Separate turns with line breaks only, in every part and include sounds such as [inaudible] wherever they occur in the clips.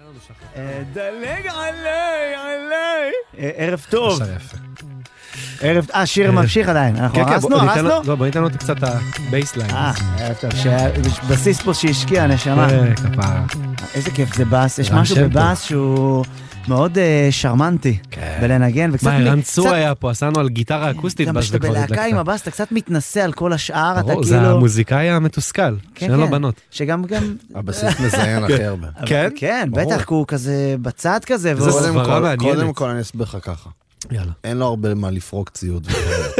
לשחרר.
אה, דלג עליי, עליי. אה, ערב טוב.
עכשיו יפה.
ערב, אה, שיר
ערב.
ממשיך עדיין. אנחנו
כן, כן,
הרסנו,
בוא ניתן לו-
הרסנו?
לא, בוא ניתן לו קצת הבייסליין.
אה, ערב טוב. בסיס פה שהשקיע, נשמה.
אה, כפרה.
איזה כיף זה בס, יש
רם
משהו
שם טוב.
בבס שהוא מאוד אה, שרמנטי
כן.
בלנגן, וקצת...
מה,
מ-
ערן צור
קצת-
היה פה, עשינו על גיטרה אקוסטית,
גם
בס
כשאתה
וכבר
בלהקה
הדלקת.
עם הבס, אתה קצת מתנשא על כל השאר, אתה
ברור,
כאילו...
זה המוזיקאי המתוסכל,
כן,
שאין לו
כן.
בנות.
שגם גם...
הבסיס מזיין הכי הרבה.
אבל-
כן?
כן,
ברור.
בטח, כי הוא כזה בצד כזה, והוא...
סבבה. כן.
קודם
סברה
כל-
מעניינת.
קודם כל אני אסביר לך ככה,
יאללה.
אין לו הרבה מה לפרוק
[laughs]
ציוד.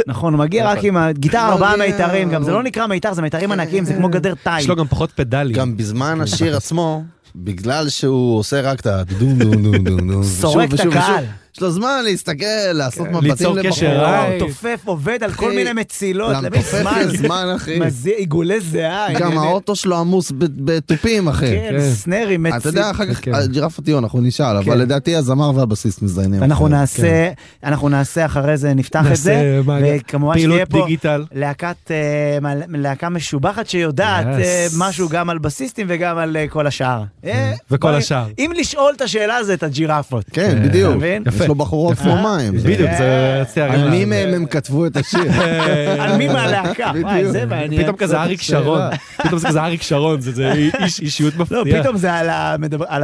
נכון, הוא מגיע רק עם הגיטרה ארבעה מיתרים, גם זה לא נקרא מיתר, זה מיתרים ענקיים, זה כמו גדר תיל.
יש לו גם פחות פדלים.
גם
כן.
בזמן השיר עצמו, בגלל שהוא עושה רק את הדום דום דום דום
[laughs]
דום.
סורק
ושוב,
את
ושוב,
הקהל.
ושוב. יש לו זמן להסתכל, לעשות מבטים
כן. ליצור קשר לא, עין.
לבחורות.
כן, לא, תופף, עובד על כל
כן.
אחי,
מיני מצילות, למי
למתופף
זמן?
יש זמן, אחי.
מזיע, עיגולי זיעה.
גם
עניינים.
האוטו שלו עמוס ב- בתופים, אחי.
כן,
כן.
סנרים, מצ...
אתה יודע, אחר כך,
כן.
ג'ירפת טיון, אנחנו נשאל, אבל לדעתי הזמר והבסיס מזיינים. כן.
אנחנו
אחרת.
נעשה, אנחנו נעשה אחרי זה, נפתח את
נעשה,
זה,
מה,
וכמובן
פעילות
שתהיה פה
דיגיטל.
להקת, אה, מל- להקה משובחת שיודעת
Yes. כן.
אה, משהו גם על בסיסטים וגם על אה, כל השאר. אה,
וכל
בוא-
השאר.
אם לשאול את השאלה זה את הג'ירפות.
כן, בדיוק.
מבין?
יש
יפה.
לו בחורות כמו מים.
בדיוק, אה, זה רציתי
על מי
להגיד.
מהם הם כתבו
[laughs]
את השיר?
[laughs] על מי מהלהקה? וואי, זה מעניין.
כן. פתאום כזה אריק שרון, [laughs] פתאום זה כזה אריק שרון, זה- זה איש- אישיות
לא,
מפתיעה.
פתאום זה על, המדבר, על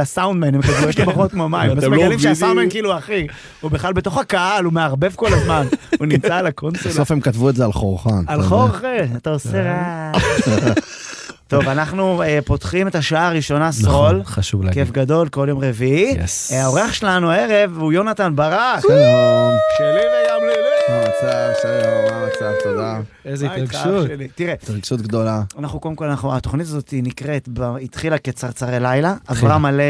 [laughs]
הסאונדמן, הם כזה, יש לו בחורות כמו מים.
אתם
ואז
כן. לא
מגלים
מבינים.
שהסאונדמן כאילו, אחי, הוא בכלל בתוך הקהל, הוא מערבב כל
[laughs]
הזמן, הוא נמצא על הקונסולה.
בסוף הם כתבו את זה על חורחן.
על
[laughs]
חורחה, אתה עושה
אה.
רע. טוב, אנחנו אה, פותחים את השעה הראשונה, סרול.
נכון, חשוב להגיד.
כיף גדול, כל יום רביעי.
Yes.
אה, האורח שלנו הערב הוא יונתן ברק.
שלום,
שלי וגם לילי.
מה המצב, שלום, מה המצב, תודה.
איזה
מה איתך, אח
התרגשות.
שלי? תראה,
התרגשות גדולה.
אנחנו קודם כל, אנחנו- התוכנית הזאת היא נקראת, ב- התחילה כצרצרי לילה, עברה מלא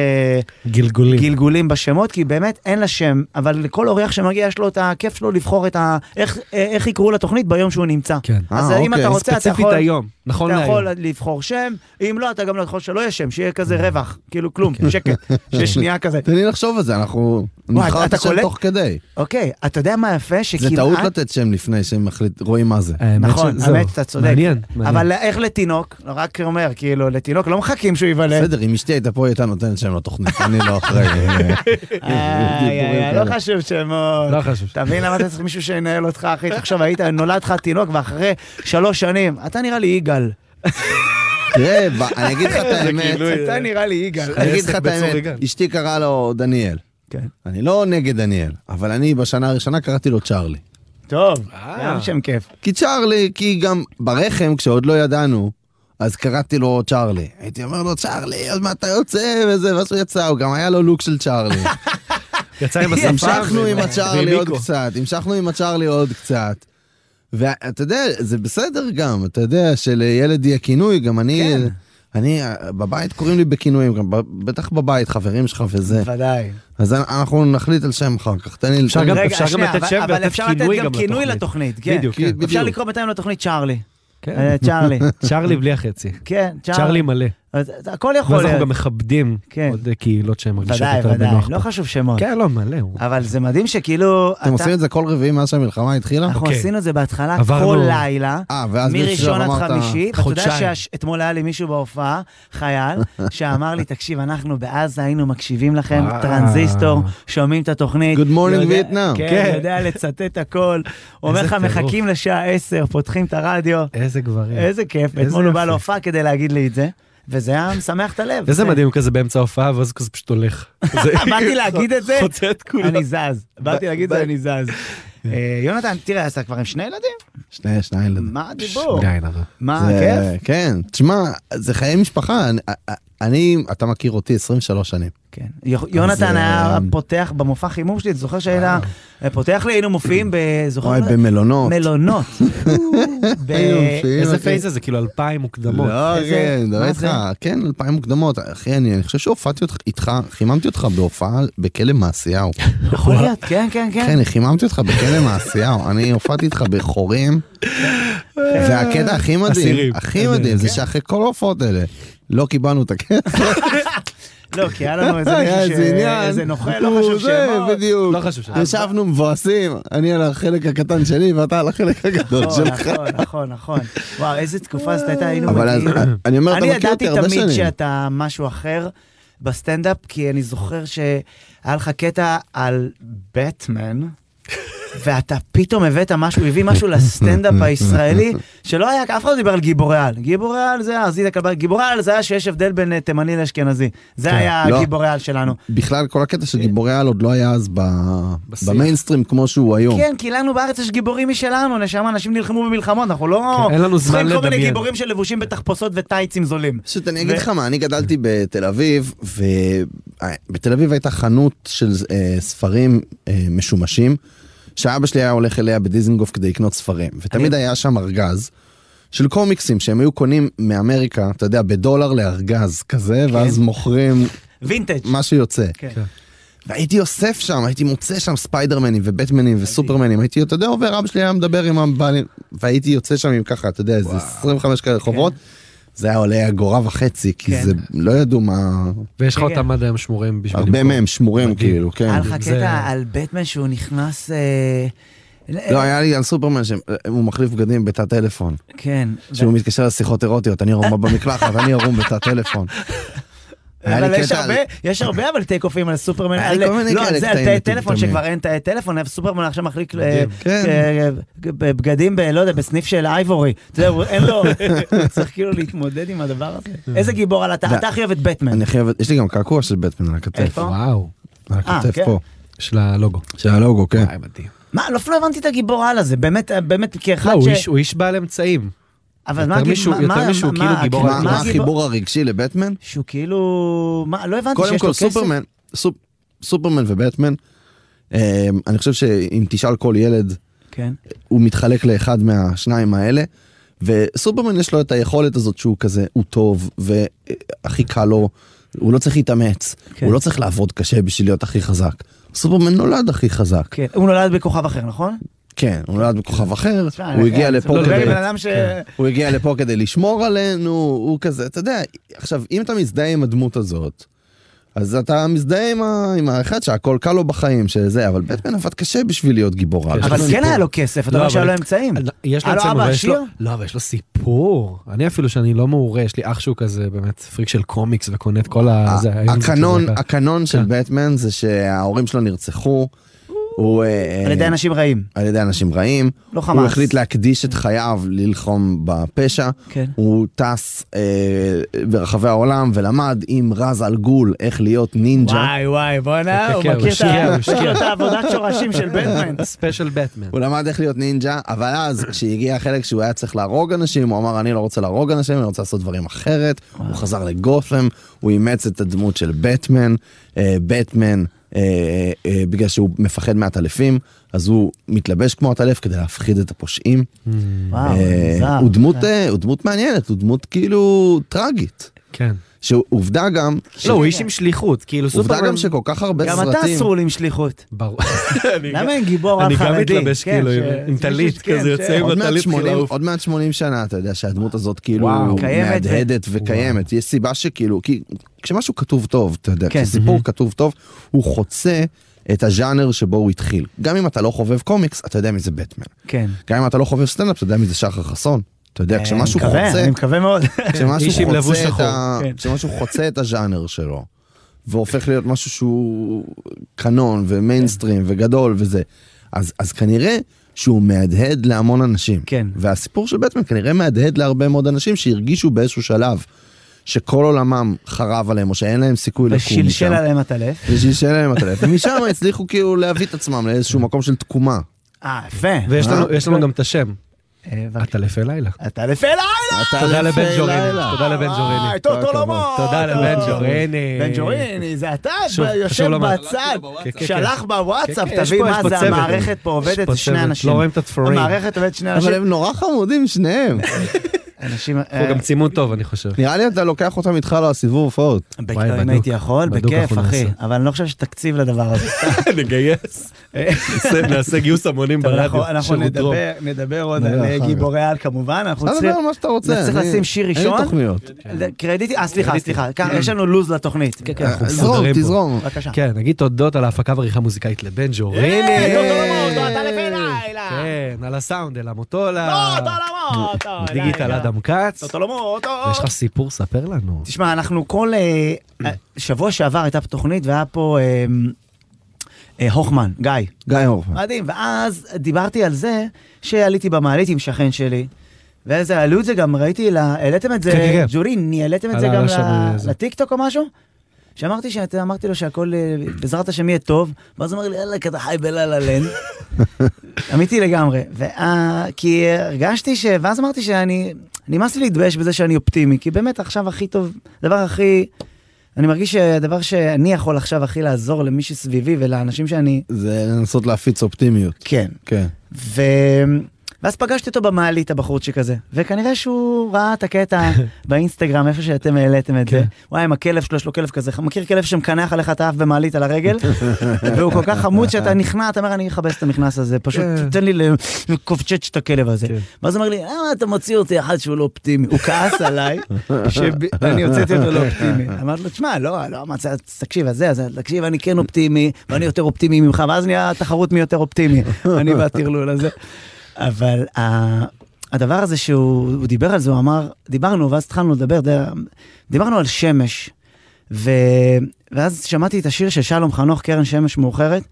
גלגולים.
גלגולים בשמות, כי באמת אין לה שם, אבל לכל אורח שמגיע יש לו את הכיף שלו לבחור את ה... איך- אה, איך יקראו לתוכנית ביום שהוא נמצא.
כן.
אז
אה,
אם
אוקיי,
אתה רוצה, אתה
ספציפית
יכול...
היום, אה. נכון
אתה יכול
להיום.
לבחור שם, אם לא, אתה גם לא יכול שלא יהיה שם, שיהיה כזה רווח, כאילו כלום,
אוקיי.
שקט,
[laughs]
שיש שנייה כזה.
תן לי לחשוב על זה, אנחנו
וואי,
נבחר את
אתה
השם
קולט? כאילו, אה?
תוך כדי.
אוקיי, אתה יודע מה יפה?
זה
שכמעט...
טעות לא- לתת שם לפני שהם מחליט- רואים מה זה.
האמת
נכון,
שזהו.
האמת, אתה צודק.
מעניין, מעניין.
אבל איך לתינוק? לא, רק אומר, כאילו, לתינוק לא מחכים שהוא ייוולד.
בסדר, אם אשתי הייתה פה, היא הייתה נותנת שם לתוכנית, אני לא
[laughs]
אחרי.
אה. איי, איי, איי, לא חשוב שמות.
לא חשוב.
אתה מבין למה אתה צריך מישהו שינהל אותך, אחי? תחשוב, היית, נולד לך תינוק, ואחרי שלוש שנים, אתה נראה לי יגאל.
תראה, ב- אני אגיד לך את האמת,
כאילו
אתה נראה לי יגאל.
אה.
אני אגיד לך את
עסק בצור
האמת,
יגאל.
אשתי קראה לו דניאל.
כן.
אני לא נגד דניאל, אבל אני בשנה הראשונה קראתי לו צ'ארלי.
טוב,
אה.
גם שם כיף.
כי צ'ארלי, כי גם ברחם, כשעוד לא ידענו, אז קראתי לו צ'ארלי. הייתי אומר לו, צ'ארלי, עוד מעט אתה יוצא, וזה, ואז הוא יצא, הוא גם היה לו לוק של
[laughs]
צ'ארלי.
יצא עם השפה.
המשכנו עם הצ'ארלי עוד
והעמיקו.
קצת, המשכנו עם הצ'ארלי עוד קצת. ואתה יודע, זה בסדר גם, אתה יודע, שלילד יהיה כינוי, גם אני,
כן.
אני, אה, בבית קוראים לי בכינויים, גם ב- בטח בבית, חברים שלך וזה.
בוודאי.
אז אנ- אנחנו נחליט על שם אחר כך, תן לי...
אפשר
תן לי-
גם-
רגע,
אפשר
שנייה,
לתת
אבל-
שם
אבל
ולתת
אפשר לתת
כינוי
גם
גם
כינוי
לתוכנית.
לתוכנית, כן.
בדיוק,
כי-
כן.
בדיוק.
אפשר לקרוא בינתיים לתוכנית צ'ארלי.
כן.
אה,
[laughs]
צ'ארלי.
צ'ארלי בלי החצי.
כן,
צ'ארלי מלא.
אז- אז הכל יכול
ואז אנחנו
להיות.
גם מכבדים
כן.
עוד אה, קהילות שהן מרגישות
ודאי,
יותר
ודאי,
בנוח.
לא חשוב שמות.
כן, לא, מלא. הוא-
אבל זה מדהים שכאילו,
אתם
אתה- נכון.
עושים את זה כל רביעי מאז שהמלחמה התחילה?
אנחנו
אוקיי.
עשינו את זה בהתחלה
עברנו-
כל לילה.
אה, ואז
מראשון עד
אמרת-
חמישי, ואתה יודע
חודשיים.
שאתמול היה לי מישהו בהופעה, חייל, שאמר לי, תקשיב, אנחנו בעזה היינו מקשיבים לכם,
אה.
טרנזיסטור, שומעים את התוכנית.
Good morning,
יודע-
Vietnam.
כן,
כן.
יודע לצטט
[laughs]
הכל. הוא אומר לך,
טירוף.
מחכים לשעה 10, פותחים את הרדיו.
איזה גברים.
איזה כיף,
איזה
אתמול הוא בא
יופי.
להופעה כדי להגיד לי את זה, וזה היה משמח את הלב.
איזה
זה-
מדהים הוא כזה באמצע ההופעה, ואז הוא כזה פשוט
[laughs]
הולך. זה-
באתי להגיד את זה,
[laughs] חוצה את כולם. כן.
אני זז. באתי להגיד את זה, אני זז. אה, יונתן, תראה, אז אתה כבר עם שני ילדים?
שני, שני ילדים.
מה הדיבור?
די, נראה.
מה,
זה-
כיף?
כן, תשמע, זה חיי משפחה. אני- אה, אני, אתה מכיר אותי 23 שנים.
כן. יו- יונתן
אה,
היה פותח במופע חימום שלי, אתה זוכר שהיה פותח לי, היינו מופיעים ב... זוכר?
אה. אוי,
מה?
במלונות.
נכון. מלונות.
[laughs]
ב-
היינו מופיעים,
איזה
אחי.
פייס זה? כאילו אלפיים מוקדמות.
לא,
איזה-
כן,
מה
דבר איתך,
זה?
כן, אלפיים מוקדמות. אחי, אני אני חושב שהופעתי אותך- איתך, חיממתי אותך בהופעה בכלא מעשיהו.
יכול להיות, כן, כן, כן.
נכון. כן, חיממתי אותך בכלא מעשיהו. אני הופעתי איתך בחורים, והקטע הכי מדהים,
אסירים.
הכי מדהים, זה שאחרי כל ההופעות האלה, לא קיבלנו את הכסף.
לא, כי היה לנו
[laughs]
איזה
היה איזה
מישהו
אה, עניין.
שאיזה נוכל, לא חשוב
הוא זה,
שמות.
בדיוק.
לא חשוב שמות.
ישבנו מבואסים, אני על החלק הקטן שלי ואתה על החלק הגדול
נכון,
שלך.
נכון, נכון, נכון. וואו, איזה תקופה זאת הייתה, היינו
אבל אז, אה,
מגיעים.
אני אומר, אתה
אני
מכיר אותי
ידעתי
הרבה
תמיד
שנים.
שאתה משהו אחר, בסטנדאפ, כי אני זוכר שהיה לך קטע על בטמן, ואתה פתאום הבאת משהו, הביא משהו לסטנדאפ הישראלי, שלא היה, אף אחד לא דיבר על גיבורי על. גיבורי על זה, אז הנה כלבה, גיבורי על זה היה שיש הבדל בין אה, תימני לאשכנזי. זה היה
לא.
גיבורי על שלנו.
בכלל כל הקטע
אה,
של גיבורי על עוד לא היה אז ב-
בשיח.
במיינסטרים כמו שהוא היום.
כן, כי לנו בארץ יש גיבורים משלנו, נשמה, אנשים נלחמו במלחמות, אנחנו לא...
כן, אין לנו
צריכים
זמן
כל מיני
לדמיין.
גיבורים שלבושים בתחפושות וטייצים זולים.
פשוט אני אגיד
ו-
לך מה, אני גדלתי בתל אביב, ובתל אביב הייתה חנות של אה, ספרים אה, משומשים, שאבא שלי היה הולך אליה בדיזנגוף כדי לקנות ספרים, ותמיד היה שם ארגז של קומיקסים שהם היו קונים מאמריקה, אתה יודע, בדולר לארגז כזה, ואז מוכרים
וינטג'.
מה שיוצא.
כן.
והייתי אוסף שם, הייתי מוצא שם ספיידרמנים ובטמנים
אוקיי.
וסופרמנים, הייתי, אתה יודע, עובר, אבא שלי היה מדבר עם הבעלים, והייתי יוצא שם עם ככה, אתה יודע, איזה 25 כאלה רחובות, זה היה עולה אגורה וחצי,
אוקיי. כן.
כי זה, לא ידעו מה,
ויש לך
כן,
אותם עד היום שמורים בשביל...
הרבה
למכור.
מהם שמורים
מדהים.
כאילו, כן.
היה לך
זה-
קטע על בטמן שהוא נכנס... אה,
לא, היה לי על סופרמן שהוא מחליף בגדים בתא טלפון,
כן.
שהוא מתקשר לשיחות אירוטיות, אני ערומה במקלחת, אני ערום בתא
[laughs]
טלפון. היה לי
אבל יש
קטע על-
הרבה, יש הרבה אבל טייק אופים על סופרמן,
היה לי
על-
כל מיני
לא,
כאלה
על זה, על
קטעים
תאי טלפון
מטומטמים.
שכבר אין תאי טלפון, אבל סופרמן עכשיו מחליק אה,
מדהים,
כן.
אה, בבגדים, ב- לא יודע, בסניף של אייבורי, אתה יודע, הוא- אין לו, [laughs] הוא צריך כאילו להתמודד עם הדבר
כן.
הזה. איזה גיבור על אתה,
זה-
אתה הכי אוהב את בטמן.
אני חייב, יש לי גם קעקוע של בטמן על הכתף,
איפה?
וואו,
על
אה,
הכתף
כן.
פה,
של הלוגו.
של הלוגו, כן.
וואי, מדהים.
מה, לא לא הבנתי את הגיבור על הזה, באמת, אה, באמת, כאחד
לא, הוא
ש...
איש- הוא איש בעל אמצעים.
אבל
יותר
מה, הגי-
מישהו-
מה-
יותר
מה-
מישהו
מה-
כאילו
מה-
גיבור
מה
על-
מה
הגיבור?
החיבור הרגשי לבטמן?
שהוא כאילו, מה, לא הבנתי
קודם
שיש
כל
לו כסף.
סופרמן, סופ- סופרמן ובטמן, אה, אני חושב שאם תשאל כל ילד,
כן.
הוא מתחלק לאחד מהשניים האלה, וסופרמן יש לו את היכולת הזאת שהוא כזה, הוא טוב, והכי קל לו, הוא לא צריך להתאמץ,
כן.
הוא לא צריך לעבוד קשה בשביל להיות הכי חזק. סופרמן נולד הכי חזק,
כן, הוא נולד בכוכב אחר, נכון?
כן, הוא נולד בכוכב אחר,
תשמע, אה, לא,
הוא הגיע
אני-
לפה
אתה מדבר עם
כדי...
בן אדם ש...
כן.
הוא הגיע לפה כדי לשמור עלינו, הוא כזה, אתה יודע, עכשיו, אם אתה מזדהה עם הדמות הזאת, אז אתה מזדהה עם, ה... עם האחד שהכל קל לו בחיים, שזה, אבל בטמן עבד קשה בשביל להיות גיבור על.
יש
אבל
לו
כן
סיפור.
היה לו כסף, אתה
לא,
אומר
אבל-
שהיה לו אמצעים.
יש לו
הלו,
עצם,
כן. אבא
אבל יש לו...
עשיר?
לא, אבל יש לו סיפור. אני אפילו שאני לא מעורה, יש לי אח שהוא כזה באמת פריק של קומיקס וקונה את כל ה... זה, היום זה
אה, הקנון,
כזה- כן.
הקנון של בטמן זה שההורים שלו נרצחו, הוא... אה,
על ידי אנשים רעים,
על ידי אנשים רעים,
לא חמאס.
הוא החליט להקדיש את חייו ללחום בפשע,
כן.
הוא טס אה, ברחבי העולם ולמד עם רז על גול איך להיות נינג'ה.
וואי וואי בואנה,
כן,
הוא
כן,
מכיר
הוא
את ה-
השקיע,
הוא
הוא אה.
מכיר את העבודת שורשים של בטמן. [laughs]
ספיישל בטמן.
הוא למד איך להיות נינג'ה, אבל אז כשהגיע החלק שהוא היה צריך להרוג אנשים, הוא אמר אני לא רוצה להרוג אנשים, אני רוצה לעשות דברים אחרת. הוא חזר לגותם, הוא אימץ את הדמות של בטמן, אה, בטמן, אה, אה, בגלל שהוא מפחד מעטלפים, אז הוא מתלבש כמו עטלף כדי להפחיד את הפושעים.
וואו,
אה,
מוזר.
הוא דמות, אה, הוא דמות מעניינת, הוא דמות כאילו טראגית.
כן.
שעובדה גם, ש-
לא, הוא איש עם שליחות, כאילו
עובדה
סופרמן...
גם שכל כך הרבה
גם
סרטים,
אתה אסור לי עם שליחות.
ברור. [laughs]
למה אין גיבור על
אני
חרדי?
גם מתלבש
כן,
כאילו
ש-
עם- עם
מישהו
טלית
שכן,
כזה
ש-
יוצא עם
עוד מעט
הטלית
80
כאילו לעוף.
עוד מעט 80 שנה אתה יודע שהדמות הזאת כאילו
וואו,
קיימת ו-
מהדהדת וקיימת יש סיבה שכאילו כי כשמשהו כתוב טוב אתה יודע
כן.
כשסיפור כתוב טוב הוא חוצה את הז'אנר שבו הוא התחיל גם אם אתה לא חובב קומיקס אתה יודע מי זה בטמן
כן.
גם אם אתה לא חובב סטנדאפ אתה יודע מי זה שחר חסון אתה יודע כשמשהו
אני כן, מקווה,
חוצה
אני מקווה מאוד.
כשמשהו
כן, איש עם
חוצה
לבוש
את ה-
שחור, כן.
כשמשהו חוצה את הז'אנר שלו והופך להיות משהו שהוא קנון ומיינסטרים
כן.
וגדול וזה אז אז כנראה שהוא מהדהד להמון אנשים
כן.
והסיפור של בטמן כנראה מהדהד להרבה מאוד אנשים שהרגישו באיזשהו שלב שכל עולמם חרב עליהם או שאין להם סיכוי לקום משם.
ושלשל עליהם הטלף.
ושלשל עליהם
[laughs]
הטלף ומשם הצליחו כאילו להביא את עצמם לאיזשהו מקום של תקומה.
אה, יפה.
ויש לנו-
אה?
יש לנו גם את השם.
הבנתי.
הטלף אלילה.
הטלף אליי!
תודה לבן ג'וריני.
לילה.
תודה לבן ג'וריני.
טוב, טוב, לא מור.
תודה לבן ג'וריני.
בן ג'וריני, זה אתה
שוב,
יושב
אה, חשוב לומר.
בצד,
כן, כן,
שלח בוואטסאפ,
כן, כן, יש
תבין
פה-
מה
יש פה
זה,
צוות.
המערכת פה עובדת, זה
פה
שני
צוות,
אנשים.
לא רואים את התפרים.
המערכת עובדת שני
אבל
אנשים. אה,
הם נורא חמודים
[laughs]
שניהם.
אנשים...
הוא גם צימוד טוב, אני חושב.
נראה לי אתה לוקח אותם איתך לסיבוב פורט.
וואי,
בקטעים
בדוק.
הייתי יכול,
בדוק
בכיף,
אנחנו
אחי,
נעשה.
אבל אני לא חושב שיש תקציב לדבר
[laughs]
הזה.
נגייס. נעשה- נעשה גיוס המונים
טוב, אנחנו-
ברדיו.
אנחנו
שירות דרום.
נדבר- נדבר עוד
נדבר
על
אחר
אה,
כך.
גיבורי על כמובן, אנחנו
אתה
צריכים...
מדבר על מה שאתה רוצה.
נצטרך
אני-
לשים שיר
אין
ראשון?
לי תוכניות.
קרדיטים? אה, סליחה, סליחה, ככה, יש לנו לו"ז לתוכנית. כן, כן,
כן. אנחנו
אה, זרום,
מסודרים פה.
תזרום.
בבקשה.
כן, נגיד תודות על ההפקה ועריכה מוזיקאית לבן ג'וריני.
הנה, טוב, טוב, טוב, טוב, אתה לבן, לילה.
כן, על הסאונד, אל המוטולה.
אוטו למוטו.
דיגיטל אדם כץ.
אוטו למוטו.
יש לך סיפור? ספר לנו.
תשמע, אנחנו כל... אה, אה, שבוע שעבר הייתה פה תוכנית והיה פה אה, אה, הוכמן, גיא.
גיא הורפן.
מדהים, ואז דיברתי על זה שעליתי במעלית עם שכן שלי. וזה, העלו את זה גם, ראיתי, לה, העליתם את זה,
כן, כן, אה, כן.
ג'וריני, העליתם את זה
עלה,
גם
עלה שם
ל-
איזה-
לטיקטוק או משהו? שאמרתי שאתה, אמרתי לו שהכל, אה, בעזרת השם יהיה טוב, ואז הוא אמר לי, יאללה, כי אתה חי בלה-לה
[laughs]
לנד. אמיתי לגמרי. וה... כי הרגשתי ש... ואז אמרתי שאני... נמאס לי להתבייש בזה שאני אופטימי, כי באמת עכשיו הכי טוב, הדבר הכי... אני מרגיש שהדבר שאני יכול עכשיו הכי לעזור למי שסביבי ולאנשים שאני...
זה לנסות להפיץ אופטימיות.
כן.
כן.
ו... ואז פגשתי אותו במעלית, הבחורצ'יק הזה, וכנראה שהוא ראה את הקטע באינסטגרם, איפה שאתם העליתם את זה. הוא היה עם הכלב שלו, יש לו כלב כזה, מכיר כלב שמקנח עליך את האף במעלית על הרגל? והוא כל כך חמוד שאתה נכנע, אתה אומר, אני אכבס את המכנס הזה, פשוט
כן.
תן לי ל- לקופצ'ץ' את הכלב הזה.
כן.
ואז הוא אומר לי, למה אתה מוציא אותי אחד שהוא לא אופטימי? הוא כעס עליי, שאני הוצאתי אותו לא אופטימי. אמרתי לו, תשמע, לא, לא, אמרתי, תקשיב, אז זה, אז תקשיב, אני כן אופטימי, ואני יותר אופטימי ממך, ואז נהיה תחרות מי יותר אופטימי, אני והטרלול הזה. אבל ה- הדבר הזה שהוא הוא דיבר על זה, הוא אמר, דיברנו, ואז התחלנו לדבר, ד- דיברנו על שמש, ו... ואז שמעתי את השיר של שלום חנוך, קרן שמש מאוחרת,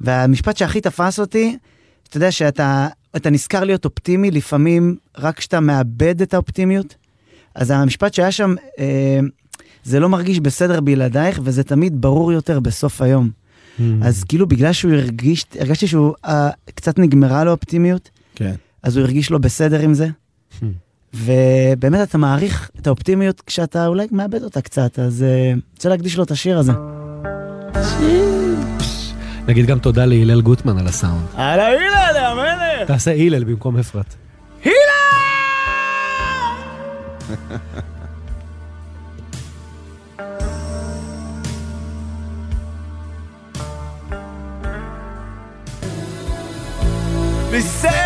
והמשפט שהכי תפס אותי, אתה יודע שאתה אתה נזכר להיות אופטימי לפעמים רק כשאתה מאבד את האופטימיות. אז המשפט שהיה שם, אה, זה לא מרגיש בסדר בלעדייך, וזה תמיד ברור יותר בסוף היום.
Mm.
אז כאילו בגלל שהוא הרגיש, הרגשתי שהוא אה, קצת נגמרה לו האופטימיות,
כן.
אז הוא הרגיש לא בסדר עם זה.
Hmm.
ובאמת אתה מעריך את האופטימיות כשאתה אולי מאבד אותה קצת, אז אה, רוצה להקדיש לו את השיר הזה.
נגיד גם תודה להלל גוטמן על הסאונד.
על ההילד המלך!
תעשה הלל במקום אפרת.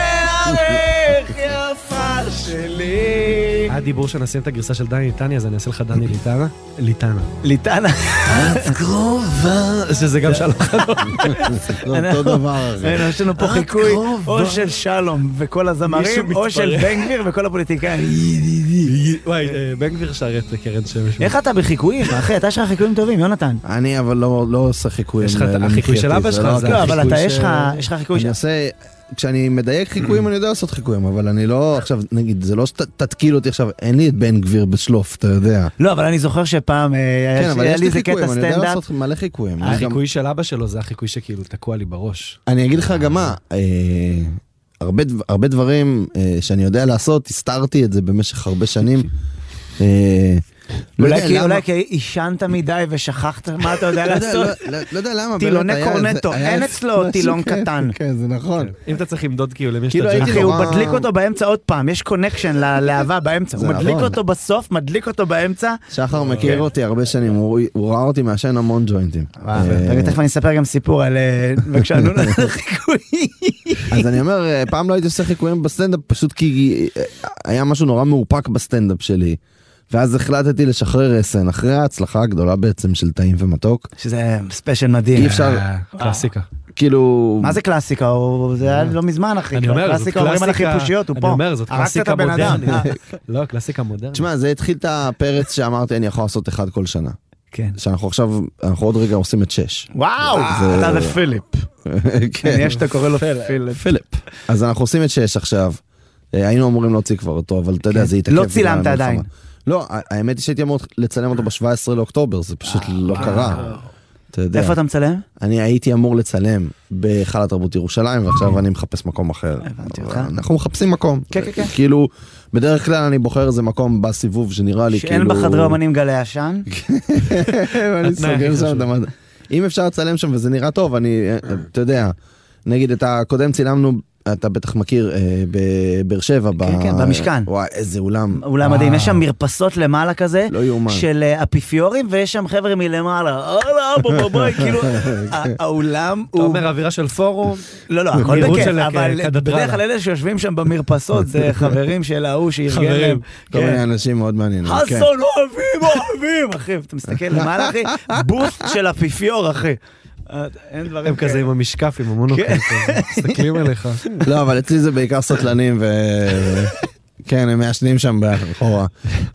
בשערך יפה שלי.
היה דיבור שנשים את הגרסה של דני ליטני, אז אני אעשה לך דני ליטנה. ליטנה.
ליטנה.
את קרובה.
שזה גם שלך.
לא אותו
[laughs]
דבר. אחי.
אין, יש לנו פה
אה,
חיקוי
קרוב,
או
בוא.
של שלום וכל
מישהו
הזמרים,
מתפרע.
או של בן גביר וכל הפוליטיקאים.
וואי, אה, בן גביר שר את קרן שמש.
איך אתה בחיקויים, אחי? אתה יש לך חיקויים טובים, יונתן.
אני אבל לא לא עושה חיקויים.
יש לך את
למחייתי,
החיקוי של אבא
זה
שלך,
לא
זה
רק-
לא, אבל
החיקוי
אתה,
ש-
יש לך יש לך חיקוי
אני
ש...
עושה, כשאני מדייק חיקויים אני יודע לעשות חיקויים, אבל אני לא, עכשיו נגיד, זה לא שתתקיל אותי עכשיו, אין לי את בן גביר בשלוף, אתה יודע.
לא, אבל אני זוכר שפעם אה,
כן, אבל
היה
יש
לי
לי
איזה קטע
חיקויים, אני יודע
סטנדאפ.
לעשות מלא חיקויים. אני גם-
החיקוי של אבא שלו זה החיקוי שכאילו תקוע לי בראש.
אני אגיד לך גם מה, אה, הרבה דב- הרבה דברים אה, שאני יודע לעשות, הסתרתי את זה במשך הרבה שנים. אה, לא
אולי
יודע
כי-
למה.
אולי כי עישנת מדי ושכחת מה אתה יודע
לא יודע,
לעשות.
לא- לא- לא יודע למה, באמת,
טילוני
היה איזה-
קורנטו,
היה
אין
איזה
אצלו
משהו
טילון
כזה,
קטן.
כן, זה נכון.
אם אתה צריך למדוד כאילו למי
כאילו
שאתה...
הייתי
אחי, הוא
נורא-
מדליק אותו באמצע עוד פעם, יש קונקשן ללהבה באמצע. הוא
זה
מדליק
נכון.
אותו בסוף, מדליק אותו באמצע.
שחר
אוקיי.
מכיר אותי הרבה שנים, הוא הוא ראה אותי מעשן המון ג'וינטים. אה,
רגע, תכף אני אספר גם סיפור על... אה,
[laughs]
בבקשה, נו, חיקוי.
אז אני אומר, אה, פעם לא הייתי עושה חיקויים בסטנדאפ, פשוט כי אה, היה משהו נורא מאופק בסטנדאפ שלי. ואז החלטתי לשחרר רסן, אחרי ההצלחה הגדולה בעצם של טעים ומתוק.
שזה ספיישל מדהים.
אי אפשר-
אה, קלאסיקה.
כאילו...
מה זה קלאסיקה? הוא- זה היה לא מזמן, אחי.
אני אומר, זאת
קלאסיקה אומרים על
קלאסיקה-
החיפושיות, הוא פה.
אני אומר, זאת
הרגת את
קלאסיקה
הבן אדם.
מודרנית.
אה,
לא, קלאסיקה מודרנית.
תשמע, זה התחיל את הפרץ שאמרתי, אני יכול לעשות אחד כל שנה.
[laughs] כן.
שאנחנו עכשיו, אנחנו עוד רגע עושים את
[laughs]
שש.
וואו,
זה-
אתה ופיליפ.
כן.
יש שאתה קורא לו פיליפ.
פיליפ. אז אנחנו עושים את שש עכשיו. אה, היינו אמורים להוציא כבר אותו, אבל אתה יודע,
כן.
זה התעכב.
לא
בגלל
צילמת
המלחמה.
עדיין.
לא, ה- האמת היא שהייתי אמור לצלם אותו ב-17 לאוקטובר, זה פשוט לא קרה. אתה יודע.
אה, איפה אתה מצלם?
אני הייתי אמור לצלם בהיכל התרבות ירושלים, ועכשיו אני מחפש מקום אחר.
אה. הבנתי
אבל
אותך.
אנחנו מחפשים מקום.
כן, כן, כן.
כאילו, בדרך כלל אני בוחר איזה מקום בסיבוב שנראה לי כאילו...
שאין בחדרי אומנים גלי עשן?
אני סוגר שם את המד... אם אפשר לצלם שם וזה נראה טוב, אני, אה, אתה יודע, נגיד את הקודם צילמנו, אתה בטח מכיר, אה, בבאר שבע. ב-
כן, כן, במשכן. כן.
וואי, איזה אולם.
אולם מדהים, יש שם מרפסות למעלה כזה,
לא יאומן.
של אה, אפיפיורים, ויש שם חבר'ה מלמעלה, הלאה, בוא בוא [laughs] בואי, כאילו, ה- האולם
אתה
הוא...
אומר אווירה של פורום,
לא, לא, הכל
מהירות
בכיף,
של
אבל
הקתדרלה.
בדרך כלל אלה שיושבים שם במרפסות, [laughs] זה חברים של ההוא שארגן
חברים.
להם.
כל
כן.
מיני אנשים מאוד מעניינים. כן.
חסון אוהבים, אוהבים, אחי, אתה מסתכל למעלה, אחי, בוסט של אפיפיור, אחי. אה, אין דברים
הם כזה עם המשקף, עם המונוקל,
כן.
כזה, מסתכלים עליך.
לא, אבל אצלי זה בעיקר סטלנים ו... כן, הם מעשנים שם
[laughs]
מאחורה.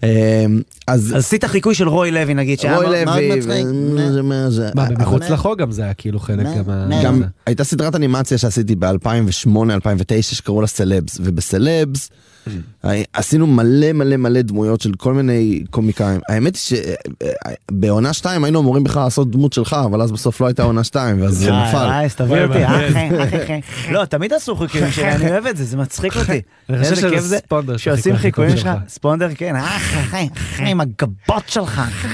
אמ, אז
אז עשית חיקוי של רוי לוי נגיד, שהיה
רוי
מאוד- מאוד
לוי,
מצחיק.
ו- זה- מה זה-
מה,
אה,
במחוץ
אה,
לחוק גם זה היה כאילו חלק
מה?
גם... ה-
גם הייתה סדרת אנימציה שעשיתי ב-2008-2009 שקראו לה סלבס, ובסלבס
Mm.
הי- עשינו מלא מלא מלא דמויות של כל מיני קומיקאים. האמת היא שבעונה 2 היינו אמורים בכלל לעשות דמות שלך, אבל אז בסוף לא הייתה עונה 2 ואז זה
אה,
נפל.
אה, אז תביא
וואי,
אותי,
מעניין.
אחי, אחי, אחי. [laughs] לא, תמיד עשו חיקויים שלי, אני אוהב את זה, זה מצחיק [laughs] אותי.
אני חושב
איזה כיף זה
שזה ספונדר של
שעושים
החיקוי
חיקויים שלך. ספונדר, כן, אחי, אחי, אחי, עם הגבות שלך, אחי,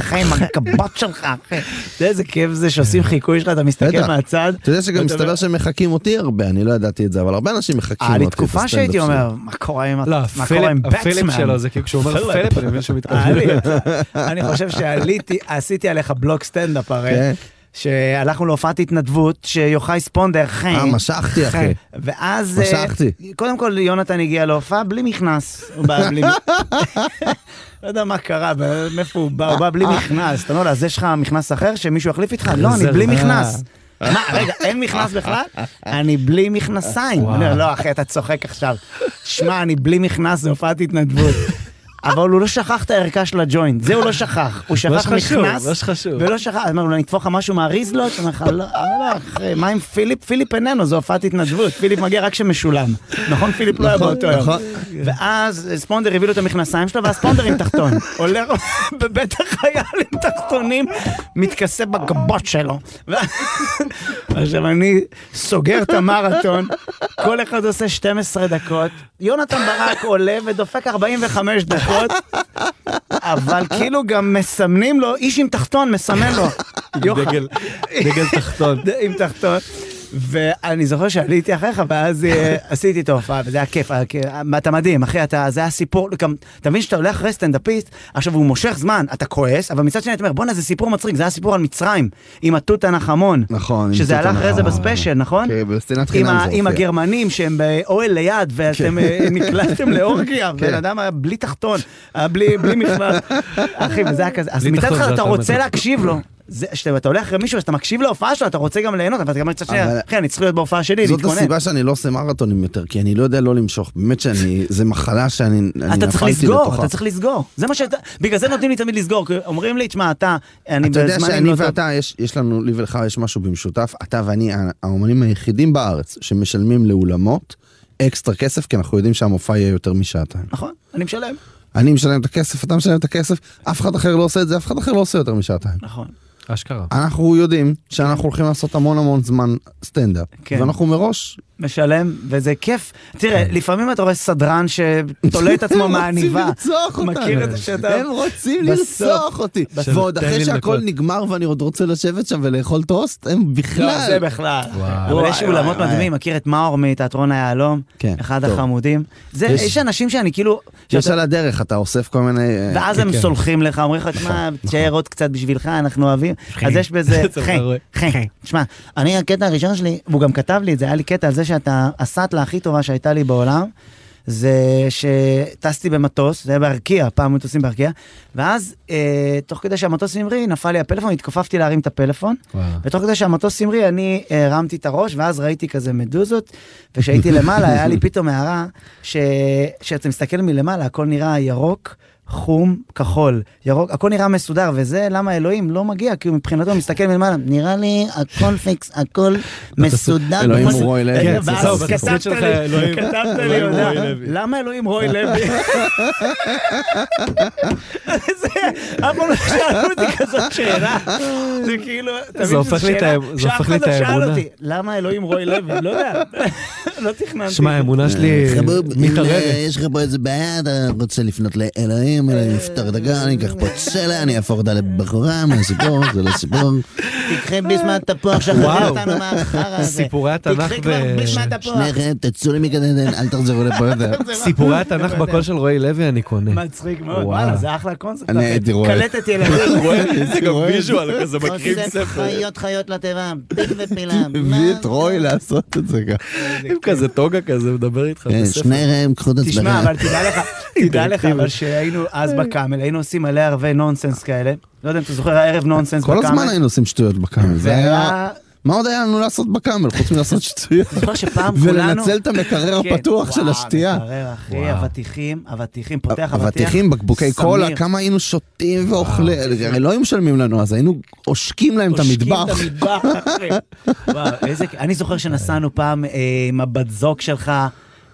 אחי, עם הגבות שלך, אחי. כן. אתה יודע [laughs] איזה כיף זה שעושים חיקוי שלך, אתה מסתכל
בטח.
מהצד.
אתה יודע שגם
ואתה אומר-
מסתבר שהם מחקים אותי הרבה, אני לא ידעתי את זה, אבל הרבה אנשים מחקים אותי.
היה לי
את
תקופה
הסטנדאפ
אה, שהייתי
שלי.
אומר, מה קורה עם
לא,
מה קורה עם
הפלפ הפלפ
בטמן?
שלו זה כאילו כשהוא
[laughs]
אומר פלפ אני מבין שהוא מתכוון. [laughs]
היה לי. אני חושב שעליתי, עשיתי עליך בלוק סטנדאפ הרי.
כן.
שהלכנו להופעת התנדבות שיוחאי ספונדר, חי.
אה, משכתי אחי.
ואז... אה,
משכתי.
קודם כל, יונתן הגיע להופעה בלי מכנס. הוא בא בלי... לא יודע מה קרה, מאיפה הוא בא, הוא בא בלי מכנס. אתה אומר לו, אז יש לך מכנס אחר שמישהו יחליף איתך? לא, אני בלי מכנס. מה, רגע, אין מכנס בכלל? אני בלי מכנסיים. אני אומר, לא, אחי, אתה צוחק עכשיו. שמע, אני בלי מכנס, זו הופעת התנדבות. אבל הוא לא שכח את הערכה של הג'וינט, זה הוא לא שכח. הוא שכח
שחשוב,
מכנס,
מה שחשוב.
ולא שכח, אמרנו לו, אני אתפור לך משהו מהריזלות? אמר לך, לא, לא, אחי, מה עם פיליפ? פיליפ איננו, זו הופעת התנדבות. פיליפ מגיע רק כשמשולם. נכון, פיליפ לא היה באותו יום.
נכון.
ואז ספונדר הביא לו את המכנסיים שלו, ואז ספונדר עם תחתון. עולה בבית החייל עם תחתונים, מתכסה בגבות שלו. ו- עכשיו אני סוגר את המרתון, כל אחד עושה 12 דקות, יונתן ברק עולה ודופק 45 דקות, אבל כאילו גם מסמנים לו, איש עם תחתון מסמן לו. יוחא.
דגל- דגל תחתון.
עם תחתון. ואני זוכר שעליתי אחריך, ואז אה, עשיתי את ההופעה, וזה היה כיף, היה כיף. אתה מדהים, אחי, אתה, זה היה סיפור, גם, אתה מבין שאתה הולך אחרי סטנדאפיסט, עכשיו הוא מושך זמן, אתה כועס, אבל מצד שני אתה אומר, בואנה, זה סיפור מצחיק, זה היה סיפור על מצרים, עם התות הנחמון.
נכון, עם
שזה
תות
עלה אחרי זה
הנחמון.
בספיישל, נכון?
כן, בסצנת
עם,
חינם
ה,
זה
עם
הופיע.
הגרמנים שהם באוהל ליד, ואתם אה,
[laughs]
נקלעתם לאורגיה,
כן.
בן אדם היה בלי תחתון, היה בלי, בלי מכלל. אחי, וזה היה כזה, אז
בלי
מצד
תחתון
אחד
זה
אתה
יותר
רוצה
מדהים.
להקשיב לו. זה- שאתה אתה הולך אחרי מישהו, אז אתה מקשיב להופעה שלו, אתה רוצה גם ליהנות, אבל אתה גם מצד שני,
אבל-
אחי, אני צריך להיות בהופעה שלי,
זאת
להתכונן.
הסיבה שאני לא עושה מרתונים יותר, כי אני לא יודע לא למשוך. באמת שאני, זה מחלה שאני אני נפלתי לתוכה.
אתה צריך לסגור, אתה צריך לסגור. זה מה שאתה, בגלל זה נותנים לי תמיד לסגור, כי אומרים לי, תשמע, אתה, אני
אתה יודע
בזמנים
שאני
לא טוב."
ואתה, יש, יש לנו, לי ולך יש משהו במשותף, אתה ואני ה- האומנים היחידים בארץ שמשלמים לאולמות אקסטרה כסף, כי אנחנו יודעים שהמופע יהיה יותר משעתיים.
נכון, אני משלם.
אני משלם את הכסף, אתה משלם את הכסף, אף אחד אחר לא עושה את זה, אף אחד אחר לא עושה יותר משעתיים.
נכון.
אשכרה.
אנחנו יודעים שאנחנו הולכים לעשות המון המון זמן סטנדאפ,
כן.
ואנחנו מראש
משלם, וזה כיף. תראה,
כן.
לפעמים אתה רואה סדרן
[laughs]
שתולה את עצמו מהעניבה.
רוצים לרצוח אותנו.
מכיר את זה שאתה...
הם רוצים
בסוף-
לרצוח אותי.
בסוף-
ועוד
תן
אחרי
לי
שהכל
לנקות.
נגמר ואני עוד רוצה לשבת שם ולאכול טוסט, הם
לא,
בכלל.
זה בכלל.
וואי,
אבל יש
וואי,
אולמות
וואי.
מדהימים, מכיר את מאור מתיאטרון היהלום?
כן,
אחד
טוב.
החמודים. זה,
יש-
יש אנשים שאני כאילו...
יש
שאתה-
על הדרך, אתה אוסף כל מיני... אה,
ואז הם
כן.
סולחים לך, אומרים לך, תשמע,
נכון,
תשאר עוד קצת בשבילך, אנחנו אוהבים. אז
[laughs]
יש בזה,
אתה
חי,
רואה.
חי, חי. תשמע, אני, הקטע הראשון שלי, והוא גם כתב לי את זה, היה לי קטע על זה שאתה, הסאטלה הכי טובה שהייתה לי בעולם, זה שטסתי במטוס, זה היה בארקיע, פעם מטוסים בארקיע, ואז אה, תוך כדי שהמטוס המריא, נפל לי הפלאפון, התכופפתי להרים את הפלאפון,
וואו.
ותוך כדי שהמטוס המריא, אני הרמתי את הראש, ואז ראיתי כזה מדוזות, וכשהייתי למעלה, היה לי פתאום הערה, ש- שאתה מסתכל מלמעלה, הכל נראה ירוק. חום כחול, ירוק, הכל נראה מסודר, וזה למה אלוהים לא מגיע, כי הוא מבחינתו מסתכל מלמעלה, נראה לי הכל פיקס, הכל מסודר.
אלוהים
כמו ש-
הוא רוי לוי,
כן,
זה
ואז
זהו,
כתבת
בתפקיד שלך,
לי,
אלוהים-
כתבת לי,
אלוהים הוא
יודע,
רוי לוי.
למה אלוהים רוי לוי? זה, אף פעם לא שאלו אותי כזאת שאלה. זה כאילו, תמיד
זה הופך
זו
לי את
שאלה
האמ- זה
שאף
הופך
אחד
לי את
לא שאל
האמונה.
אותי, למה אלוהים רוי לוי? לא יודע, [laughs] לא תכננתי.
שמע, האמונה שלי
חבוב, אם, אה,
מתערערת.
יש לך פה איזה בעיה, אתה רוצה לפנות לאלוהים, אלוהים יפתור את הגן, אני אקח פה צלע, אני אהפוך אותה לבחורה, מה הסיפור, זה לא סיפור.
תקחי ביסמת תפוח, שחרר
וואו.
אותנו מהחרא הזה.
סיפורי התנ"ך
תקחי כבר
ב-
ביסמת תפוח.
שניכם, תצאו לי מגן עדן, אל תחזרו לפה יותר.
[laughs]
סיפורי התנ"ך בקול של רועי לוי אני קונה.
לא מצחיק מאוד,
וואו.
וואלה, זה אחלה קונספט.
אני
אחי.
הייתי רואה.
קלטת ילדים.
[laughs]
זה גם ויז'ואל כזה מקריב ספר.
חיות חיות לתיבה, פיק ופילה.
הביא את רוי לעשות את זה גם.
עם כזה טוגה כזה מדבר איתך
כן,
בספר.
שניכם, קחו את עצמכם. [laughs]
תשמע, אבל תדע לך, תדע לך, אבל שהיינו אז בקאמל, היינו עושים מלא ערבי נונסנס כאלה, לא יודע אם אתה זוכר, היה ערב נונסנס
כל הזמן
בקאמל.
היינו עושים שטויות בקאמל. זה היה...
והיה...
מה עוד היה לנו לעשות בקאמל חוץ
[laughs]
מלעשות שטויות?
אתה זוכר שפעם
[laughs]
כולנו...
ולנצל את המקרר
כן,
הפתוח של
וואו,
השתייה.
מקרר, אחי,
וואו.
אבטיחים, אבטיחים, פותח אבטיח.
אבטיחים, בקבוקי
סמיר.
קולה, כמה היינו שותים ואוכלים, הרי לא היו משלמים לנו אז, היינו עושקים להם את
עושקים
המטבח.
את המטבח, אחי. וואו, איזה... אני זוכר שנסענו פעם אה, עם הבת זוג שלך,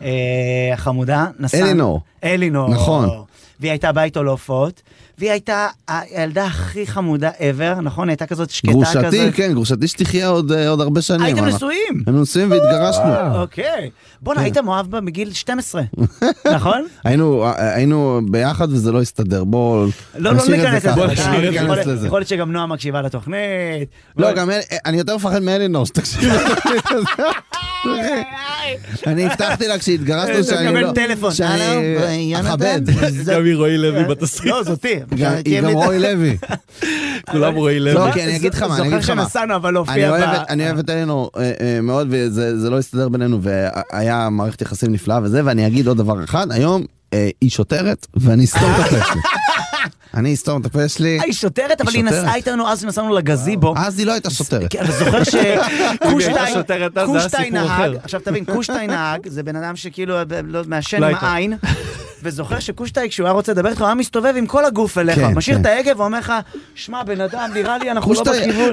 אה, החמודה, נסענו...
אלינור.
אלינור.
נכון.
והיא הייתה באה איתו להופעות, והיא הייתה הילדה הכי חמודה ever, נכון? הייתה כזאת שקטה כזאת.
גרושתי, כן, גרושתי שתחיה עוד אה, עוד הרבה שנים.
הייתם
אבל-
נשואים.
היינו נשואים והתגרשנו.
אוקיי.
כן.
בואנה, היית מאוהב בה מגיל 12,
[laughs]
נכון?
היינו, אה, היינו ביחד וזה לא הסתדר, בואו...
לא, לא
נשאיר את זה
ניכנס לזה.
ככה,
בוא
די,
נשאיר את זה.
יכול-
ניכנס לזה.
יכול להיות שגם נועה מקשיבה לתוכנית.
לא,
בוא-
גם אל- אני יותר מפחד מאלינור, שתקשיבי.
[laughs] אה,
אני הבטחתי לה
[laughs]
כשהתגרשנו
איזה
שאני
מקבל
לא...
טלפון. הלו, אה,
שאני
יונתן? [laughs]
אכבד.
גם היא רועי לוי בתסריט,
לא, זאתי.
גם- היא גם רוי
[laughs]
לוי.
כולם רועי לוי.
לא, כי אני אגיד לך מה, אני אגיד לך
זוכר
מה.
שנסענו אבל
אני
להופיע
אוהב
ב...
את- אני אוהב את אלינור אה, אה, מאוד, וזה זה לא הסתדר בינינו, והיה מערכת יחסים נפלאה וזה, ואני אגיד עוד דבר אחד, היום אה, היא שוטרת, ואני אסתום את הפה
[laughs]
שלי. אני אסתום את הפה שלי.
אה, היא שוטרת, אבל
היא
היא נסעה
שוטרת.
איתנו אז שנסענו לגזיבו.
אז היא לא הייתה שוטרת.
[laughs] כן, אתה
[laughs]
זוכר
הייתה שוטרת אז, זה היה
שקושטיין
סיפור אחר.
נהג, עכשיו תבין, קושטיין נהג, זה בן אדם שכאילו אה, לא, מעשן
לא הייתה.
[laughs]
מעין, וזוכר שקושטיין, כשהוא היה רוצה לדבר איתך, הוא היה מסתובב עם כל הגוף אליך,
כן,
משאיר
כן.
את ההגה ואומר לך, שמע, בן אדם, נראה לי, אנחנו לא
קושטאי-
בכיוון.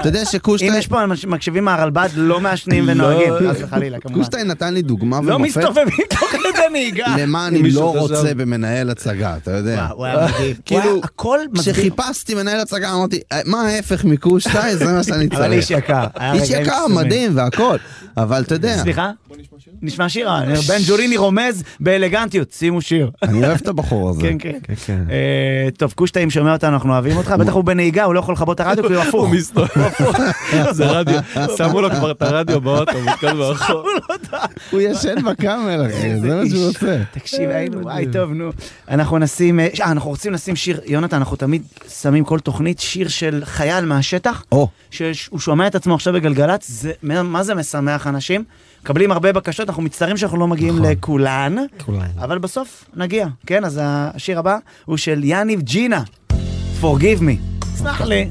אתה יודע
אם
שקושטיין לא,
יש פה אנשים- מקשיבים מהרלב"ד, לא מעשנים ונוהגים, חס וחלילה, כמובן.
קושטיין נתן לי דוגמה
לא
ומופת
מסתובבים תוך כדי נהיגה.
למה אני
מישהו
לא
חשב.
רוצה במנהל הצגה, אתה יודע.
וואו, הוא היה מדהים. הוא היה-
כאילו,
הכל מדהים.
כשחיפשתי מנהל הצגה אמרתי, "אה, מה ההפך מקושטיין? זה מה שאני
אבל איש
צריך.
יקר. אה, היה
איש
רגעים
יקר,
קסומים.
מדהים והכל, אבל אתה יודע,
סליחה? נשמע שיר? אה, בן ג'וליני רומז באלגנטיות, שימו שיר.
אני אוהב את הבחור הזה.
כן, כן.
כן, כן.
אה, טוב, קושטעים שומע אותנו, אנחנו אוהבים אותך, בטח הוא בנהיגה, הוא לא יכול לכבות את הרדיו כי הוא הפוך.
הוא מסתובב, זה רדיו, שמו לו כבר את הרדיו באוטו, מותקן מאחור.
הוא ישן בקאמל, אחי, זה מה שהוא עושה.
תקשיב, היינו, וואי, טוב, נו. אנחנו נשים, אה, אה, אנחנו רוצים לשים שיר, יונתן, אנחנו תמיד שמים כל תוכנית שיר של חייל מהשטח,
או,
שהוא שומע את עצמו עכשיו בגלגלצ, זה- מה מה זה משמח אנשים? מקבלים הרבה בקשות, אנחנו מצטערים שאנחנו לא מגיעים לכולן,
כולן.
אבל בסוף נגיע, כן? אז השיר הבא הוא של יניב ג'ינה, Forgive me. סלח לי.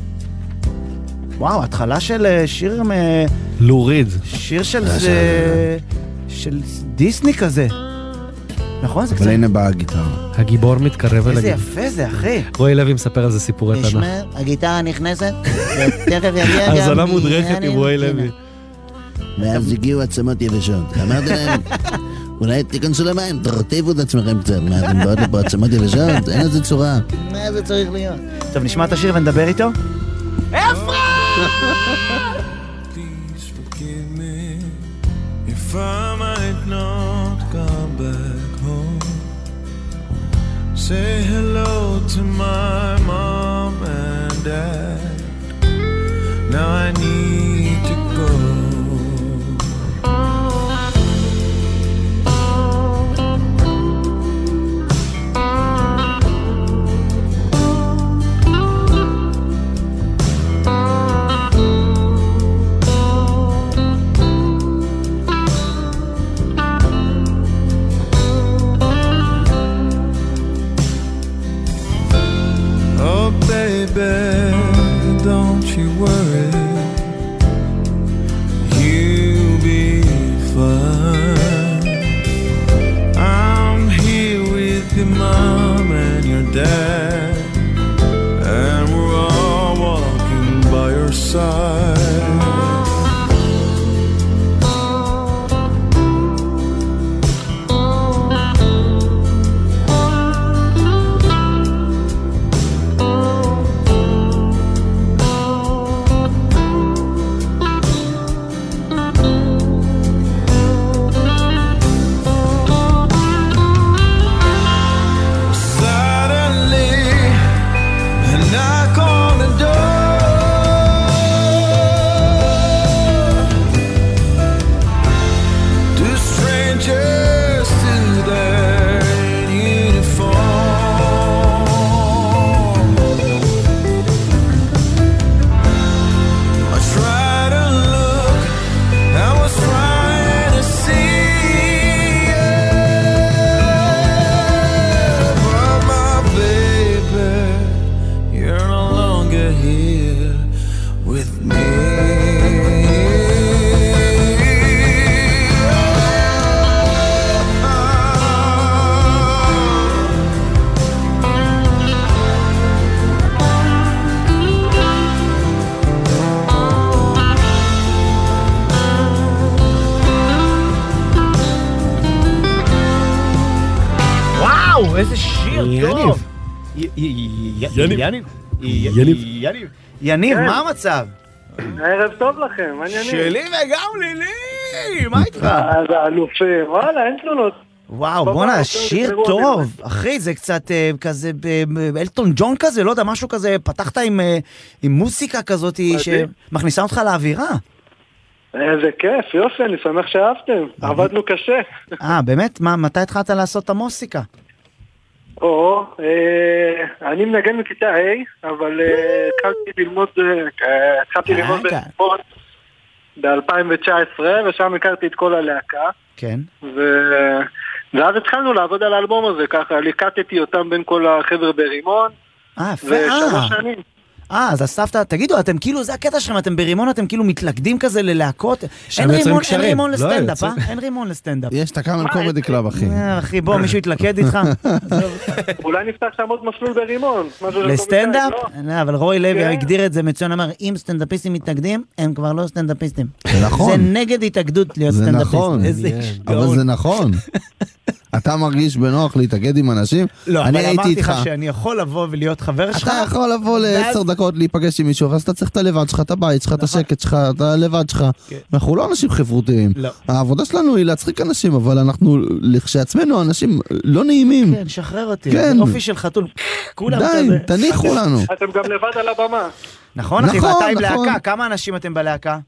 וואו, התחלה של אה, שיר עם, אה,
לוריד.
שיר של זה... של דיסני כזה. נכון? זה קצת...
אבל הנה באה הגיטרה.
הגיבור מתקרב אל
איזה
הגיבור.
יפה זה, אחי.
רועי לוי מספר על זה סיפורי תנ"ך.
הגיטרה נכנסת, ותכף יגיע
האזנה מודרכת עם רועי לוי.
ואז הגיעו עצמות יבשות. אמרתי להם, אולי תיכנסו למים, תרטיבו את עצמכם קצת. מה, אתם באות לפה עצמות יבשות? אין לזה צורה.
מה זה צריך להיות? טוב, נשמע את השיר ונדבר איתו?
Please forgive me if I might not come back home. Say hello to my mom and dad. Now I need to go. Oh, baby, don't you worry. You'll be fine. I'm here with your mom and your dad, and we're all walking by your side. Suddenly, and knock on the door.
וואו, איזה שיר טוב.
יניב.
י- י- י-
יניב.
יניב. י-
יניב.
יניב. יניב, מה המצב?
ערב טוב לכם, מעניינים.
וגם לילי, מה איתך?
אז האלופים, וואלה, אין תלונות.
וואו,
בוא,
בואנה,
בוא,
שיר
תראו,
טוב. אחי, זה קצת אה, כזה, אה, אה, אלטון ג'ון כזה, לא יודע, משהו כזה, פתחת עם, אה, עם מוסיקה כזאת
מדהים.
שמכניסה אותך לאווירה.
איזה אה, כיף, יופי, אני שמח שאהבתם. עבדנו קשה.
אה, באמת? מה, מתי התחלת לעשות את המוסיקה?
או, אה, אני מנגן מכיתה ה', אבל אה, התחלתי ללמוד, אה, התחלתי ללמוד
רגע.
בספורט ב-2019, ושם הכרתי את כל הלהקה.
כן.
ו- ואז התחלנו לעבוד על האלבום הזה, ככה ליקטתי אותם בין כל החבר'ה ברימון,
אה, יפה,
ושלוש
אה.
שנים.
אה, אז אספת, תגידו, אתם כאילו, זה הקטע שלכם, אתם ברימון, אתם כאילו מתלכדים כזה ללהקות. אין
יוצרים
רימון, אין
קשרים.
רימון
לא,
לסטנדאפ, אה?
יוצרים-
אין רימון לסטנדאפ.
יש את הקאמל קומדי קלאב, אחי.
אה, אחי, בוא, מישהו יתלכד איתך?
אולי נפתח שם עוד מסלול ברימון. משהו [laughs] של קומיקאי,
לסטנדאפ?
לא?
לא, אבל רוי לוי
כן.
הגדיר את זה מצוין, אמר, אם סטנדאפיסטים מתנגדים, הם כבר לא סטנדאפיסטים.
זה
זה
נכון,
נגד התאגדות להיות
זה
סטנדאפיסט.
נכון.
איזה
מעניין.
איש
אבל
גאון.
זה נכון. אתה מרגיש בנוח להתאגד עם אנשים?
לא, אבל
אני הייתי
אמרתי
איתך.
לך שאני יכול לבוא ולהיות חבר שלך.
אתה יכול לבוא לעשר דקות להיפגש עם מישהו, ואז אתה צריך את הלבד שלך, את הבית שלך, את השקט שלך, את הלבד שלך.
נכון. כן.
אנחנו לא אנשים חברותיים.
לא.
העבודה שלנו היא להצחיק אנשים, אבל אנחנו לכשעצמנו אנשים לא נעימים.
כן, שחרר אותי.
כן.
אופי של חתול. כולם
די,
כזה.
תניחו לנו.
אתם גם לבד על הבמה,
נכון, אחי,
נכון,
ואתה עם
נכון.
להקה, כמה אנשים אתם בלהקה?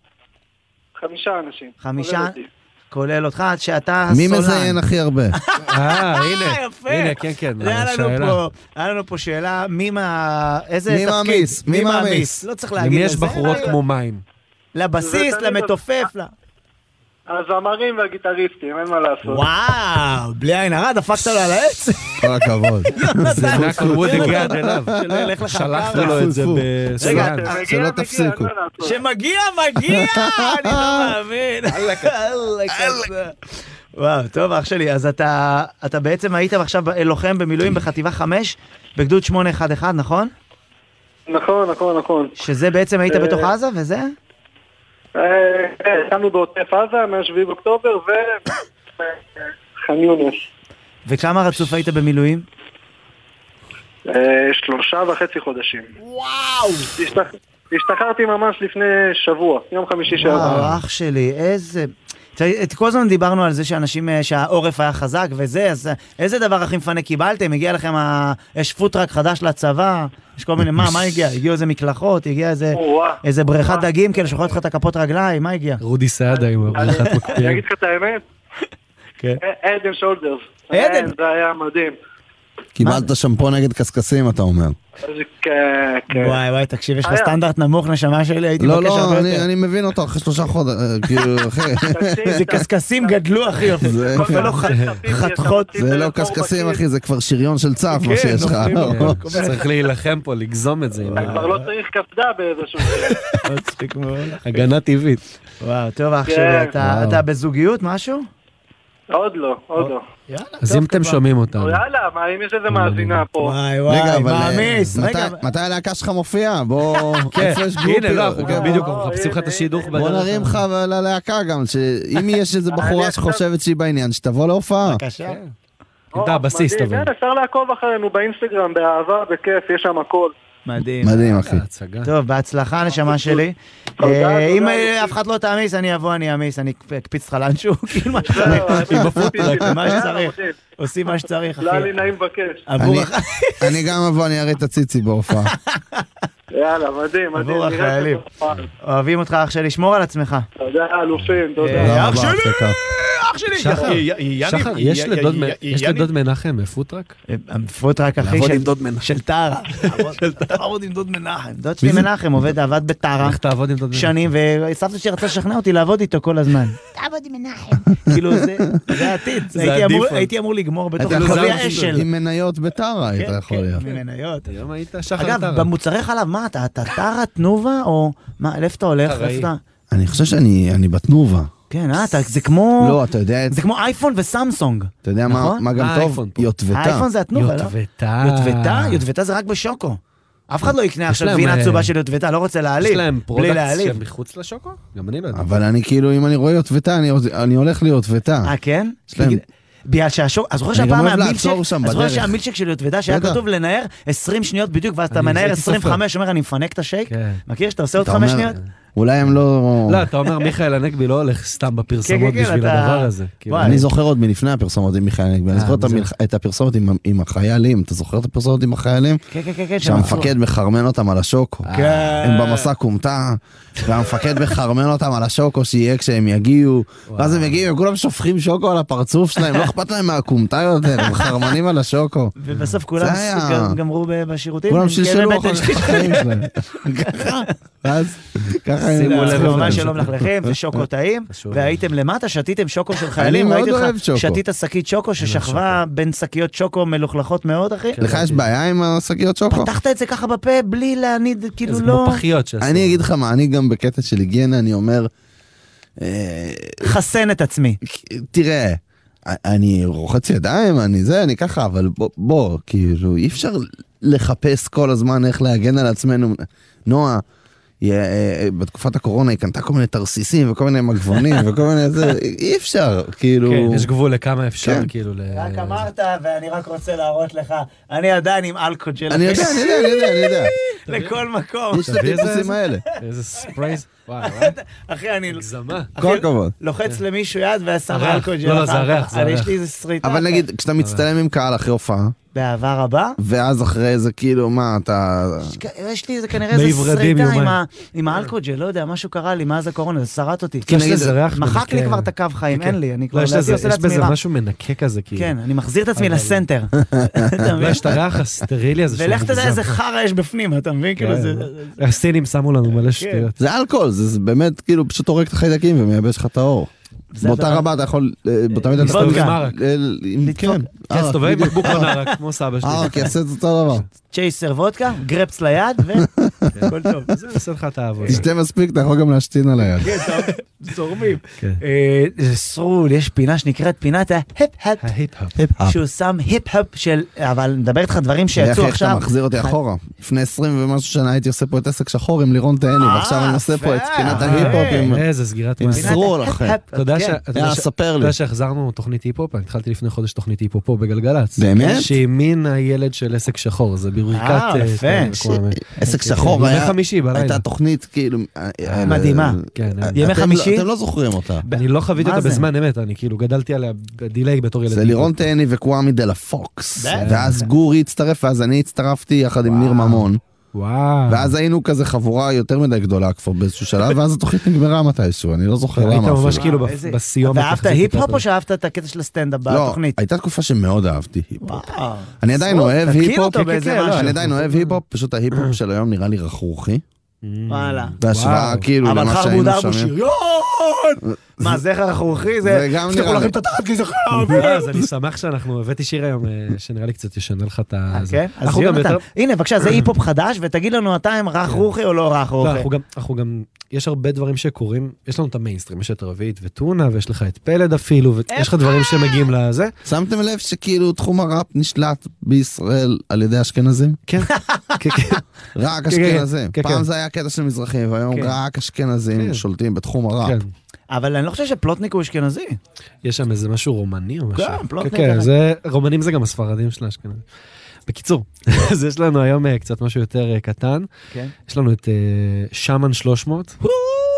חמישה אנשים.
חמישה?
כולל אותי.
כולל אותך, שאתה
מי
הסולן.
מזיין הכי הרבה?
אה, הנה,
אה, יפה.
הנה, כן, כן,
היה לנו
שאלה.
פה, היה לנו פה שאלה, מי מה... איזה
מי
תפקיד?
מעמיס? מי מעמיס?
לא צריך להגיד
למי
לזה.
יש בחורות כמו מים?
לבסיס,
זה תמיד-
למתופף, ל...
הזמרים והגיטריסטים, אין מה לעשות.
וואו, בלי עין הרע, דפקת לו על העץ.
כל
[laughs]
הכבוד.
[laughs] זה נקל וודגרד אליו.
שלא ילך לך
שלחנו
ככה.
לו את זה לא-
פו, פו.
רגע,
בסולן.
אתה-
מגיע,
שלא
מגיע,
תפסיקו.
אין מה לעשות.
שמגיע, [laughs] מגיע! אני לא מאמין. אללה וואו, טוב, אח שלי, אז אתה אתה בעצם היית עכשיו לוחם במילואים בחטיבה 5, בגדוד 811, נכון?
נכון, נכון, נכון.
שזה בעצם היית
אה,
בתוך עזה וזה?
אה, אה, התחלנו בעוטף עזה מ-7 באוקטובר ו... אה, ח'אן יונס.
וכמה רצוף היית במילואים?
אה, שלושה וחצי חודשים. וואו! השתחררתי ממש לפני שבוע, יום חמישי שעבר.
וואו, אח שלי, איזה... תראי, את- כל הזמן דיברנו על זה שאנשים, אה, שהעורף היה חזק וזה, אז אה, איזה דבר הכי מפנה קיבלתם? הגיע לכם ה... יש פוטראק חדש לצבא? יש כל מיני... מה, מה
[laughs]
הגיע? הגיעו איזה מקלחות? הגיע איזה...
וואו.
איזה בריכת
אה.
דגים כאלה שוכרת לך את הכפות רגליים? מה הגיע?
כן.
רודי סעדה עם הבריכת
אני
מקפיאים.
אגיד לך את האמת? אה,
כן.
עדן שולדרס.
עדן.
אה, זה היה מדהים.
קיבלת שמפו נגד קשקשים, אתה אומר.
אז כן, כן.
וואי וואי, תקשיב, יש לה
היה.
סטנדרט נמוך, נשמה שלי, הייתי
לא,
מבקש הרבה
לא, אני-
יותר.
אני מבין אותו אחרי שלושה חודשים, כאילו,
[laughs]
אחי,
תקשיב,
איזה אוקיי.
ת-
קשקשים גדלו, אחי,
[laughs] זה-
ולא
כל מיני חטפים
חתכות.
שיצאתי
זה לא
לאכול
קשקשים,
בקיר.
אחי, זה כבר שריון של צף,
כן,
מה שיש לך. [laughs]
צריך להילחם פה, לגזום את זה. עם
אתה כבר לא צריך קסדה באיזשהו... שלב.
מצחיק מאוד.
הגנה טבעית.
וואו, טוב אח
כן.
שלי, אתה-
וואו.
אתה בזוגיות משהו?
עוד לא, עוד
[laughs]
לא.
יאללה,
אז
טוב,
אם אתם
כבר.
שומעים אותנו,
יאללה, מה, אם יש איזה מאזינה פה?
וואי
רגע,
וואי,
אבל... אה,
מעמיס,
מתי-
רגע.
מתי הלהקה שלך מופיעה?
[laughs]
בוא...
כן,
איפה יש
הנה,
גרופיות?
לא, אנחנו
כן,
בדיוק
אה,
מחפשים לך את
הנה,
השידוך.
הנה.
בוא
בדרך.
נרים לך ללהקה גם,
[laughs]
שאם יש איזו בחורה
אני
שחושבת שהיא בעניין, שתבוא להופעה.
בבקשה.
או,
אתה הבסיס,
מדהים.
אבל.
כן, אפשר לעקוב אחרינו באינסטגרם, באהבה, בכיף, יש שם
[laughs]
הכל.
מדהים.
מדהים, אחי.
הצגה.
טוב, בהצלחה, נשמה שלי.
תודה,
אה, אם
תודה,
אה,
יופי.
אף אחד לא תעמיס, אני אבוא, אני אעמיס, אני אקפ- אקפיץ לך לאנשהו, [laughs] כאילו מה שצריך.
עם
בפוטראק, מה שצריך. עושים מה שצריך,
לא היה
אחי.
לי נעים לבקש.
עבור
אני-
הח-
אני גם אבוא, אני אראה את הציצי
[laughs]
בהופעה.
יאללה, מדהים, מדהים.
עבור
נראה
החיילים.
שאתם-
אוהבים אותך, אח שלי, שמור על עצמך.
תודה, אלופים,
אה,
תודה.
תודה
אח
רבה,
שלי!
אחי, טוב.
אח שלי.
שחר,
י- י- י- יניב,
שחר,
י-
יש
י-
לדוד
י-
מ-
י-
יש
יניב-
לדוד מנחם פוטראק?
פוטראק אחי
לעבוד
של-
עם דוד מנחם.
של טרה. לעבוד עם דוד מנחם. דוד שלי מנחם עובד, עבד בטרה.
איך תעבוד עם דוד מנחם?
שנים, וסבתא שלי רצתה לשכנע אותי לעבוד איתו כל הזמן. תעבוד עם מנחם. [laughs] כאילו, זה- זה העתיד. זה
זה
הייתי אמור-
הדיפולט.
הייתי אמור לגמור בתוך
אתה יכול
חווי
להיות
האשל.
עם מניות בטרה, היית
לא כן,
יכול
כן,
להיות.
ממניות.
היום היית שחר
אגב,
טרה.
במוצרי חלב, מה אתה? אתה טרה, תנובה, או... מה, לאיפה אתה הולך?
טראי.
איפה אתה?
אני חושב שאני אני בתנובה.
כן, אה, אתה, זה כמו...
לא, אתה יודע,
זה כמו אייפון וסמסונג.
אתה יודע מה-
נכון?
מה גם
אה,
טוב?
אייפון פה.
יוטבתה.
האייפון זה התנובה, לא?
יוטבתה.
יוטבתה? יוטבתה זה רק בשוקו. אף אחד לא יקנה עכשיו
להם,
גבינה
אה,
עצובה של יוטבתה, לא רוצה להעליב.
יש להם
בלי
פרודקט
להעליב.
שהם מחוץ לשוקו? גם אני לא יודע.
אבל אני כאילו, אם אני רואה יוטבתה, אני עוד- אני הולך ליוטבתה.
אה, כן?
יש להם-
בגלל- בגלל שהשוק, אז זוכר
אני גם
שהפעם
אוהב
המילצ'ק,
לעצור שם
אז זוכר
בדרך.
שהמילצ'ק של יוטבתה, שהיה
בטח.
כתוב לנער 20 שניות בדיוק, ואז אתה
אני
מנער
הייתי סופר.
25, אומר אני מפנק את השייק?
כן.
מכיר שאתה עושה עוד
אתה
5
אומר,
שניות?
אולי הם לא...
לא, אתה אומר מיכאל הנגבי לא הולך סתם
כן,
בפרסומות
כן,
בשביל
אתה-
הדבר הזה. כאילו,
וואי.
אני זוכר עוד מלפני הפרסומות עם מיכאל נגבי, אני
אה,
זוכר את
זה-
המלח- את הפרסומת עם- עם החיילים, אתה זוכר את הפרסומת עם החיילים?
כן, כן, כן, כן.
שהמפקד מחרמן אותם על השוקו.
כן.
הם במסע כומתה, והמפקד מחרמן אותם על השוקו שיהיה כשהם יגיעו, ואז הם יגיעו, הם כולם שופכים שוקו על הפרצוף שלהם, לא אכפת להם מהכומתה יותר, הם מחרמנים על השוקו.
ובסוף כולם
זה היה.
סוג- גמרו ב- בשירותים.
כולם
עם כאבי
שלשלו
בטן.
אחר כך את
[laughs]
החיים שלהם. ככה, ואז, ככה הם...
שימו לב,
שימו
שלום.
לב, שלום לך לכם, זה שוקו טעים,
חשוב.
והייתם למטה, שתיתם שוקו של חיילים,
מאוד
ראיתי
אוהב
אותך,
שוקו.
שתית שקית שוקו ששכבה בין שקיות שוקו מלוכלכות מאוד, אחי.
לך יש בעיה עם השקיות כן. שוקו?
פתחת את זה ככה בפה בלי להניד, כאילו
זה כמו
לא,
פחיות שעשו.
אני אגיד לך מה, אני גם בקטע של היגיינה, אני אומר, אה,
חסן את עצמי.
תראה, אני רוחץ ידיים, אני זה, אני ככה, אבל בוא, בוא, כאילו, אי אפשר לחפש כל הזמן איך להגן על עצמנו. נועה, היא, אה, אה, בתקופת הקורונה היא קנתה כל מיני תרסיסים וכל מיני מגבונים
[laughs]
וכל מיני זה, אי אפשר, כאילו...
כן, יש גבול לכמה אפשר,
כן.
כאילו, ל...
רק אמרת, ואני רק רוצה להראות לך, אני עדיין עם אלכוג'ל
אני יודע, אני יודע, אני יודע,
[laughs]
אני יודע.
[laughs] לכל מקום.
יש את הטיפוסים האלה.
איזה ספרייז.
[laughs]
וואי, וואי,
אחי, אני
הגזמה.
כל הכבוד.
לוחץ למישהו יד ושם
הריח.
אלכוג'ל.
לא, לא, זה
אחר
הריח,
כך.
זה
אבל
הריח.
יש לי איזה שריטה.
אה,
אבל נגיד, כשאתה מצטלם עם קהל אחרי הופעה,
באהבה רבה.
ואז אחרי זה, כאילו, מה, אתה...
יש לי איזה כנראה איזה
בעברדים
שריטה
יומיים.
עם ה- עם האלכוג'ל, לא יודע, משהו קרה לי מאז הקורונה, זה שרט אותי.
כן, יש
נגיד,
לזה ריח
מחק לי
מנקה.
כבר את הקו חיים,
כן.
אין לי, אני
לא,
כבר
יש
לדעתי
לזה-
עושה
יש
לעצמי
בזה
רע.
משהו מנקה כזה, כאילו.
כן, אני מחזיר את עצמי
אבל-
לסנטר.
[laughs]
אתה
לא,
מבין?
יש את הריח הסטרילי הזה
ולך
מוגזם.
תדע איזה חרא יש בפנים, אתה מבין? כאילו זה...
כן. הסינים שמו לנו
כן.
מלא שטויות.
זה אלכוהול, זה זה באמת כאילו פשוט הורג את החיידקים ומייבש לך את האור.
זה
באותה
הדבר-
רבה אתה יכול, אה, באותה מידה אתה יכול...
וודקה.
תסתובב עם ערק.
ל- עם-
לדפוק.
כן,
כן,
ערק,
תסתובב עם
בדיוק. אה, אוקיי.
בקבוק ערק, כמו סבא שלי.
ערק יעשה את אותו
[laughs]
דבר.
צ'ייסר וודקה, גרפס ליד,
[laughs] כן,
והכל טוב.
זה עושה לך את העבודה.
תשתה מספיק, אתה יכול גם להשתין על היד.
כן, טוב, זורמים.
כן.
אה, זה סרול, יש פינה שנקראת פינת ההיפ-הפ,
ההיפ-הופ.
שהוא שם היפ-הפ של, אבל נדבר איתך דברים שיצאו
אה, איך איך אתה
עכשיו. אה.
מחזיר אותי אחורה. לפני 20 ומשהו שנה הייתי עושה פה את עסק שחור עם לירון תהנו,
אה,
ועכשיו אני עושה פה את
יפה.
פינת
אה,
ההיפ-הופ עם...
איזה סגירת
עם
מעגל.
סרול. אסרור, אחי.
הפ-הפ,
אתה יודע
כן.
ש- אתה יודע
יאללה,
ש-
ספר
אתה
לי.
יודע שהחזרנו תוכנית היפ-הופ? אני התחלתי לפני חודש תוכנית היפ-הופ פה בגלגלצ.
באמת?
שהיא מין הילד של עסק שחור, זה בברכת...
אה,
אה,
יפה.
כן, כמו-
עסק
כן,
אה,
שחור
ימי
היה-
חמישי בלילה.
הייתה תוכנית כאילו... אה, אה,
מדהימה.
כן,
אה,
אה.
ימי
אתם
חמישי?
לא- אתם לא זוכרים אותה.
אני לא חוויתי
מה
אותה
זה?
בזמן אמת, אני כאילו גדלתי עליה בדיליי בתור ילד.
זה לירון תהני וקוואמי דה לה פוקס.
בטח.
ואז גורי הצטרף, ואז אני הצטרפתי יחד עם ניר ממון.
וואו.
ואז היינו כזה חבורה יותר מדי גדולה כבר באיזשהו שלב, ואז התוכנית נגמרה מתישהו, אני לא זוכר
היית
למה אפילו.
ממש כאילו
וואו,
ב-
איזה-
בסיומת.
ואהבת
החזיק
היפ-הופ
אותה.
או שאהבת את הקטע של הסטנדאפ
לא,
בתוכנית?
הייתה תקופה שמאוד אהבתי היפ-הופ.
וואו.
אני עדיין
עשרות,
אוהב
תתקין
היפ-הופ,
אותו
כן, כן,
באיזה
כן, לא,
משהו. אה.
אני עדיין אוהב היפ-הופ, פשוט ההיפ-הופ של היום נראה לי רכרוכי.
וואלה.
בהשוואה
וואו.
כאילו
אבל
למה
חרבו
שהיינו
דרבו
שומעים.
שריון! מה זה חרחורכי?
זה
זה...
גם
הבטיחו
נראה לי.
לכם את התחת כי זה
[laughs]
חרב!
אה, אז אני שמח שאנחנו, הבאתי שיר היום אה, שנראה לי קצת ישנה לך את ה...
אה,
זה.
כן? אז
אנחנו גם
יונתן,
יותר-
הנה בבקשה זה היפ-הופ חדש ותגיד לנו אתה אם רך רוחי או לא רך
לא,
רוחי.
אנחנו גם, אנחנו גם, יש הרבה דברים שקורים, יש לנו את המיינסטרים, יש את רביעית וטונה, ויש לך את פלד אפילו, ויש לך דברים שמגיעים לזה.
שמתם לב שכאילו תחום הראפ נשלט בישראל על ידי אשכנזים?
כן, כן, כן.
רק
כן,
אשכנזים.
כן,
פעם
כן.
זה היה קטע של מזרחים, והיום
כן.
רק אשכנזים
כן.
שולטים בתחום הראפ.
כן.
אבל אני לא חושב שפלוטניק הוא אשכנזי.
יש שם איזה משהו רומני או משהו.
כן, פלוטניק
כן,
כזה.
זה, רומנים זה גם הספרדים של האשכנזים. בקיצור, [laughs] אז יש לנו היום אה, קצת משהו יותר אה, קטן.
כן.
יש לנו את אה, שמן 300,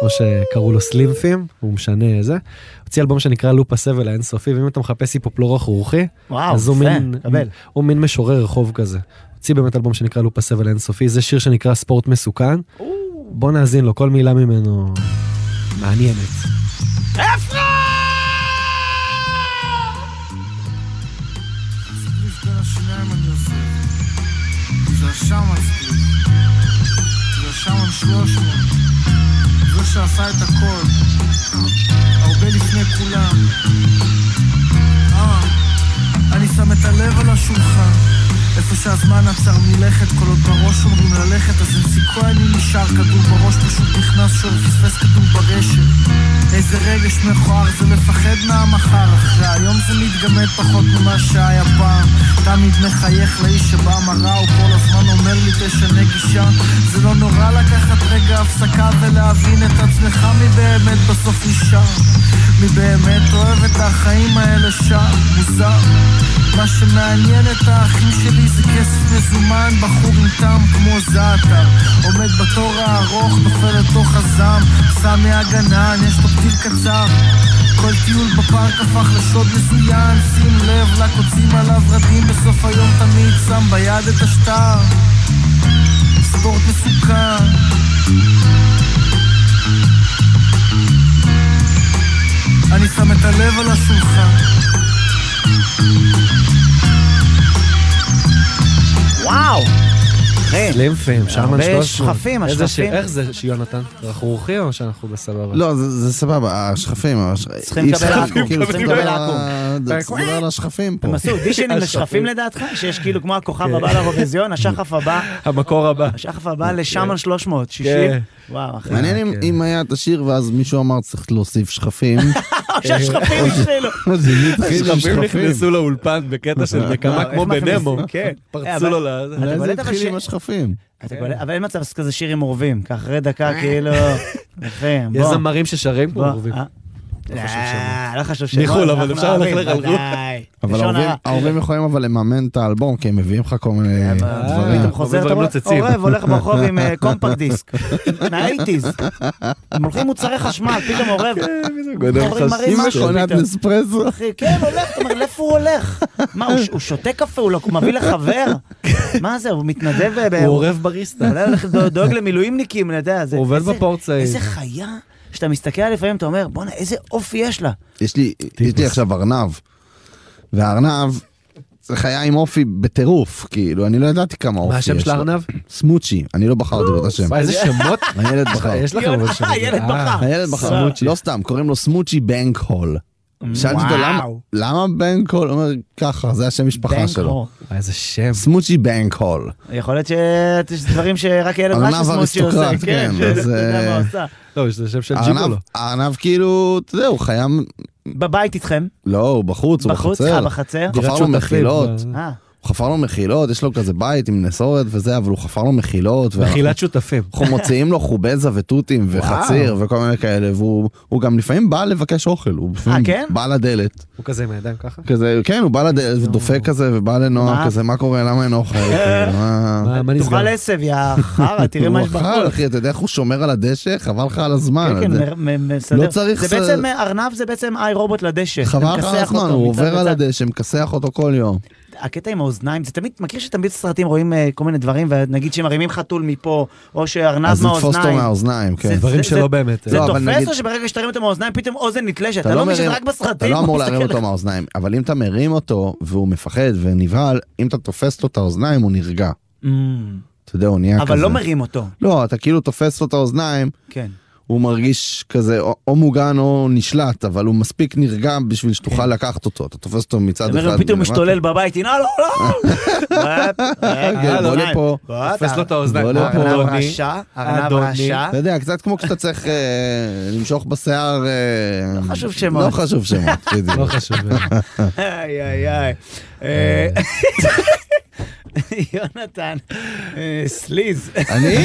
או שקראו לו סלימפים, הוא משנה זה. הוציא אלבום שנקרא לופ הסבל האינסופי, ואם אתה מחפש היפופלור רכרוכי,
וואו,
אז הוא
יפה,
מין,
קבל.
הוא מין משורר רחוב כזה. הוציא באמת אלבום שנקרא לופ הסבל האינסופי, זה שיר שנקרא ספורט מסוכן. בוא נאזין לו, כל מילה ממנו מעניינת.
אפרת!
שמצליף. ושמן שלוש מאות. זה שעשה את הכל. הרבה לפני כולם. אה, אני שם את הלב על השולחן. איפה שהזמן עצר מלכת, כל עוד בראש אומרים ללכת, אז אין סיכוי אני נשאר כדור בראש, פשוט נכנס שור, פספס כדור ברשת. איזה רגש מכוער זה לפחד מהמחר, אחרי היום זה מתגמד פחות ממה שהיה פעם. תמיד מחייך לאיש שבהמרה, הוא כל הזמן אומר לי תשנה גישה. זה לא נורא לקחת רגע הפסקה ולהבין את עצמך, מי באמת בסוף נשאר. מי באמת אוהב את החיים האלה שם, מוזר. מה שמעניין את האחים שלי זה כסף מזומן, בחור עם טעם כמו זעתר. עומד בתור הארוך, נופל לתוך הזעם, סמי הגנן, יש לו פתיל קצר. כל טיול בפארק הפך לשוד מזוין, שים לב, לקוצים עליו רדים, בסוף היום תמיד שם ביד את השטר. ספורט מסוכן אני שם את הלב על השולחן.
וואו! אחי,
סלימפים, שמן
הרבה
300.
שכפים,
איזה
השכפים.
ש- איך זה שיונתן? אנחנו אורחים או שאנחנו בסבבה?
לא, זה זה סבבה, השכפים, הש-
צריכים
אי
לקבל
אפשר,
עכו"ם,
כאילו,
צריכים
צריך
לקבל
לדבר על-
עכו"ם.
צריך לדבר על השכפים פה.
הם עשו אודישנים לשכפים לדעתך? שיש כאילו כמו הכוכב הבא לאירוויזיון, השחף הבא,
המקור הבא.
השחף הבא לשמן 360.
כן.
וואו, אחי.
מעניין אם-
כן.
אם היה את השיר ואז מישהו אמר צריך להוסיף
[laughs]
שכפים.
שהשכפים התחילו.
זה התחיל עם
שכבים
כן, שכפים.
נכנסו לאולפן בקטע של נקמה
איך
כמו
מכניס-
בנמו.
כן.
פרצו לו ל...
אתה
אולי זה
קולט אבל ש-
התחיל עם השכפים.
אתה קולט? אבל אין מצב כזה שיר עם עורבים, כך אחרי דקה כאילו, אחי, בוא.
יש זמרים ששרים פה
בוא,
עורבים.
אה? לא חשוב שמות.
ניחול, אבל
אנחנו
אפשר ללכת
אוהבים,
לרלרול.
ודאי.
אבל
לשון
ההורים-
הרע.
ההורים יכולים אבל לממן את האלבום, כי הם מביאים לך כל
אה,
מיני אה, דברים.
פתאום חוזר, אתה
דברים
אומר,
נוצצים.
אורב הולך ברחוב עם אה, קומפקט דיסק, מהאיטיז. הם הולכים מוצרי חשמל, פתאום אורב. הורים מראים
עם
משהו
מכונת
פתאום.
נספרסו.
אחי, כן, הולך, אתה אומר, לאיפה הוא הולך? מה, הוא ש- הוא שותה קפה, הוא לא- הוא מביא לחבר? מה זה, הוא מתנדב, אה, ב-
הוא
הוא
עורב בריסטה.
אולי הולך לדאוג- דואג למילואימניקים, אתה יודע, זה...
הוא עובד
איזה-
בפורט צעיר.
איזה חיה, שאתה מסתכל עליה לפעמים, אתה אומר, בואנה, איזה אופי יש לה.
יש לי, יש לי עכשיו ארנב, והארנב זה חיה עם אופי בטירוף, כאילו, אני לא ידעתי כמה אופי
מה השם
יש
של
לו.
הארנב?
סמוצ'י, אני לא בחרתי לו את השם.
וואי, איזה שמות
הילד בחר.
יש לכם אבל שמות.
הילד
אה,
בחר.
הילד בחר,
סמוצ'י.
לא סתם, קוראים לו סמוצ'י בנק הול. שאלתי אותו למה, למה בנק הול? הוא אומר ככה, זה השם משפחה
בנק
שלו.
הור.
וואי, איזה שם.
סמוצ'י בנק הול.
יכול להיות שיש דברים שרק ילד
ארנב
רשסמוצ'י עושה.
אריסטוקרט, כן, אז,
אתה יודע מה
אה,
עושה.
לא, זה שם של
הארנב,
ג'יבולו.
הארנב כאילו, אתה יודע, הוא חיים,
בבית איתכם,
לא, הוא בחוץ, הוא
בחוץ, אה,
בחצר.
בחצר.
הוא חפר לו
שותפים,
מחילות,
אה.
אה,
הוא חפר לו מחילות, יש לו כזה בית עם נסורת וזה, אבל הוא חפר לו מחילות. ואנחנו-
מחילת שותפים.
אנחנו מוציאים לו חובזה ותותים וחציר וכל מיני כאלה, והוא הוא גם לפעמים בא לבקש אוכל, הוא לפעמים
כן?
בא לדלת,
הוא כזה עם הידיים ככה?
כזה, כן, הוא בא לדלת ודופק כזה ובא
מה?
לנוער כזה, מה קורה, למה אין
[laughs]
אוכל? כאילו,
אה,
מה-
מה מה נסגר?
תאכל עשב, יא חרא, תראה מה
הוא
יש בחוץ.
אכל, אחי, אתה יודע איך הוא שומר על הדשא? חבל לך על הזמן.
כן, כן,
זה-
מ- מ- מסדר.
לא צריך
זה
ס-
בעצם, אה, ארנב זה בעצם איי רובוט לדשא. אתה
חבל לך
מכסח
על הזמן,
אותו
הוא
מצד
עובר על
לצד.
הדשא, מכסח אותו כל יום.
הקטע עם האוזניים, זה תמיד, מכיר שתמיד סרטים רואים אה, כל מיני דברים, ונגיד שמרימים חתול מפה, או שארנב
אז לתפוס אותו
מהאוזניים.
מהאוזניים, כן.
דברים
זה-
שלא
זה-
באמת.
זה
אה,
לא, אבל
תופס
נגיד-
או שברגע שתרים אותו מהאוזניים פתאום אוזן נתלשת? אתה לא מבין שזה
מרים-
רק בסרטים?
אתה לא אמור
מסתכל
להרים אותו
לך.
מהאוזניים, אבל אם אתה מרים אותו והוא מפחד ונבהל, אם אתה תופס לו את האוזניים הוא נרגע.
אמ,
אתה יודע, הוא נהיה כן, כזה.
אבל לא מרים אותו,
לא, אתה כאילו תופס לו את האוזניים,
כן.
הוא מרגיש כזה או, או מוגן או נשלט, אבל הוא מספיק נרגע בשביל שתוכל לקחת אותו. אתה תופס אותו מצד
אתה
אחד.
כן. אומר, הוא פתאום
מלמטה.
משתולל בבית, הנה,
[laughs]
לא, לא! אה,
רגע, בוא לפה.
תופס לו את האוזניים.
בוא לפה,
ארנב
אדוני.
רשע, ארנב
אדוני.
רשע.
אתה יודע, קצת כמו כשאתה צריך אה, למשוך בשיער... אה,
לא חשוב שמות.
לא חשוב שמות,
[laughs]
לא
בדיוק.
חשוב.
איי, איי, איי. אה, [laughs] יונתן, אה, סליז, [laughs]
אני?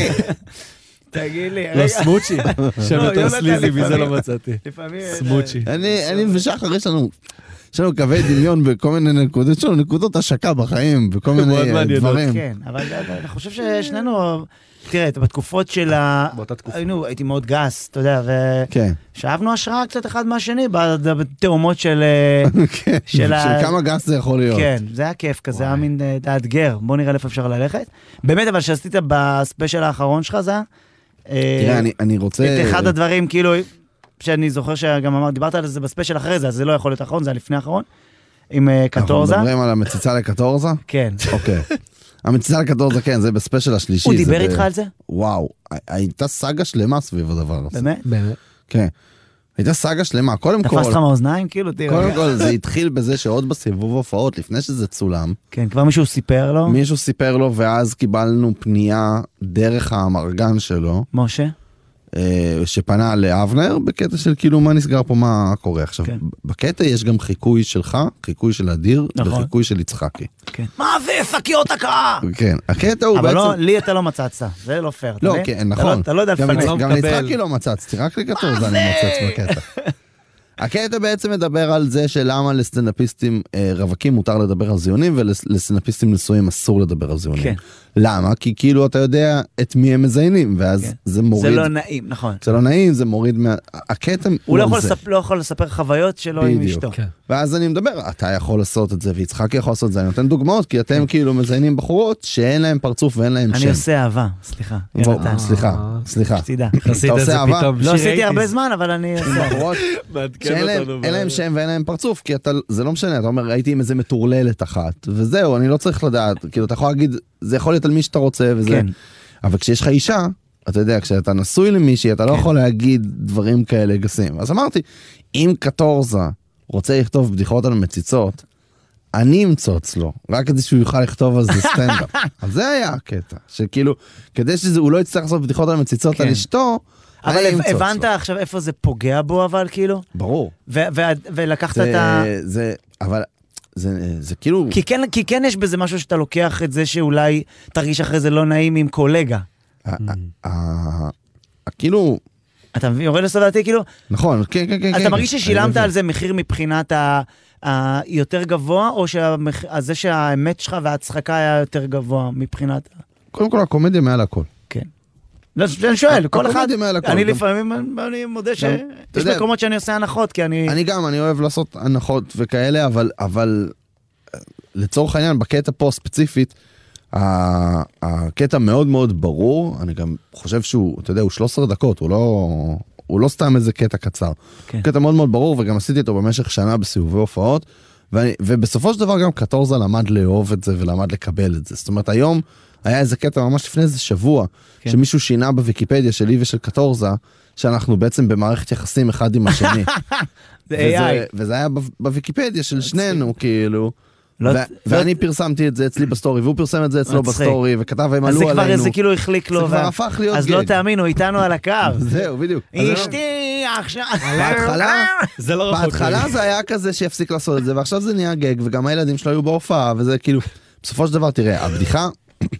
תגיד לי,
לא,
רגע,
סמוצ'י. שם
לא,
יותר
יונתן,
סליזי מזה
לפעמים-
לא מצאתי.
לפעמים...
סמוצ'י.
[laughs] אני אני ושחר יש לנו... יש לנו קווי דמיון בכל מיני נקודות, יש לנו נקודות השקה בחיים, בכל
[laughs]
מיני
מאוד
אה,
מעניינות.
דברים.
כן, אבל אבל אני חושב ששנינו, תראה, אתה בתקופות של ה...
באותה תקופה.
היינו, הייתי מאוד גס, אתה יודע,
כן.
ושאבנו השראה קצת אחד מהשני בד- בתאומות של...
[laughs]
אה,
כן.
[laughs] של ה-
של כמה גס זה יכול להיות.
כן, זה היה כיף כזה, היה מין אה, לאתגר, בוא נראה לאיפה אפשר ללכת. באמת, אבל שעשית בספיישל האחרון שלך, זה היה... אה,
תראה, אני- אני רוצה...
את אחד הדברים, כאילו, שאני זוכר שגם אמרת, דיברת על זה בספיישל אחרי זה, אז זה לא יכול להיות אחרון, זה היה לפני האחרון, עם אה,
אנחנו
קטורזה.
מדברים על המציצה לקטורזה?
כן. [laughs]
אוקיי. המציצה לקטור זקן, זה בספיישל השלישי.
הוא
זה
דיבר
ב-
איתך על זה?
וואו, הי- הייתה סאגה שלמה סביב הדבר הזה.
באמת?
באמת.
כן. הייתה סאגה שלמה, קודם כל,
תפס לך מהאוזניים? כאילו, תראה.
קודם כל זה התחיל בזה שעוד בסיבוב הופעות, לפני שזה צולם,
כן, כבר מישהו סיפר לו?
מישהו סיפר לו ואז קיבלנו פנייה דרך האמרגן שלו,
משה?
אה, שפנה לאבנר בקטע של כאילו מה נסגר פה מה קורה עכשיו
כן.
בקטע יש גם חיקוי שלך חיקוי של אדיר
נכון.
וחיקוי של יצחקי
כן. מה זה, שקיות הקאה?
כן הקטע הוא
אבל
בעצם
לא, לי אתה לא מצצת, זה לא פייר. אתה
לא
מבין?
כן
אתה לא-
נכון
אתה לא יודע
גם
לפני.
יצ- גם
מקבל.
יצחקי לא מצצתי רק לקטור זה אני מצץ בקטע.
[laughs]
הקטע בעצם מדבר על זה שלמה לסטנדאפיסטים אה, רווקים מותר לדבר על זיונים ולסטנדאפיסטים נשואים אסור לדבר על זיונים.
כן.
למה? כי כאילו אתה יודע את מי הם מזיינים ואז
כן.
זה
זה
מוריד
לא נעים, נכון.
זה לא נעים, זה מוריד מה... הקטע
הוא לא
על
יכול
זה.
לספ- לא יכול לספר חוויות שלו עם
בדיוק.
אשתו.
כן.
ואז אני מדבר, אתה יכול לעשות את זה ויצחק יכול לעשות את זה, אני נותן דוגמאות, כי אתם כאילו מזיינים בחורות שאין להם פרצוף ואין להם
כן. אני
שם.
עושה אהבה, סליחה.
בוא,
יונתן,
סליחה, סליחה.
שתדע.
עשית
אתה
את זה
עושה אהבה?
פתאום.
לא
שיר
עשיתי
80s.
הרבה זמן, אבל אני עושה.
בחורות שאין להם- אין להם שם ואין להם פרצוף, כי אתה, זה לא משנה, אתה אומר, הייתי עם איזה מטורללת אחת, וזהו, אני לא צריך לדעת, כאילו, אתה יכול להגיד, זה יכול להיות על מי שאתה רוצה, וזה...
כן.
אבל כשיש לך אישה, אתה יודע, כשאתה נשוי למישהי,
כן.
אתה לא יכול להגיד דברים כאלה גסים. אז אמרתי, אם קטורזה רוצה לכתוב בדיחות על מציצות, אני אמצוץ לו, רק כדי שהוא יוכל לכתוב על זה סטנדאפ.
[laughs]
אז זה היה הקטע, שכאילו, כדי שהוא לא יצטרך לעשות בדיחות על מציצות
כן.
על אשתו,
אבל
אני
הב-
אמצוץ לו.
הבנת עכשיו איפה זה פוגע בו, אבל כאילו?
ברור.
ו- ו- ולקחת את ה...
זה, זה, אבל, זה, זה כאילו,
כי כן, כי כן יש בזה משהו שאתה לוקח את זה שאולי תרגיש אחרי זה לא נעים עם קולגה.
ה- ה- ה- ה- כאילו,
אתה מבין? יורד לסודתי כאילו,
נכון, כן, כן, כן.
אתה
כן,
מרגיש
כן,
ששילמת
אני
על זה מחיר מבחינת ה... היותר גבוה, או שהמח- אז זה שהאמת שלך וההצחקה היה יותר גבוה מבחינת...
מבין. קודם כל, הקומדיה מעל הכל.
לא, אני שואל, כל אחד...
הקומדיה מעל הכל,
אני
גם-
לפעמים, אני מודה
אתה
שיש
יודע-
מקומות שאני עושה הנחות, כי אני...
אני גם, אני אוהב לעשות הנחות וכאלה, אבל, אבל אה, לצורך העניין, בקטע פה ספציפית, ה- הקטע מאוד מאוד ברור, אני גם חושב שהוא, אתה יודע, הוא 13 דקות, הוא לא, הוא לא סתם איזה קטע קצר.
כן.
כן. קטע מאוד מאוד ברור, וגם עשיתי אותו במשך שנה בסיבובי הופעות, ואני, ובסופו של דבר גם קטורזה למד לאהוב את זה ולמד לקבל את זה. זאת אומרת, היום היה איזה קטע ממש לפני איזה שבוע,
כן.
כן. שמישהו שינה בוויקיפדיה שלי ושל קטורזה, שאנחנו בעצם במערכת יחסים אחד עם [laughs] השני.
זה
וזה,
AI.
וזה היה בו- בוויקיפדיה של שנינו כאילו.
לא-
ו-
לא-
ואני פרסמתי את זה אצלי בסטורי והוא פרסם את זה אצלו
מצחיק.
בסטורי וכתב הם
אז זה
עלו
כבר
עלינו.
איזה כאילו החליק לו.
זה כבר
וה-
הפך להיות
אז לא
גג.
תאמינו, איתנו על הקו.
[laughs] זהו בדיוק. אז זה לא-
אשתי עכשיו...
בהתחלה
זה לא רחוק.
בהתחלה זה היה כזה שיפסיק לעשות את זה ועכשיו זה נהיה גג וגם הילדים שלו היו בהופעה וזה כאילו בסופו של דבר תראה הבדיחה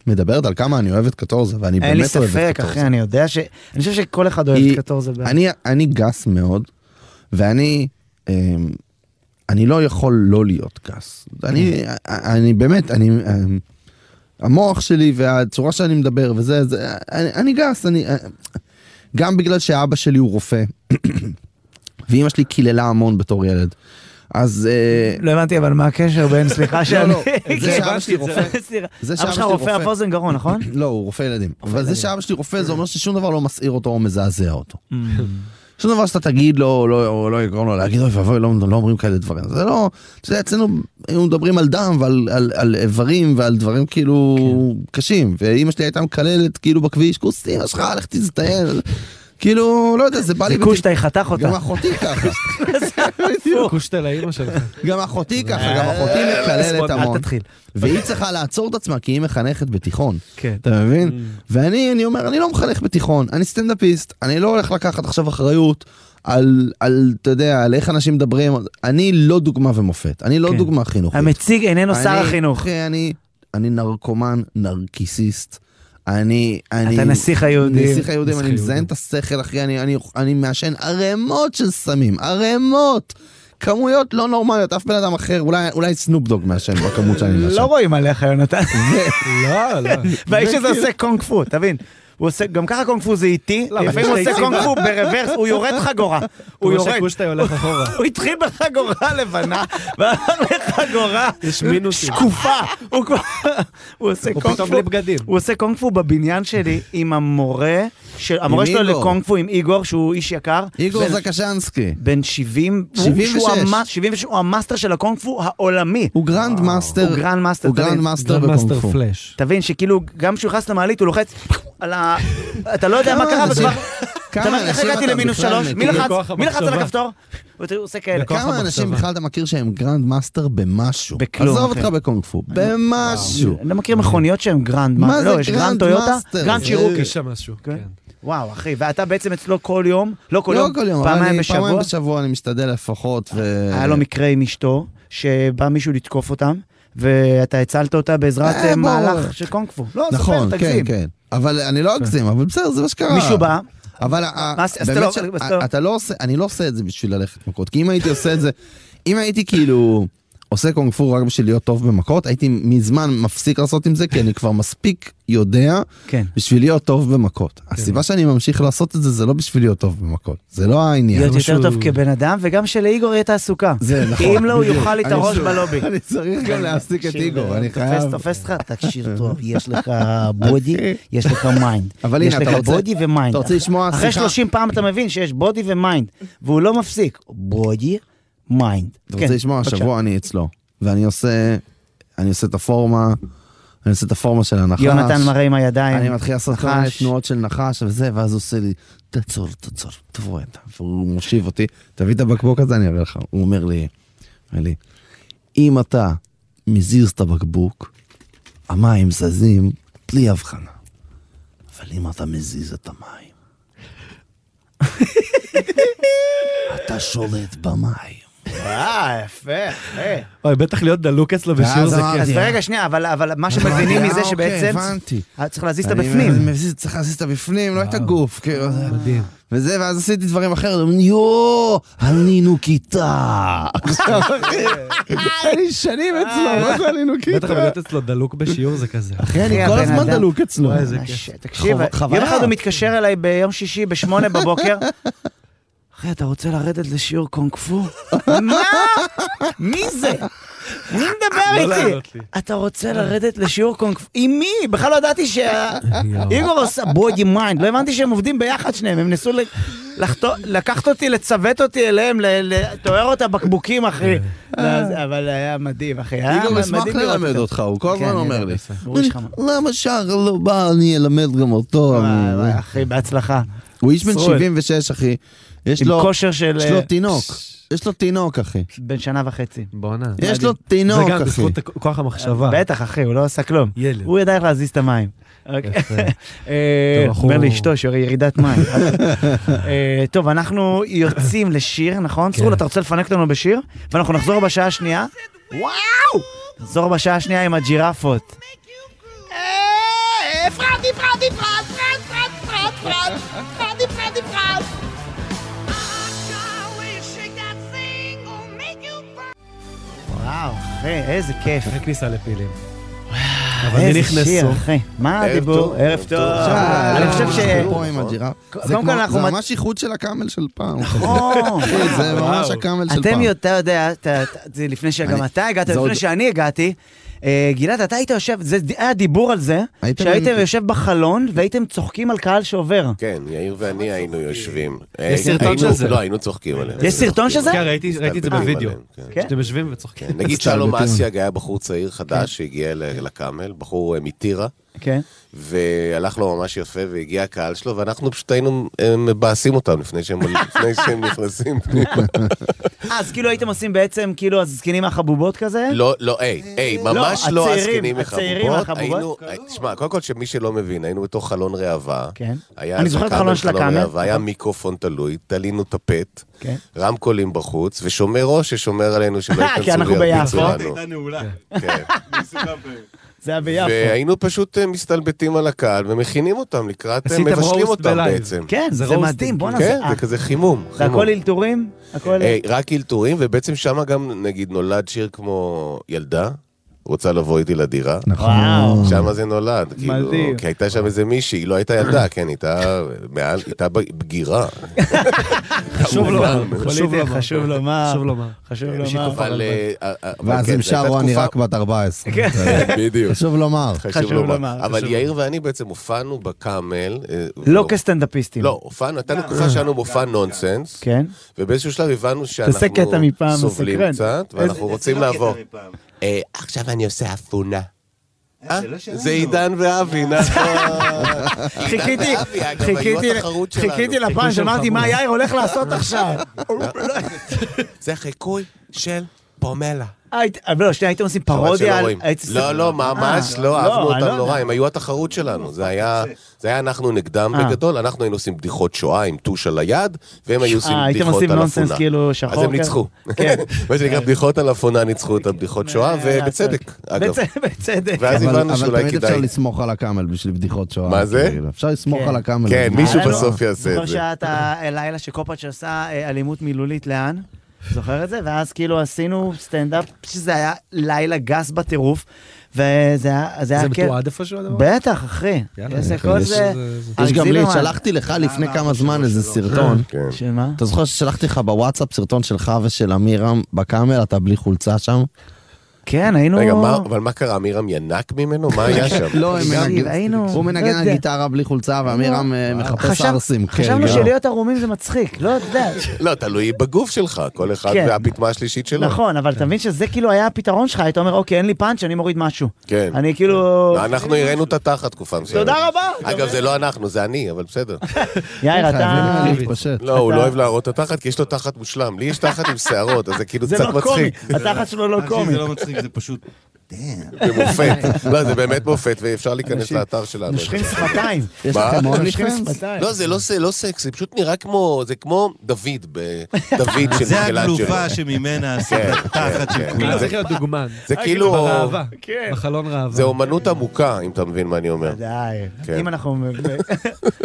מדברת על כמה אני אוהב את קטורזה ואני
אין לי
באמת אוהב את
ספק, אחי,
קטורזה.
אני יודע ש... אני חושב שכל אחד אוהב
היא-
את קטורזה. בעד.
אני אני גס מאוד ואני אמ, אני לא יכול לא להיות גס אני
כן.
אני באמת אני אמ, המוח שלי והצורה שאני מדבר וזה זה אני, אני גס אני אה, גם בגלל שאבא שלי הוא רופא [clears throat] ואימא שלי קיללה המון בתור ילד אז אה,
לא הבנתי, אבל מה הקשר בין... סליחה שאני... [laughs]
לא, זה שאבא שלי רופא.
סליחה.
זה שאבא
אבא שלך
שלי
רופא
רופא.
הפוזן
[laughs]
גרון, נכון?
[clears throat] לא, הוא רופא ילדים. אבל זה
ילדים. Mm.
שאבא שלי רופא, זה אומר ששום דבר לא מסעיר אותו או מזעזע אותו. שום דבר שאתה תגיד לו, לא- או לא יגרום לו להגיד, אוי ואבוי, לא לא אומרים כאלה דברים. זה לא, אתה יודע, אצלנו היו מדברים על דם ועל על- על איברים ועל דברים כאילו
כן.
קשים. ואימא שלי הייתה מקללת כאילו בכביש, כוס אימא שלך, לך תזדיין. כאילו, לא יודע, זה בא לי...
קושטה יחתך אותה.
גם אחותי
[laughs]
ככה,
קושטל לאימא שלך.
גם אחותי ככה, גם אחותי מקללת המון.
אה, אל תתחיל.
והיא צריכה לעצור את עצמה כי היא מחנכת בתיכון.
כן.
אתה מבין? ואני אני אומר, אני לא מחנך בתיכון, אני סטנדאפיסט, אני לא הולך לקחת עכשיו אחריות על, על, אתה יודע, על איך אנשים מדברים, אני לא דוגמה ומופת, אני לא
כן.
דוגמה חינוכית.
המציג איננו שר
אני-
החינוך.
אחי, אני, אני נרקומן, נרקיסיסט. אני, אני,
אתה נסיך היהודים.
נסיך היהודים, אני מזיין את השכל, אחי, אני, אני, אני מעשן ערימות של סמים, ערימות, כמויות לא נורמליות, אף בן אדם אחר, אולי, אולי סנופ דוג מעשן בכמות שאני מעשן.
לא רואים עליך, יונתן.
לא, לא.
כאילו- והאיש הזה עושה קונג פו, תבין. הוא עושה, גם ככה קונג פו זה איטי,
לא, אבל
לפעמים הוא
יש
עושה
לי
קונג פו ברוורס, הוא יורד חגורה. הוא
כמו
יורד.
שקושטי הולך אחורה.
הוא התחיל בחגורה לבנה, והלך לחגורה
יש מינוסים.
שקופה. הוא כבר- הוא עושה
הוא
קונג
פתאום
פו-
בלי בגדים.
הוא עושה קונג פו בבניין שלי עם המורה, של- המורה שלו
איגור.
לקונג פו עם איגור, שהוא איש יקר.
איגור
בן-
זקשנסקי.
בן 70, הוא-
76.
שהוא המ- 76, הוא המאסטר של הקונג פו העולמי.
הוא גרנד מאסטר.
הוא גרנד מאסטר,
הוא גרנד
תבין.
מאסטר
גרנד מאסטר
בקונג פו.
פלאש.
תבין שכאילו, גם כשהוא נכנס למעלית הוא לוחץ על ה... אתה לא יודע מה קרה,
אנשים-
וכבר...
כמה
אתה אומר, איך
אנשים
הגעתי
אתה
למינוס
בכלל
שלוש?
מכיר?
מי לחץ?
בכוח
מי לחץ על
המחשבה.
הכפתור? הוא עושה כאלה.
בכוח
כמה אנשים
המחשבה.
בכלל אתה מכיר שהם גרנד מאסטר במשהו?
בכלום,
עזוב
אחי.
אותך בקונג פו, במשהו.
אני לא מכיר מכוניות שהן גרנד,
מה
מה
זה
לא, יש
גרנד
גרנד טויוטה,
מאסטר?
גרנד
זה-
שירוקי.
יש שם משהו,
כן.
כן.
וואו, אחי, ואתה בעצם אצלו כל יום, לא כל
לא
יום,
כל יום, אבל
פעמיים
אני פעמיים
בשבוע.
בשבוע אני משתדל לפחות. ו-
היה לו מקרה עם אשתו, שבא מישהו לתקוף אותם, ואתה הצלת אותה בעזרת
אה,
אה,
ברור.
מהלך של קונג פו. לא,
נכון,
ספר,
כן,
תגזים.
כן. אה, אבל אני לא אגזים, אבל בסדר, זה מה שקרה.
מישהו בא,
אבל ה-
מה, אז אתה
באמת
לא-
ש-
אז אתה לא-
אתה לא עושה, אני לא עושה את זה בשביל ללכת מכות, כי אם הייתי עושה את זה, אם הייתי כאילו עושה קונג פו רק בשביל להיות טוב במכות, הייתי מזמן מפסיק לעשות עם זה, כי אני כבר מספיק יודע
כן.
בשביל להיות טוב במכות. הסיבה שאני ממשיך לעשות את זה, זה לא בשביל להיות טוב במכות, זה לא העניין.
להיות יותר
משהו-
טוב כבן אדם, וגם שלאיגור יהיה תעסוקה.
זה נכון,
כי אם לא, הוא
בדיוק.
יאכל לי את
אני
הראש
צריך-
בלובי.
אני צריך גם להעסיק את
תקשיב, אה,
איגור, אני
תופס-
חייב.
תופס לך, תקשיב טוב, יש לך
[laughs]
בודי, יש לך מיינד.
אבל
יש
הנה, אתה
לך
רוצה-
בודי ומיינד.
אתה רוצה לשמוע
אחרי
שיחה?
30 פעם אתה מבין שיש בודי ומיינד, והוא לא מפסיק. בודי, מיינד. כן,
אתה רוצה לשמוע, השבוע אני אצלו, ואני עושה, אני עושה את הפורמה, אני עושה את הפורמה של הנחש.
יונתן מראה עם הידיים.
אני מתחיל לעשות כל מיני
נחש.
תנועות של נחש וזה, ואז הוא עושה לי, תעצור, תעצור, תבוא אתה. והוא מושיב אותי, תביא את הבקבוק הזה, אני אראה לך. הוא אומר לי, אומר לי, אם אתה מזיז את הבקבוק, המים זזים בלי הבחנה. אבל אם אתה מזיז את המים, אתה שולט במים.
אה, יפה, יפה.
אוי, בטח להיות דלוק אצלו בשיר
ואז
זה
אמרתי,
כיף.
אז רגע, שנייה, אבל- אבל מה שמבינים
אה,
מזה
אוקיי,
שבעצם...
הבנתי.
אה, צריך להזיז את
אני
הבפנים.
מזיז, צריך להזיז את הבפנים, לא את הגוף, כאילו. זה-
מדהים.
וזה, ואז עשיתי דברים אחרים, אומרים, יואו, עלינו
[laughs]
כיתה. עכשיו, אחי, אני שנים אצלו, מה זה עלינו
בטח אבל
כיתה?
להיות אצלו דלוק בשיעור זה כזה.
אחי, אני
אחי,
כל
הבן
הזמן
אדם-
דלוק אצלו.
וואי, איזה
ממש,
כיף.
אה, תקשיב,
חו-
יום
חוויה.
אחד הוא מתקשר אליי ביום שישי בשמונה בבוקר. [laughs] אחי, אתה רוצה לרדת לשיעור קונג פו? [laughs] מה? מי זה? מי מדבר
לא לענות
איתי?
לי.
אתה רוצה לרדת לשיעור קונג פו? עם מי? בכלל לא ידעתי שאיגור עושה בודי מיינד. לא הבנתי שהם עובדים ביחד שניהם. הם ניסו ל- לחטוא- לקחת אותי, לצוות אותי אליהם, ל- לטוהר את הבקבוקים, אחי. לא, זה- אבל היה מדהים, אחי. היה
איגור ישמח
מדהים לראות
ללמד אותך, הוא כל
כן,
הזמן
אני
אומר
יודע,
לי.
בסדר. הוא איש חמוד.
למה שחר לא בא, אני אלמד גם אותו.
וואי,
לא, אני-
וואי, אחי, בהצלחה.
הוא איש בן
שרוד.
76, אחי. יש
עם
לו
כושר של...
יש
אה,
לו תינוק. יש לו תינוק, אחי.
בן שנה וחצי.
בואנה.
יש לו
זה
תינוק,
גם
אחי.
בזכות הכ- כוח המחשבה.
בטח, אחי, הוא לא עשה כלום.
ילד.
הוא ידע איך להזיז את המים. אוקיי.
יפה.
[laughs]
אה,
טוב, אנחנו-
אומר לאשתו שהיא ירידת מים. [laughs] אה, טוב, אנחנו יוצאים לשיר,
כן.
נכון? צרול, אתה רוצה לפנק אותנו בשיר? ואנחנו נחזור בשעה השנייה. וואו! נחזור בשעה השנייה עם הג'ירפות.
Hey, Frati, Frati, Frat, Frat, Frat, Frat, Frat, Frati, Frati, Frat.
וואו, אחי, איזה כיף.
אחרי כניסה לפילים. אבל מי
איזה שיר,
נכנסו?
אחי. מה הדיבור? ערב טוב.
אה,
אני חושב ש...
פה עם הג'ירף. זה
קודם כל
כמו-
אנחנו
זה
מת-
ממש איחוד של הקאמל של פעם.
נכון.
[laughs]
או,
אחי, זה ממש הקאמל של
אתם
פעם.
יודע- אתה יודע, אתה- אתה- זה לפני שגם
אני-
אתה הגעת,
זה
לפני
עוד-
שאני הגעתי. אה, גלעד, אתה היית יושב, זה ד- היה דיבור על זה,
הייתם-
שהייתם יושב בחלון והייתם צוחקים על קהל שעובר.
כן, יאיר ואני היינו יושבים.
יש סרטון
היינו-
של זה.
לא, היינו צוחקים עליהם.
יש סרטון של זה?
כן, ראיתי ראיתי את זה
מסתלבטים
בווידאו.
עליהם, כן.
כן?
שאתם יושבים וצוחקים.
כן, נגיד שלום אסיאג היה בחור צעיר חדש שהגיע ל- לקאמל, בחור אה, מטירה,
כן.
והלך לו ממש יפה והגיע הקהל שלו, ואנחנו פשוט היינו אה, מבאסים אותם לפני
[laughs]
שהם לפני שהם נכנסים פנימה.
אה, אז כאילו הייתם עושים בעצם, כאילו הזקנים מהחבובות כזה?
לא, לא, היי, היי, ממש
הצעירים,
לא הזקנים
הצעירים כאילו.
מחבובות. היינו, אה,
מהחבובות.
תשמע, קודם כל שמי שלא מבין, היינו בתוך חלון ראווה.
כן.
היה
אני
איזה
זוכר את
קאמל,
החלון של הקאמל. נכון.
ראווה, היה מיקרופון תלוי, תלינו טפט,
כן.
רמקולים בחוץ, ושומר ראש ששומר עלינו שלא
[laughs] כי
ייכנסו
אנחנו
וירביצו
ביפו.
לנו. כן.
זה היה ביפו.
והיינו פשוט אה, מסתלבטים על הקהל ומכינים אותם לקראת, אה,
עשיתם
מבשלים
roast
אותם
בלייב.
בעצם.
כן,
זה
זה
roasting,
מדהים, בואנה,
כן,
זה- אה,
זה כזה חימום.
זה
חימום.
הכל אלתורים? הכל...
אה, רק אלתורים, ובעצם שם גם נגיד נולד שיר כמו ילדה, רוצה לבוא איתי לדירה. [laughs]
וואו.
שם זה נולד, כאילו,
נכון. מדהים.
כי הייתה שם איזה מישהי, היא לא הייתה ילדה, כן, היא הייתה מעל, היא הייתה
[laughs]
בגירה.
חשוב לומר,
כמובן,
פוליטי, חשוב לומר,
חשוב לומר.
חשוב
מישהי
לומר.
אבל, אה, אה, אה, אבל
ואז
כן,
הם
זו הייתה
שרו, אני
תקופה-
רק בת 14.
בדיוק.
[laughs] חשוב לומר.
חשוב
חשוב לומר.
לומר,
אבל
חשוב
יאיר ואני בעצם הופענו בקאמל. אה,
לא כסטנדאפיסטים.
לא, הופענו, הייתה תקופה שהיה לנו מופע נונסנס,
כן?
ובאיזשהו שלב הבנו
תעשה קטע
שאנחנו
מפעם,
סובלים
מסקרן.
קצת, ואנחנו רוצים לעבור. אה, עכשיו אני עושה אפונה. אה, זה עידן ואבי, נכון.
חיכיתי,
אבי, אגב,
חיכיתי,
היו התחרות שלנו.
חיכיתי לפעם שאמרתי מה יאיר הולך לעשות עכשיו.
[laughs] זה חיקוי של פומלה.
אה, היית- אבל לא, שנייה, הייתם עושים
חבל שלא
פרודיה על...
רואים.
הייתי-
לא, לא, ממש
אה,
לא, אהבנו
אני
אותם
לא
נורא,
יודע.
הם היו התחרות שלנו, זה היה, זה היה אנחנו נגדם
אה.
בגדול, אנחנו היינו עושים בדיחות שואה עם טוש על היד, והם היו עושים
אה, הייתם
בדיחות
עושים
על
נונסנס
אפונה.
כאילו שחור,
אז הם
כן?
ניצחו.
[laughs] כן.
[laughs]
אה,
מה שנקרא, בדיחות על אפונה ניצחו את הבדיחות שואה, ובצדק, אגב.
בצדק, [laughs] בצדק.
ואז
אבל
הבנו
אבל
שאולי
תמיד אפשר
כדאי.
לסמוך על הקאמל בשביל בדיחות שואה.
מה זה?
כאילו, אפשר לסמוך
כן.
על הקאמל.
כן,
הזה.
מישהו
היה לנו-
בסוף יעשה
זוכר
את זה.
שהיה את הלילה שקופאץ' עשה אה, אלימות מילולית לאן? זוכר את זה? ואז כאילו עשינו סטנדאפ, שזה היה לילה גס בטירוף, וזה היה...
זה
היה כיף.
מתועד איפשהו הדבר?
בטח, אחי.
יאללה,
איזה
אחי,
כל
יש
זה...
איזה-
יש גם לי,
הגזימו,
שלחתי לך לפני כמה זמן איזה סרטון.
כן.
שמה?
אתה זוכר ששלחתי לך בוואטסאפ סרטון שלך ושל אמירם בקאמל, אתה בלי חולצה שם?
כן, היינו...
רגע, מה- אבל מה קרה, אמירם ינק ממנו? מה
[laughs]
היה שם?
לא, הם
תקשיב,
מנגנים-
היינו-
הוא מנגן
לא
על
יודע.
גיטרה בלי חולצה ואמירם אה, מחפש
חשב-
ערסים. כן,
חשבנו
גם.
שלהיות ערומים זה מצחיק, לא
[laughs]
יודע.
לא, תלוי בגוף שלך, כל אחד
כן.
והפטמה השלישית שלו.
נכון, אבל אתה מבין שזה כאילו היה הפתרון שלך, היית אומר, אוקיי, אין לי פאנץ', אני מוריד משהו.
כן.
אני כאילו...
אנחנו הראינו את התחת תקופה מסוימת.
תודה רבה.
אגב, זה לא אנחנו, זה אני, אבל בסדר.
יאיר, אתה...
כן, חייבים להתפשט.
לא, הוא לא אוהב להראות את התחת, כי יש לו תחת מושלם. לי יש תחת עם שערות, אז זה כאילו
זה
קצת
לא קומי,
מצחיק.
התחת שלו לא קומי.
זה לא מצחיק, זה פשוט... [laughs]
זה מופת. לא, זה באמת מופת, ואפשר להיכנס
אנשים
לאתר שלנו.
נושכים שפתיים.
יש
מה?
לכם אונלי
נושכים
פנס?
שפתיים.
לא, זה לא ס- לא סקסי, פשוט נראה כמו, זה כמו דוד,
[laughs]
ב- דוד של
זה
מיכלאנג'לו.
הגלופה
[laughs]
שממנה עשו
כן,
את התחת
כן,
של
כן.
כאילו
כולם.
צריך להיות דוגמן.
זה כאילו,
ברעבה.
כן.
בחלון ראווה.
זה אומנות עמוקה, אם אתה מבין מה אני אומר.
די.
כן.
[laughs]
אם אנחנו...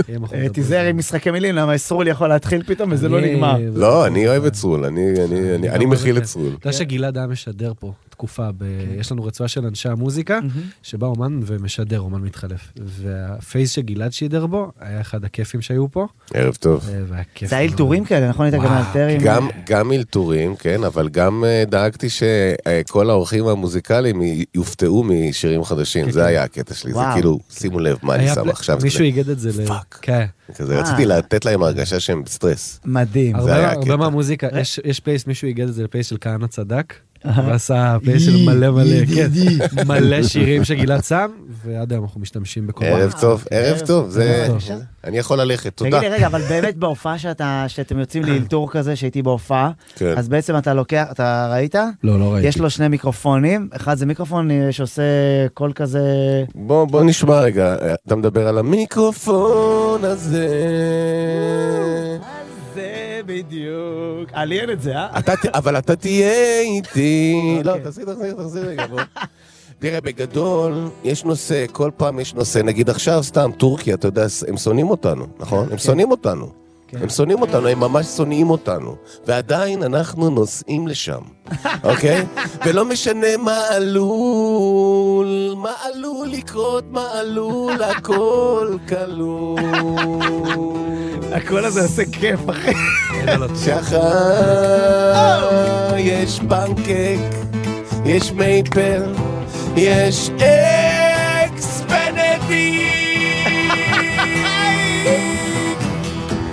יהיה מחר
אה,
לדבר.
תיזהר עם משחקי מילים, למה סרול יכול להתחיל פתאום וזה לא
אני-
נגמר.
לא, אני אוהב את סרול, אני- אני- אני- אני מכיל את סרול.
אתה יודע שגלעד היה משדר פה תקופה, ב...
כן.
יש לנו רצועה של אנשי המוזיקה, שבא אומן ומשדר, אומן מתחלף. והפייס שגלעד שידר בו, היה אחד הכיפים שהיו פה,
ערב טוב.
אה, והיה כיף.
זה היה אלתורים כאלה, נכון? היית גם
וואו,
אלתרים.
גם, גם אלתורים, כן, אבל גם אה, דאגתי שכל האורחים המוזיקליים י- יופתעו משירים חדשים, זה היה הקטע שלי, זה
וואו.
כאילו, שימו לב מה אני
היה
שם
פל-
עכשיו.
מישהו איגד את זה ל...
פאק.
כן.
כזה,
אה.
רציתי לתת להם הרגשה שהם בסטרס.
מדהים.
היה
הרבה
הקטע.
הרבה מהמוזיקה,
אה.
יש- יש פלייס, מישהו איגד את זה לפלייס של כהנא צדק, ועשה פלייס של מלא מלא, כן, מלא שירים שגלעד שם, ועד היום אנחנו משתמשים בכל
ערב טוב, ערב טוב, זה...
ערב
אני יכול ללכת, תודה.
תגיד לי, רגע, אבל באמת בהופעה שאתה,
[coughs]
שאתם יוצאים לאלתור כזה, שהייתי בהופעה,
כן.
אז בעצם אתה לוקח, אתה ראית?
לא, לא ראיתי.
יש לו שני מיקרופונים, אחד זה מיקרופון אה, שעושה קול כזה...
בוא, בוא נשמע רגע, אתה מדבר על המיקרופון הזה.
זה בדיוק. עליין את זה, אה?
אתה ת- אבל אתה תהיה איתי. לא,
אוקיי.
תחזיר, תחזיר, תחזיר רגע, בוא. תראה, בגדול, יש נושא, כל פעם יש נושא, נגיד עכשיו סתם, טורקיה, אתה יודע, הם שונאים אותנו, נכון? הם שונאים אותנו. הם שונאים אותנו, הם ממש שונאים אותנו. ועדיין אנחנו נוסעים לשם, אוקיי? ולא משנה מה עלול, מה עלול לקרות, מה עלול, הכל כלול.
[laughs] הקול הזה עושה כיף, אחי.
שחר, יש פנקק, יש מייפל, יש אקס בנדיק.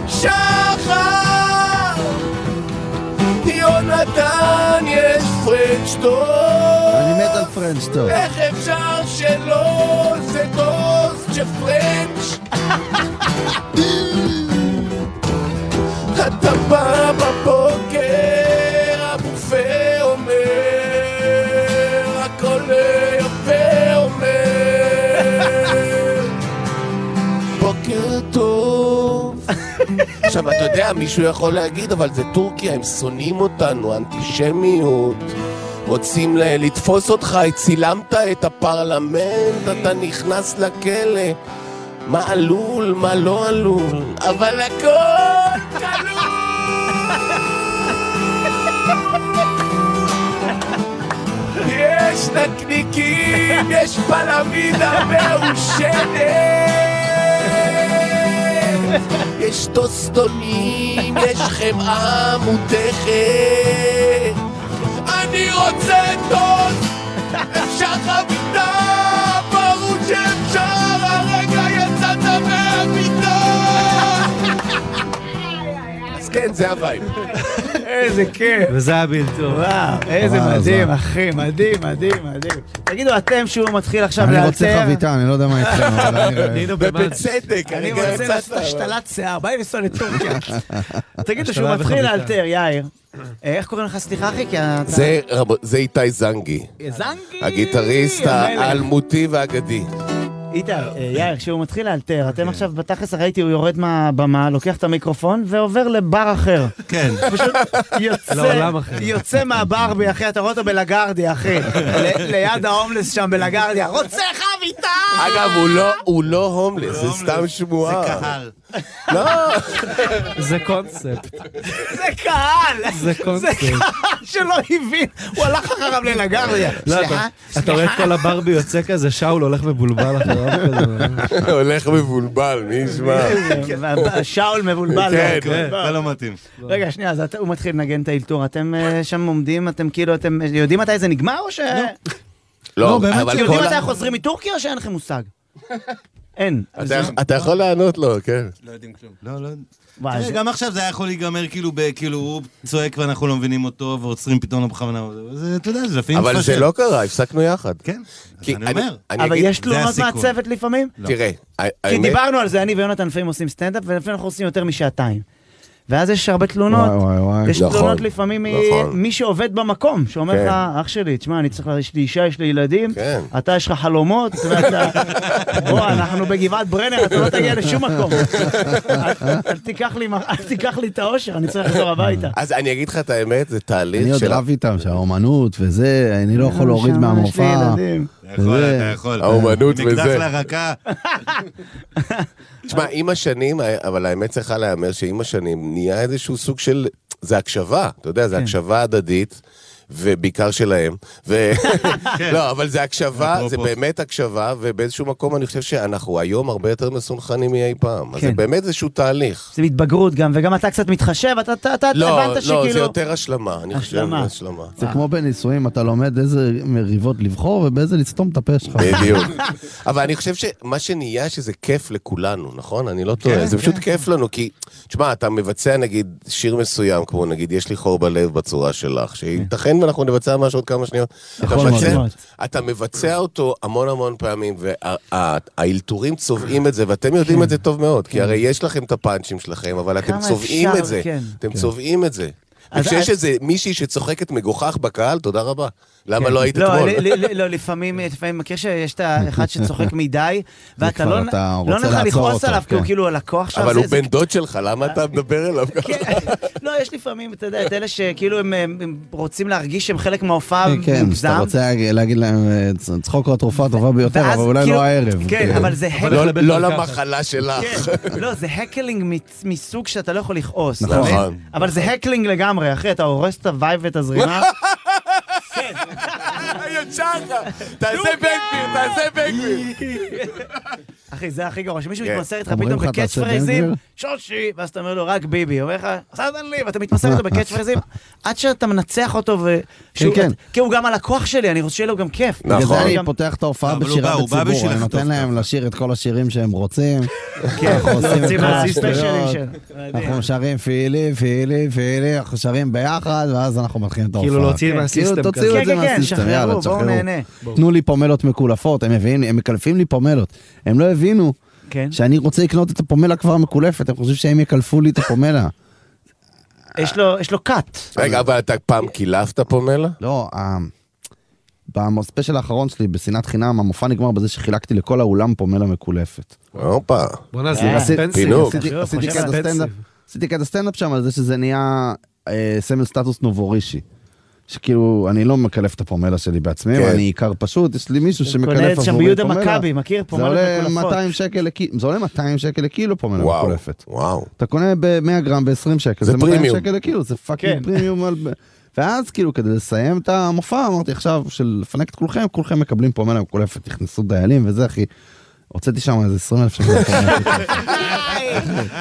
שחר, יונתן, יש פרנצ'טון.
אני מת על פרנץ' טוב.
איך אפשר שלא זה טוסט שפרנץ'? אתה בא בבוקר, הבופה אומר, הכל יפה אומר. בוקר טוב. עכשיו, אתה יודע, מישהו יכול להגיד, אבל זה טורקיה, הם שונאים אותנו, אנטישמיות. רוצים ל- לתפוס אותך, צילמת את הפרלמנט, אתה נכנס לכלא. מה עלול, מה לא עלול, אבל הכל כלול! יש לה נקניקים, יש פלמידה מעושנת. יש טוסטונים, [laughs] יש חמאה מותכת. אני רוצה טוסט, אפשר חביתה, ברור שאפשר, הרגע יצאת [laughs] מהמיטה. אז כן, זה הווייב.
איזה כיף.
וזה היה בלתו.
וואו, איזה
וואו,
מדהים,
וואו.
אחי, מדהים, מדהים, מדהים. תגידו, אתם שהוא מתחיל עכשיו לאלתר.
אני רוצה חביתה, אני לא יודע מה איתכם,
[laughs]
אבל אני
לא
רעב.
נינו במאן.
ובצדק,
אני
הרגע
רוצה לעשות
יצאת.
השתלת שיער, בא לי לנסוע לטורקיה. תגידו שהוא
השתלה
מתחיל
וחביתה.
לאלתר, יאיר. אה, איך קוראים לך? סליחה, אחי, כי אתה...
זה, רב- זה איתי זנגי,
זנגי!
הגיטריסט
המלך.
האלמותי והאגדי.
איתר, אה, יאיר, כשהוא מתחיל לאלתר,
כן.
אתם עכשיו בתכלס ראיתי, הוא יורד מהבמה, לוקח את המיקרופון ועובר לבר
[laughs]
אחר.
כן.
יוצא,
לעולם אחר.
יוצא מהברבי, אחי, אתה רואה אותו
[laughs]
בלגרדיה, אחי. ל- ליד ההומלס שם בלגרדיה. רוצה חביתה!
אגב, הוא לא, הוא לא הומלס, זה סתם שמועה.
זה קהל.
לא,
זה קונספט.
זה קהל!
זה קונספט.
זה קהל שלא הבין. הוא הלך אחריו ללגרדיה.
לא, אתה-
סליחה,
אתה רואה את
סליחה.
כל הברבי יוצא כזה, שאול הולך מבולבל
[laughs]
אחריו כזה.
[laughs] הולך מבולבל, מי ישמע.
שאול מבולבל.
כן,
כן, זה לא מתאים.
רגע, שנייה, אז אתה- הוא מתחיל לנגן את האלתור. אתם אה, שם עומדים, אתם כאילו, אתם יודעים מתי זה נגמר או ש...
לא,
באמת
אבל
יודעים
כל
מתי
ה-
חוזרים מטורקיה או שאין לכם
[laughs]
מושג? אין.
אתה- אתה יכול לענות לו, כן.
לא יודעים כלום. לא, לא.
וואי,
תראה,
זה-
גם עכשיו זה היה יכול להיגמר כאילו, ב- כאילו הוא צועק ואנחנו לא מבינים אותו ועוצרים פתאום לא בכוונה. זה, אתה יודע, זה לפעמים
אבל זה
מפשט.
לא קרה, הפסקנו יחד.
כן. אז
כי
אני אומר.
אבל
אגיד-
יש תלונות
הסיכון.
מהצוות לפעמים?
תראה,
לא. כי
האמת,
דיברנו על זה, אני ויונתן לפעמים עושים סטנדאפ, ולפעמים אנחנו עושים יותר משעתיים. ואז יש הרבה
וואי
תלונות.
וואי וואי.
יש
נכון,
תלונות לפעמים
נכון.
ממי שעובד במקום, שאומר
כן.
לך, אח שלי, תשמע, אני צריך, ל- יש לי אישה, יש לי ילדים,
כן.
אתה יש לך חלומות, ואתה,
[laughs]
בוא, אנחנו בגבעת ברנר, אתה לא תגיע לשום מקום. אל- אל תיקח לי מח- אל תיקח לי את האושר, אני צריך לחזור הביתה.
אז אני אגיד לך את האמת, זה
אני
תהליך
עוד
של...
רב איתם, שהאומנות וזה, אני לא יכול להוריד
אה, שם, יש לי
מהמופע.
ילדים.
אתה יכול,
זה-
אתה יכול.
אה, האומנות
עם אקדח
וזה.
לרקה.
תשמע, עם השנים, אבל האמת צריכה להיאמר שעם השנים נהיה איזשהו סוג של... זה הקשבה, אתה יודע,
כן.
זה הקשבה הדדית. ובעיקר שלהם,
[laughs]
ו... לא, אבל זה הקשבה, זה
אפרופו.
באמת הקשבה, ובאיזשהו מקום אני חושב שאנחנו היום הרבה יותר מסונכנים מאי פעם. אז זה
כן.
באמת איזשהו תהליך.
זה התבגרות גם, וגם אתה קצת מתחשב, אתה- אתה אתה
לא,
הבנת
לא, זה
שכאילו...
יותר השלמה, אני חושב,
השלמה.
השלמה.
זה כמו בנישואים, אתה לומד איזה מריבות לבחור ובאיזה לסתום את הפה שלך.
בדיוק. נכון. [laughs] אבל אני חושב שמה שנהיה שזה כיף לכולנו, נכון? אני לא
כן,
טועה. זה פשוט כיף לנו, כי, תשמע, אתה מבצע נגיד שיר מסוים, כמו נגיד, יש לי חור בלב בצורה שלך, שייתכן ואנחנו נבצע משהו עוד כמה שניות. אתה
יכול
מבצע-
נכון, מאוד.
אתה מבצע אותו המון המון פעמים, והאלתורים צובעים את זה, ואתם יודעים את זה טוב מאוד,
כן.
כי הרי יש לכם את הפאנצ'ים שלכם, אבל אתם
כמה
צובעים
אפשר,
את זה.
כן.
אתם צובעים את זה.
אז-
וכשיש
אז-
איזה מישהי שצוחקת מגוחך בקהל, תודה רבה. למה לא היית
לא,
אתמול?
ל- ל- ל- לא, לפעמים, לפעמים מכיר שיש את האחד
[laughs]
שצוחק מדי, ואתה
כבר
לא
אתה
לא
רוצה
נראה לך
לעצור
לכעוס
אותו,
עליו, כי הוא
כן.
כאילו הלקוח שלך.
אבל
זה-
הוא
זה-
בן דוד שלך, למה אתה מדבר אליו ככה?
לא, יש לפעמים, אתה יודע, את אלה שכאילו הם- הם הם רוצים להרגיש שהם חלק מההופעה
כן, כן, שאתה
מוגזם.
רוצה להגיד- להגיד להם, אה, צ- צחוק הוא התרופה הטובה ביותר,
ואז
אבל אולי
כאילו-
לא הערב.
כן, אבל זה הק-
לא-
לבית
לא
מרקחת.
למחלה שלך.
כן, לא, זה הקלינג מצ- מסוג שאתה לא יכול לכעוס. אתה
נכון.
מבין? אבל זה הקלינג לגמרי, אחי, אתה הורס את הווייב
[laughs]
ואת הזרימה.
[laughs] ישר לך,
כן.
תעשה בן גביר, תעשה בן גביר.
אחי, זה הכי גרוע, שמישהו
כן.
מתמסר איתך
אומרים
פתאום
לך,
בקאץ'
תעשה בן
פרייזים,
גביר?
שושי, ואז אתה אומר לו, רק ביבי, אומר לך, סדן לי, ואתה מתמסר
[laughs]
איתו בקאץ' פרייזים, עד שאתה מנצח אותו, ו... שהוא-
כן.
כי הוא גם הלקוח שלי, אני רוצה שיהיה לו גם כיף.
נכון.
בגלל זה אני
גם-
פותח את ההופעה
אבל הוא
בשירה
בא- הוא בא
בציבור,
בשביל
אני
לחטוף
נותן להם לשיר את כל השירים שהם רוצים.
כן,
אנחנו עושים את
רוצים
כל
להזיז את [laughs] כן. השנים
השטויות.
שלו. מדהים.
אנחנו שרים פעילי, פעילי, פעילי, אנחנו שרים ביחד, ואז אנחנו מתחילים את ההופעה.
כאילו להוציא
כן,
מהסיסטם
כאילו,
כזה.
תוציאו את זה
כן, כן, כן,
מהסיסטם, יאללה,
שחררו, בואו
תשחררו.
נהנה.
תנו לי פומלות מקולפות, הם מביאים לי, הם מקלפים לי פומלות. הם לא הבינו
כן.
שאני רוצה לקנות את הפומלה כבר מקולפת, הם חושבים שהם יקלפו לי את הפומלה.
יש לו- יש לו קאט.
רגע, אבל אתה פעם קילפת פה מלה?
לא, ה- בספיישל האחרון שלי, בשנאת חינם, המופע נגמר בזה שחילקתי לכל האולם פומלה מקולפת.
הופה.
בואנה, זה לא
אה,
אספנסיב.
פינוק.
עשיתי-
חשוב,
עשיתי
חשוב.
קטע סטנדאפ- עשיתי קטע סטנדאפ שם על זה שזה נהיה אה, סמל סטטוס נובורישי. שכאילו, אני לא מקלף את הפומלה שלי בעצמי,
כן.
אני עיקר פשוט, יש לי מישהו שמקלף
קונה
עבורי
את
פומלה.
שם ביהודה מכבי, מכיר?
זה
פומלות
עולה
מקולפות.
200 שקל לקילו, זה עולה 200 שקל לקילו פומלה
וואו,
מקולפת.
וואו.
אתה קונה ב-100 גרם ב-20 שקל,
זה
זה 200
פרימיום.
שקל לקילו, זה
כן.
פאקינג פרימיום על... ואז כאילו כדי לסיים את המופע אמרתי עכשיו של לפנק את כולכם כולכם מקבלים פה מנה מקולפת תכנסו דיילים וזה אחי. הוצאתי שם איזה 20 אלף שקל.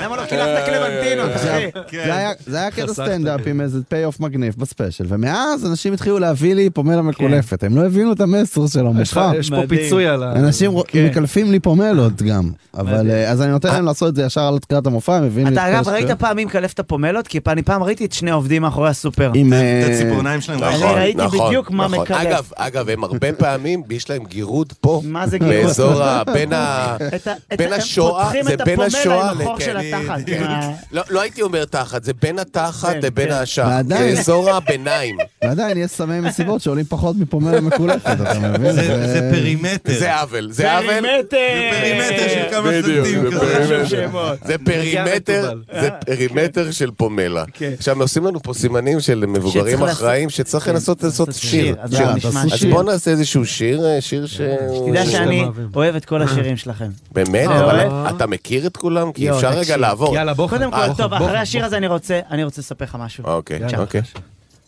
למה לא
אה,
קילפת קלמנטינות, אחי?
זה היה- זה היה קטע סטנדאפ עם איזה פי אוף מגניב בספיישל ומאז אנשים התחילו להביא לי פומלה מקולפת הם לא הבינו את המסר של
כן. יש לך-
המופע.
יש פה
מדהים.
פיצוי על ה...
אנשים רוא-
כן.
מקלפים לי פומלות גם אבל אה, אז אני נותן להם לעשות את זה ישר על התחילת המופע הם מביאים לי את
אתה
כל
אגב
השטויות.
ראית פעם מי מקלף את הפומלות? כי אני פעם ראיתי את שני העובדים מאחורי הסופר.
את
עם אה,
הציפורניים שלהם.
נכון,
ראית?
ראיתי
נכון,
בדיוק מה
נכון.
מקלף.
אגב, אגב, הם
[laughs]
הרבה פעמים, יש להם גירוד פה.
מה זה גירוד?
באזור
[laughs]
ה... בין ה...
את ה- את
בין
ה- הם
השואה,
פותחים
זה
את
בין
הפומלה
השואה
עם החור של
לתל-
התחת.
כן.
עם ה-
לא, לא הייתי אומר תחת, זה בין התחת
כן,
לבין
כן.
השער.
ועדיין-
באזור
[laughs]
הביניים.
ועדיין יש סמי מסיבות שעולים פחות מפומלה מקולפת אתה מבין?
זה זה פרימטר.
זה עוול, זה עוול.
פרימטר!
פרימטר
אה,
של כמה
בדיוק,
סנטים
זה
כזה.
פרימטר.
שמות.
זה פרימטר, זה פרימטר של פומלה. עכשיו, עושים לנו פה סימנים של
שצריך
מבוגרים
לעשות- כן,
אחראיים שצריך לנסות לעשות שיר.
אז
שיר.
אנחנו נשמע
תעשו
אז
שיר.
בוא נעשה איזשהו שיר, אה, שיר ש...
תדע
ש-
שאני
אוהבים.
אוהב את כל השירים שלכם.
באמת?
אה, לא,
אבל
אה.
אתה מכיר את כולם? כי
יואו,
אפשר רגע
תקשיב.
לעבור.
יאללה, בוא. אה.
קודם כל,
אה,
טוב, אחרי השיר הזה אני רוצה, אני רוצה לספר לך משהו.
אוקיי,
יאללה.
אוקיי.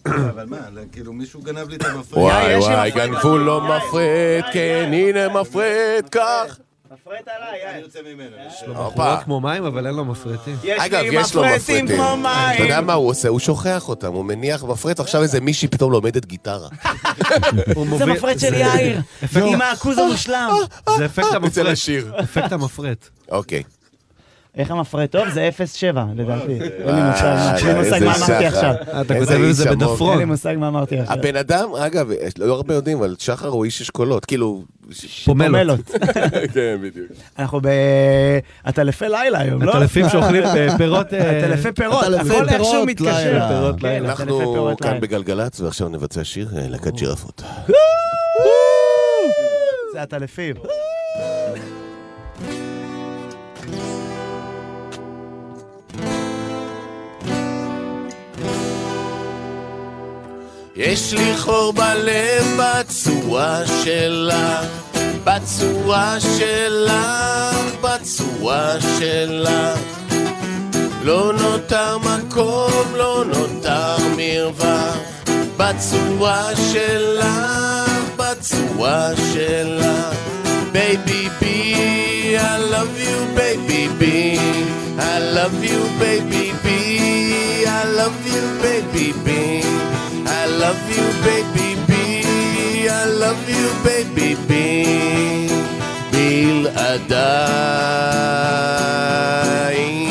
אבל מה, כאילו מישהו גנב לי את המפריע.
וואי
יש לי
וואי,
מפריד
גנבו
בלון,
לו
יאיר.
מפריד,
יאיר,
כן, הנה מפריד, כך.
מפריט עליי, אה,
אני יוצא ממנו.
לא
הופה.
כמו מים, אבל אין לו מפריטים.
אגב, יש לו מפריטים. אתה יודע מה הוא עושה? הוא שוכח אותם, הוא מניח מפריט, עכשיו איזה מישהי פתאום לומדת גיטרה.
זה מפריט של יאיר, עם העכוז המושלם.
אה.
זה אפקט
אצל
המפרט.
השיר.
אפקט
[laughs]
המפריט.
אוקיי.
איך המפריט טוב? זה 0.7 לדעתי. אין לי מושג
אה,
וואי, אה,
אין לי מושג
איזה
מה
שחר.
אמרתי עכשיו.
איזה
אתה כותב את זה
איש עמוק.
בדפרון.
אין לי מושג מה אמרתי עכשיו.
הבן אדם, אגב, יש- לא הרבה יודעים, אבל שחר הוא איש אשכולות, כאילו...
פומלות.
פומלות.
[laughs] כן, בדיוק.
אנחנו ב... אתה לפי לילה היום, לא?
הטלפים שאוכלים אה, פירות... אה,
אתה לפי פירות,
אתה לפי
הכל איכשהו
פירות
מתקשר.
לילה.
פירות
כן, אתה לפי
אנחנו
פירות
כאן
לילה.
בגלגלצ, ועכשיו נבצע שיר אה, להקת ג'ירפות.
זה הטלפים.
יש לי חור בלב בצורה שלה, בצורה שלה, בצורה שלה. לא נותר מקום, לא נותר מרווה, בצורה שלה, בצורה שלה. Baby B, I love you, baby B. I love you, baby B. I love you, baby B. I love you, baby B. I love you, baby B. בלעדיי.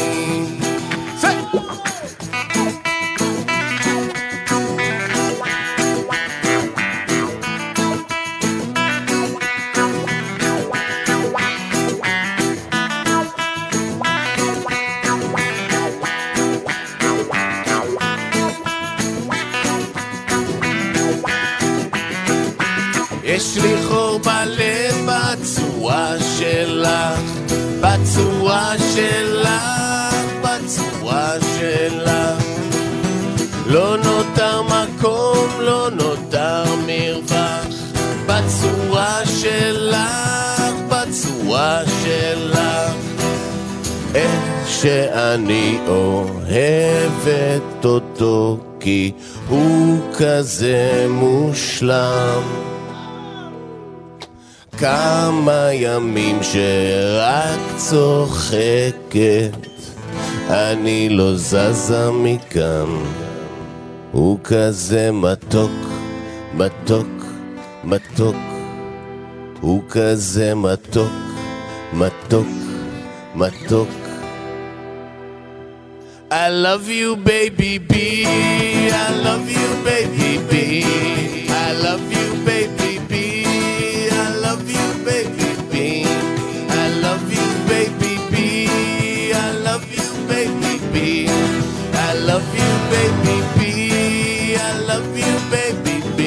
יש לי חור בלב בצורה שלך, בצורה שלך, בצורה שלך. לא נותר מקום, לא נותר מרווח, בצורה שלך, בצורה שלך. איך שאני אוהבת אותו, כי הוא כזה מושלם. כמה ימים שרק צוחקת, אני לא זזה מכאן. הוא כזה מתוק, מתוק, מתוק. הוא כזה מתוק, מתוק, מתוק. I love you, baby B. I love you, baby B. I love you, baby B. I love you, baby B. I love you, baby B. I love you, baby B. I love you, baby B. I love you, baby B.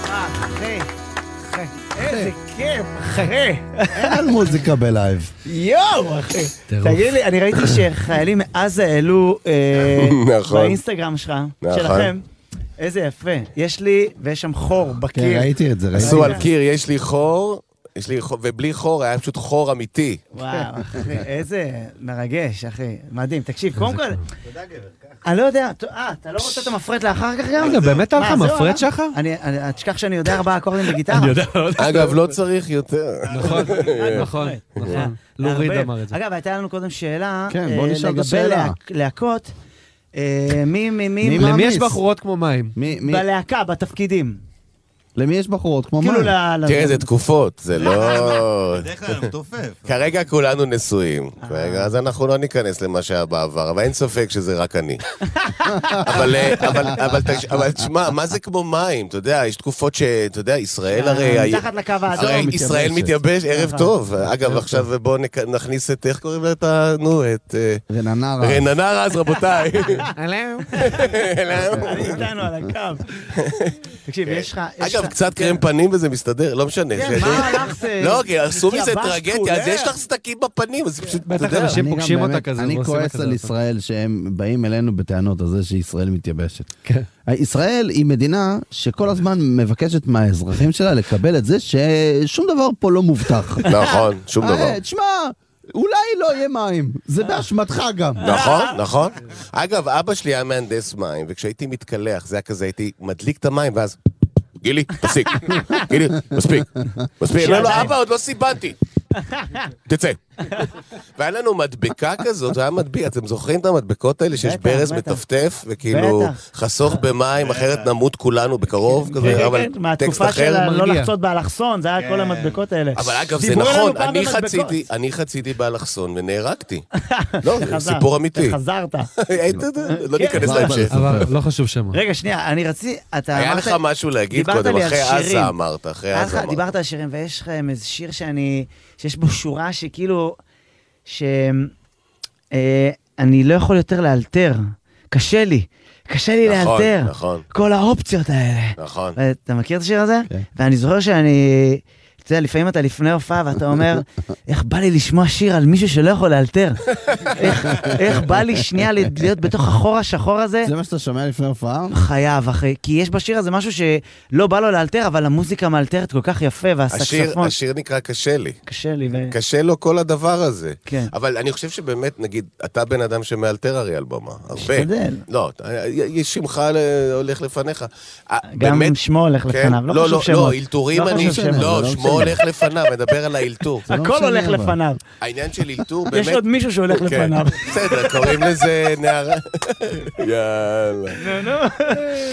אחי, אחי, איזה כיף, אחי,
אין על מוזיקה בלייב.
יואו, אחי.
טירוף.
תגיד לי, אני ראיתי שחיילים מעזה העלו אה,
נכון.
באינסטגרם שלך,
נכון.
שלכם. איזה יפה. יש לי, ויש שם חור
כן,
בקיר.
ראיתי את זה, ראיתי.
עשו על קיר, יש לי חור, יש לי חור, ובלי חור היה פשוט חור אמיתי.
וואו, אחי, איזה מרגש, אחי. מדהים. תקשיב, קודם כל... תודה, גבר. אני לא יודע, ת- אה, אתה לא רוצה את המפרט לאחר כך גם?
רגע, באמת היה
מה,
לך
זהו,
מפרט,
אה?
שחר?
אני, אני- אל תשכח שאני יודע ארבעה אקורדים בגיטרה. [laughs]
אני יודע, לא יודע.
אגב, לא צריך יותר.
נכון, נכון,
אה,
נכון. לוריד
לערבב.
אמר את זה.
אגב, הייתה לנו קודם שאלה.
כן, בוא
אה,
נשאל את
לגבי
השאלה.
להק- להקות. אה, מי, מי, מי,
מי
למי
מעמיס?
יש בחורות כמו מים?
מי- מי-
בלהקה, בתפקידים.
למי יש בחורות כמו
כאילו
מים?
ל... ל-
תראה, זה תקופות, זה לא...
בדרך כלל הוא תופף.
כרגע כולנו נשואים, רגע, אז אנחנו לא ניכנס למה שהיה בעבר, אבל אין ספק שזה רק אני. אבל, אה, אבל, אבל, תקש- אבל תשמע, מה זה כמו מים? אתה יודע, יש תקופות שאתה יודע, ישראל הרי... הי-
מתחת לקו
הרי
האדום.
ישראל מתייבש, ערב טוב. אגב, עכשיו בואו נק- נכניס את, איך קוראים לה את ה... נו, את... אה,
רננה רז.
רננה רז, רבותיי.
אני איתנו על
[laughs]
הקו. תקשיב, יש לך... יש
אגב,
לך-
קצת קרם פנים וזה מסתדר, לא משנה.
כן,
זה-
מה הלך זה...
[laughs] לא, כי עשו מזה
התייבשת
טרגדיה,
כולך.
אז יש לך סדקים בפנים, אז פשוט, אתה
בטח
יודע.
אנשים
אני גם
פוגשים אותה
באמת-
כזה.
אני
ועושים לה
כועס
כזה
על
אותו.
ישראל שהם באים אלינו בטענות על זה שישראל מתייבשת.
כן.
ישראל היא מדינה שכל הזמן מבקשת מהאזרחים שלה לקבל את זה ששום דבר פה לא מובטח.
[laughs] נכון, שום דבר.
אה, תשמע, אולי לא יהיה מים, זה באשמתך
[laughs]
גם.
נכון, נכון. אגב, אבא שלי היה מהנדס מים, וכשהייתי מתקלח, זה היה כזה, הייתי מדליק את המים, ואז... גילי,
[laughs]
תפסיק. גילי, מספיק. מספיק. לא, [laughs] לא, אבא, עוד לא סיבנתי. תצא. והיה לנו מדבקה כזאת, זה היה מדביק, אתם זוכרים את המדבקות האלה שיש
בטח,
ברז
בטח.
מטפטף, וכאילו,
בטח.
חסוך במים, אחרת נמות כולנו בקרוב,
כן,
כזה, אבל
כן,
טקסט
מהתקופה של
אחר. כן.
ה- לא
מרגיע.
לחצות באלכסון, זה היה כל המדבקות האלה.
אבל אגב, זה
דיברו לנו
נכון,
פעם
אני
במדבקות. [laughs]
חציתי, אני חציתי באלכסון ונהרגתי. [laughs] לא, זה
חזר,
סיפור אמיתי.
חזרת.
היית-
כן.
לא ניכנס
אבל-
להמשך.
אבל לא חשוב שמה.
רגע, שנייה, אני רציתי... אתה
היה
אמרת-
לך משהו להגיד
דיברת
קודם,
לי על
אחרי
שירים.
עזה אמרת, אחרי
היה לך-
עזה אמרת.
דיברת על שירים, ויש לכם איזה שיר שאני... שיש בו שורה שכאילו... ש... אה, אני לא יכול יותר לאלתר. קשה לי. קשה לי אה,
נכון,
לאלתר.
נכון,
כל האופציות האלה.
נכון.
אתה מכיר את השיר הזה?
כן.
ואני זוכר שאני... אתה יודע, לפעמים אתה לפני הופעה ואתה אומר, איך בא לי לשמוע שיר על מישהו שלא יכול לאלתר? איך- איך בא לי שנייה להיות בתוך החור השחור הזה?
זה מה שאתה שומע לפני הופעה?
חייב, אחי. כי יש בשיר הזה משהו שלא בא לו לאלתר, אבל המוזיקה מאלתרת כל כך יפה,
השיר,
והסקספון...
השיר נקרא קשה לי.
קשה לי, ו...
קשה לו כל הדבר הזה.
כן.
אבל אני חושב שבאמת, נגיד, אתה בן אדם שמאלתר הרי על במה. הרבה.
משתדל.
לא, יש שמך ל- הולך לפניך. אה,
גם
באמת-
שמו הולך
כן.
לפניו, לא
לא,
חשוב
לא, לא,
שמות.
אלתורים
לא
אני...
חשוב שמות,
לא,
לא
שמו
משנה.
הולך לפניו, מדבר על האלתור.
הכל
משנה,
הולך
אבל.
לפניו.
העניין של אלתור באמת...
[laughs] יש עוד מישהו שהולך
כן.
לפניו.
בסדר, קוראים לזה נערה.
[laughs]
יאללה.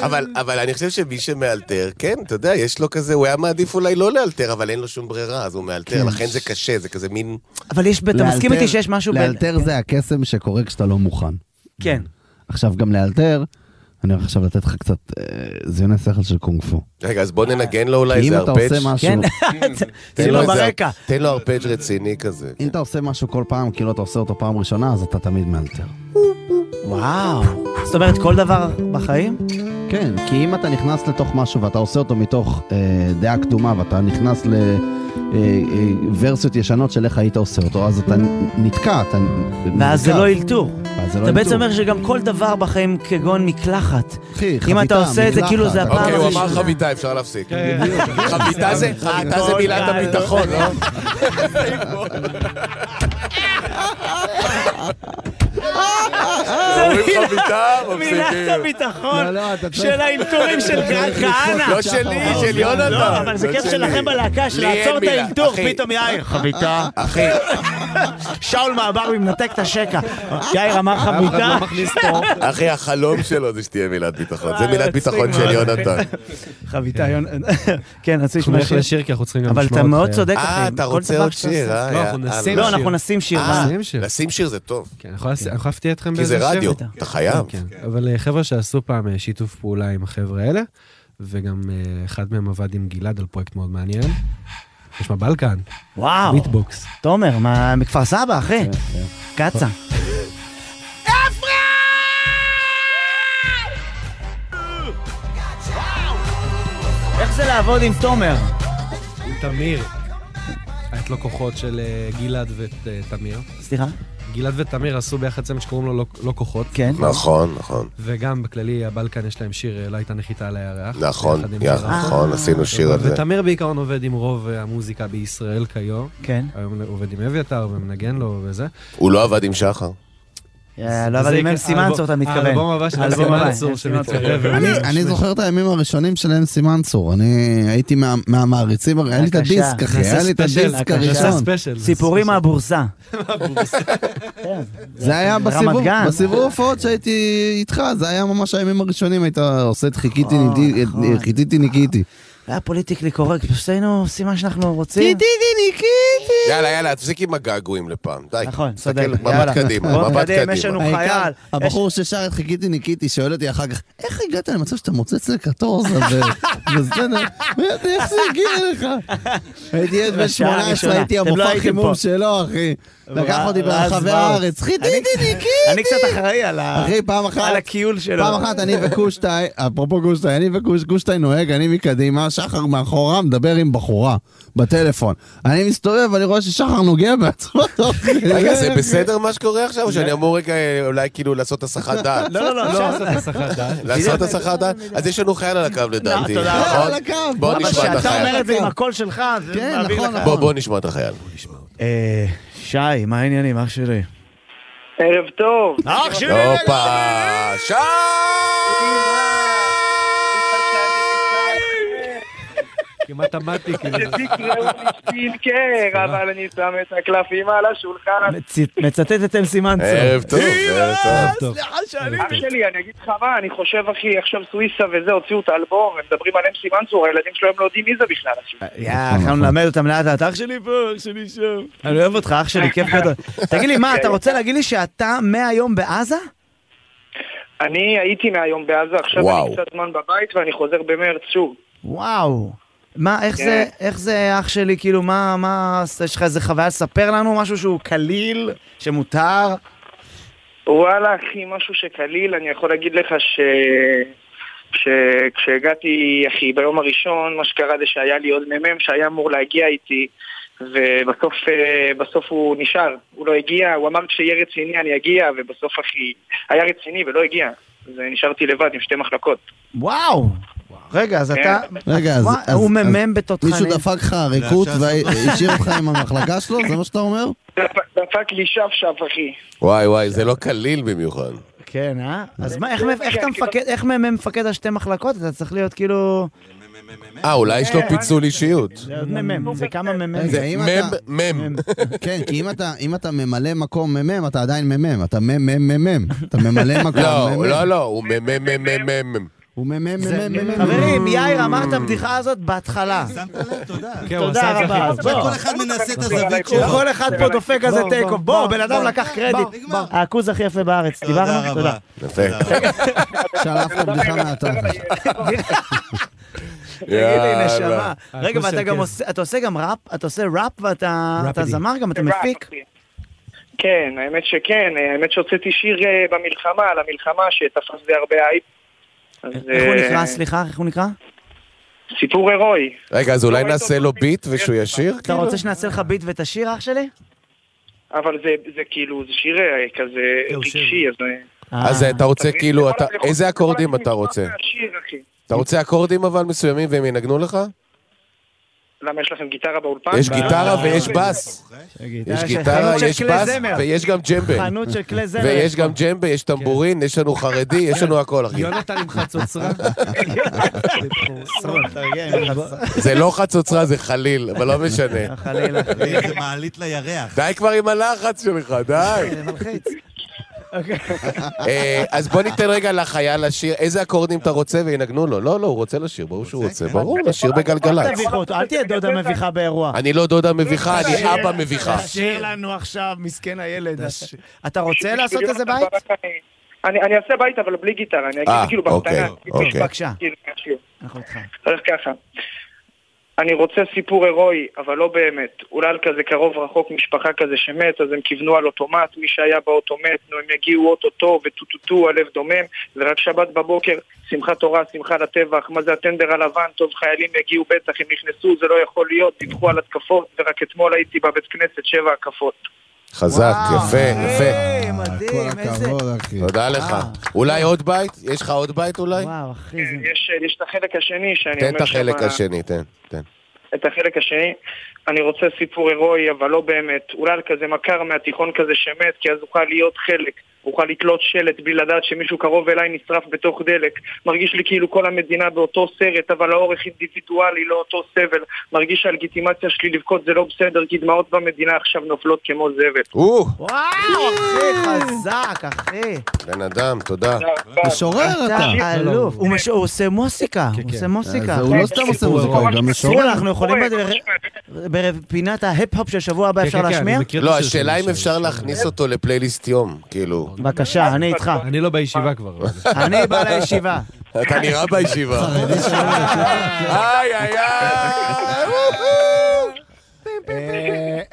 אבל- אבל אני חושב שמי שמאלתר, כן, אתה יודע, יש לו כזה, הוא היה מעדיף אולי לא לאלתר, אבל אין לו שום ברירה, אז הוא מאלתר,
כן.
לכן זה קשה, זה כזה מין...
אבל יש, אתה מסכים
לאלתר-
איתי שיש משהו בין...
לאלתר זה הקסם שקורה כשאתה לא מוכן.
כן.
עכשיו גם לאלתר, אני הולך עכשיו לתת לך קצת אה, זיוני שכל של קונג פו.
רגע, אז בוא ננגן לו
אה, כי
אולי
אם
איזה
אתה
הרפג'.
עושה [laughs]
כן, [laughs]
משהו,
תן
זה
לו
לא
איזה-
ברקע.
תן לו הרפג' רציני כזה.
אם אתה עושה משהו כל פעם, כאילו אתה עושה אותו פעם ראשונה, אז אתה תמיד מאלתר.
וואו. זאת אומרת, כל דבר בחיים?
כן, כי אם אתה נכנס לתוך משהו ואתה עושה אותו מתוך אה, דעה קדומה ואתה נכנס לוורסיות ישנות של איך היית עושה אותו, אז אתה נ- נתקע, אתה... נ-
ואז זה
נתקע.
לא אלתור.
ואז זה לא
אתה בעצם
ניתוק.
אומר שגם כל דבר בחיים, כגון מקלחת,
אחי,
אם
חביתה,
אתה עושה את זה,
מקלחת.
כאילו זה הפעם
אוקיי, הוא אמר
הראשונה.
חביתה, אפשר להפסיק.
כן,
חביתה זה חביתה זה מילת הביטחון, לא? אומרים חביתה,
מילת
מפסיקים.
הביטחון
לא, לא, אתה צריך-
של האלתורים של כהנא.
לא שלי, של יונתן.
לא, אבל זה
לא
כיף
שלי.
שלכם בלהקה, של
לי אין
לעצור את
מילה.
האלתור,
אחי,
פתאום יאיר. חביתה.
אחי,
שאול מהברבי מנתק את השקע. יאיר אמר
אף אחד
חביתה.
לא מכניס פה.
אחי, החלום שלו זה שתהיה מילת ביטחון. זה
וואי,
מילת
מצחיק
ביטחון
מאוד,
של יונתן.
חביתה, יונ... כן,
אנחנו
רציתי לשמוע
נלך
שיר.
לשיר כי אנחנו צריכים גם לשמוע
אבל
אותך.
אתה מאוד
יא.
צודק, אחי.
אה,
עם
אתה
כל
רוצה
דבר
עוד
שאתה
שיר,
עושה.
אה?
לא,
יא
אנחנו
אללה.
נשים
לא,
שיר.
אנחנו נשים שיר.
אה,
מה?
נשים שיר.
לשים שיר זה טוב,
כן, אני יכול לעש- אני יכול להפתיע אתכם
כי
באיזה
זה
שיר.
רדיו,
בטח.
אתה חייב.
כן, אבל אה, חבר'ה שעשו פעם אה, שיתוף פעולה עם החבר'ה האלה, וגם אה, אחד מהם עבד עם גלעד על פרויקט מאוד מעניין. יש מה בלקן,
אה.
וואו.
ביטבוקס.
תומר, מה- מכפר סבא, אחי. קצה. איך זה לעבוד עם תומר?
תמיר. את לקוחות של אה, גלעד ותמיר.
סליחה?
גלעד ותמיר עשו ביחד צמד שקוראים לו לוק- לקוחות.
כן.
נכון, נכון.
וגם בכללי הבלקן יש להם שיר, אה, לא הייתה נחיתה על הירח.
נכון,
יחד עם אה,
יא,
מירב.
נכון, עשינו שיר על זה.
ותמיר בעיקרון עובד עם רוב אה, המוזיקה בישראל כיום.
כן.
היום הוא עובד עם אביתר ומנגן לו וזה.
הוא לא עבד עם שחר.
אה, לא, אבל
זה
עם
יקרה-
אם סימנצור אתה
האלבום-
מתכוון.
האלבום הבא של
האלבום הבא,
סימנצור
עם
שמתקרב.
אני, אני זוכר את הימים הראשונים של אמסי מנצור, אני הייתי מה, מהמעריצים, היה לי את
בבקשה.
הדיסק, אחי, היה לי את הדיסק
נעשה
הראשון.
ספיישל. לא,
סיפורים מהבורסה.
זה היה
ברמת
בסיבוב,
גן.
בסיבוב הופעות שהייתי איתך, זה היה ממש הימים הראשונים, היית עושה את חיכיתי
נכון,
נידי-
נכון.
חיכיתי ניקיתי.
זה היה פוליטיקלי קורקט, פשוט היינו עושים מה שאנחנו רוצים.
יאללה, יאללה, תפסיק עם הגעגועים לפעם, די.
נכון,
תסתכל,
צודק, יאללה.
מבט קדימה,
בוא
מבט
נתקדם, יש
קדימה.
לנו- הוא
העיקר,
חייל.
הבחור ששר את חיכיתי ניקיתי שואל אותי אחר כך, איך הגעת למצב שאתה מוצץ [laughs] לקטורזה ו- וזדנה? איך זה הגיע
[laughs]
לך? הייתי ילד בן
בשעה
18,
הראשונה.
הייתי
אתם לא
המופע
הייתם
חימום
פה.
שלו, אחי. לקח
רז-
אותי
רז
ברחבי
באו.
הארץ, חיכיתי ניקיתי.
אני קצת אחראי על ה-
אחי, פעם אחת,
על הכיול שלו.
פעם אחת אני וקושטאי, אפרופו קושטאי, אני וקושטאי נוהג, אני מקדימה, שחר מאחורה מדבר עם בחורה בטלפון. אני מסתובב, אני רואה ששחר נוגע בעצמו.
רגע, זה
אוקיי.
בסדר מה שקורה עכשיו, או שאני אמור רגע אה, אולי כאילו לעשות הסחת דעת?
לא, לא, לא, אפשר לעשות את
לעשות הסחת דעת? אז יש לנו חייל על הקו לדעתי,
לא, תודה
נכון?
על הקו.
בוא
אבל
נשמע
אבל
את
כשאתה
החייל.
אומר את זה עם הקול שלך, זה
כן,
מעביר
נכון,
לך.
בוא,
נכון.
בוא נשמע את החייל.
אה, שי, מה העניינים, אח שלי?
ערב טוב.
אח שלי!
הופה, שי!
כמעט עמדתי,
אה,
כאילו.
תקראו לי שטינקר, אבל אני שם את הקלפים על השולחן.
מצ- מצטט את אל סימנצור.
ערב טוב, ערב טוב.
טוב.
אח שלי, אני אגיד לך מה, אני חושב, אחי, עכשיו סוויסה וזה, הוציאו את האלבום, הם מדברים על אמסי מנצור, הילדים שלו הם לא יודעים מי זה בכלל.
יא,
נכון,
אנחנו נלמד אותם לאט לאט. אח שלי פה, אח שלי שם. אני אוהב אותך, אח שלי, כיף גדול. תגיד לי, מה, אתה רוצה להגיד לי שאתה מהיום בעזה?
אני הייתי מהיום בעזה, עכשיו
וואו.
אני קצת זמן בבית ואני חוזר במרץ שוב.
וואו. מה, איך זה, איך זה אח שלי, כאילו, מה, מה, יש לך איזה חוויה לספר לנו? משהו שהוא קליל, שמותר?
וואלה, אחי, משהו שקליל, אני יכול להגיד לך ש... שכשהגעתי, אחי, ביום הראשון, מה שקרה זה שהיה לי עוד מ"מ שהיה אמור להגיע איתי, ובסוף אה, בסוף הוא נשאר, הוא לא הגיע, הוא אמר כשיהיה רציני אני אגיע, ובסוף, אחי, היה רציני ולא הגיע. אז אה, נשארתי לבד עם שתי מחלקות.
וואו. רגע, אז אתה...
רגע, אז...
וואי,
אז-
הוא
אז
מ"מ בתותחנים.
מישהו דפק לך עריקות והשאיר אותך עם המחלקה שלו? זה מה שאתה אומר?
דפ- דפק לי שפשף, אחי.
וואי וואי, זה לא קליל במיוחד.
כן, כאילו- אה? אז מה, איך מ- איך אתה מפקד, איך מ"מ מפקד על שתי מחלקות? אתה צריך להיות כאילו...
אה, אולי יש לו פיצול אישיות.
להיות מ"מ, זה כמה מ"מ.
רגע, אם
מם,
אתה...
מם.
כן, כי אם אתה- אם אתה ממלא מקום מ"מ, אתה עדיין מ"מ. אתה מ"מ-מ"מ. אתה ממלא מקום מ"מ.
לא, לא, לא, הוא מם, מם, מם, מם, מם.
הוא מ"מ-מ"מ.
חברים, יאיר אמר את הבדיחה הזאת בהתחלה.
שמת לב, תודה.
כן, הוא עשה
תודה
את זה
רבה.
הכי
אז
טוב.
בוא.
כל אחד מנסה את
עליי
הזווית
כולם.
שלו.
כל אחד פה דופק איזה תיקו. בוא, בן אדם לקח קרדיט. העכוז הכי יפה בארץ.
תודה
דיברנו?
רבה.
תודה.
יפה.
כן,
שלפת בדיחה מהתחת.
תגיד לי,
יאללה.
נשמה. רגע, ואתה
הכוס
גם
של
עושה, אתה עושה גם ראפ, אתה עושה כן. ראפ ואתה אתה
ראפידי.
זמר גם, אתה מפיק.
כן, האמת שכן, האמת שהוצאתי שיר אה, במלחמה, על המלחמה, שתפס די הרבה אייפ. אז,
איך הוא
אה,
נקרא, סליחה, איך הוא נקרא?
סיפור הירואי.
רגע, אז אולי נעשה לו ביט ושהוא ישיר?
אתה רוצה שנעשה לך ביט ותשיר, אח [laughs] שלי?
אבל זה, זה כאילו, זה שיר אה, כזה
כן,
רגשי, אז... אה,
אז אתה רוצה
אתה
כאילו,
יכול-
אתה-
אתה יכול-
איזה
יכול
אקורדים אתה
להגיד מספר
רוצה?
מהשיר, אחי.
אתה רוצה אקורדים אבל מסוימים והם ינגנו לך?
למה יש לכם גיטרה באולפן? אה,
יש גיטרה ויש בס. יש גיטרה, יש בס, ויש גם ג'מבה.
חנות של כלי זמר.
ויש גם ג'מבה, יש טמבורין, יש לנו חרדי, יש לנו הכל, אחי.
יונתן עם
[laughs]
חצוצרה.
זה לא חצוצרה, זה חליל, אבל לא משנה.
חלילה.
אה, זה מעלית לירח.
די כבר עם הלחץ שלך, די.
זה
[laughs]
מלחיץ.
אה, אז בוא ניתן רגע לחייל לשיר, איזה אקורדים אתה רוצה וינגנו לו. לא, לא, הוא רוצה לשיר, ברור שהוא רוצה. ברור, לשיר
אל
בגלגלצ.
תביך אותו, אל תהיה דודה מביכה באירוע.
אני לא דודה מביכה, אני אבא מביכה.
תשאיר לנו עכשיו, מסכן הילד. אתה רוצה לעשות
בשביל
איזה
יונתן
בית?
ברק אני- אני אני אעשה בית, אבל בלי גיטרה, אני אגיד
אה,
כאילו
אוקיי,
בקטנה.
אוקיי.
בבקשה,
כאילו, מהשיר.
אנחנו איתך.
הולך ככה. אני רוצה סיפור הירואי, אבל לא באמת. אולי על כזה קרוב רחוק משפחה כזה שמת, אז הם כיוונו על אוטומט, מי שהיה באוטו מת, נו הם יגיעו אוטוטו וטוטוטו, הלב דומם, ורק שבת בבוקר, שמחת תורה, שמחה לטבח, מה זה הטנדר הלבן, טוב חיילים יגיעו בטח, הם נכנסו, זה לא יכול להיות, דיווחו על התקפות, ורק אתמול הייתי בבית כנסת, שבע הקפות.
חזק,
וואו,
יפה, יפה.
מדהים, אה, מדהים,
כל
איזה...
הכבוד, אחי.
תודה לך. אולי עוד בית? יש לך עוד בית אולי?
וואו, אחי, זה...
יש, יש את החלק השני שאני
תן
אומר
את החלק
שמה-
השני, תן, תן.
את החלק השני, אני רוצה סיפור הירואי, אבל לא באמת. אולי על כזה מכר מהתיכון כזה שמת, כי אז אוכל להיות חלק. אוכל לתלות שלט בלי לדעת שמישהו קרוב אליי נשרף בתוך דלק. מרגיש לי כאילו כל המדינה באותו סרט, אבל האורך אינדיבידואלי, לא אותו סבל. מרגיש שהלגיטימציה שלי לבכות זה לא בסדר, כי דמעות במדינה עכשיו נופלות כמו זבל.
או,
וואו, אחי,
אה.
חזק, אחי.
בן אדם, תודה.
משורר אתה.
אתה אלוף. הוא מש- הוא עושה מוסיקה, הוא עושה מוסיקה.
אז הוא לא סתם עושה
סיפור
מוזיקה, הוא גם משורר.
סימון, אנחנו יכולים בפינת ההפ-הופ של שבוע
כן,
הבא אפשר להשמיע?
לא, השאלה אם אפשר להכניס אותו לפלייליסט יום, כאילו.
בבקשה, אני איתך.
אני לא בישיבה כבר. אבל-
אני בא לישיבה.
אתה נראה בישיבה. איי, איי, איי.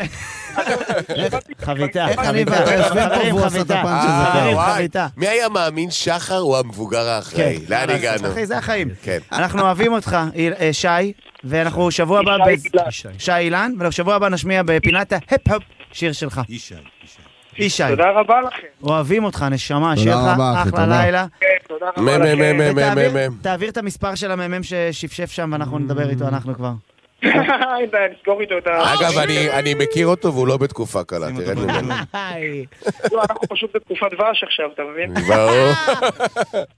חביתה.
איך אני
חביתה.
ואתה יושבים פה
חברים,
והוא עשה את
חביתה.
הפאנץ'
אה,
הזה?
חברים,
וואי.
חביתה. אה,
מי היה מאמין שחר הוא המבוגר האחראי? לאן הגענו?
אחי, זה החיים.
כן.
אנחנו אוהבים אותך, איל- אה, שי, ואנחנו שבוע הבא... ב-
ישי.
שי אילן, ובשבוע הבא נשמיע בפינת ההפ-הופ שיר שלך.
ישי, ישי.
ישי,
תודה רבה לכם.
אוהבים אותך, נשמה, שיהיה לך
רבה, אחי,
אחלה
תודה.
לילה.
כן, תודה רבה
מ- מ-
לכם.
מ-
[laughs]
מ- מ-
ותעביר-
מ-
תעביר את המספר של הממ"מ ששפשף שם, ואנחנו נדבר איתו, אנחנו כבר.
די, נסגור איתו את ה...
אגב, אני- אני מכיר אותו והוא לא בתקופה קלה,
שים
תראה
אותו
לי.
בגלוי.
היי.
לא, אנחנו פשוט בתקופת דבש עכשיו, אתה מבין?
ברור.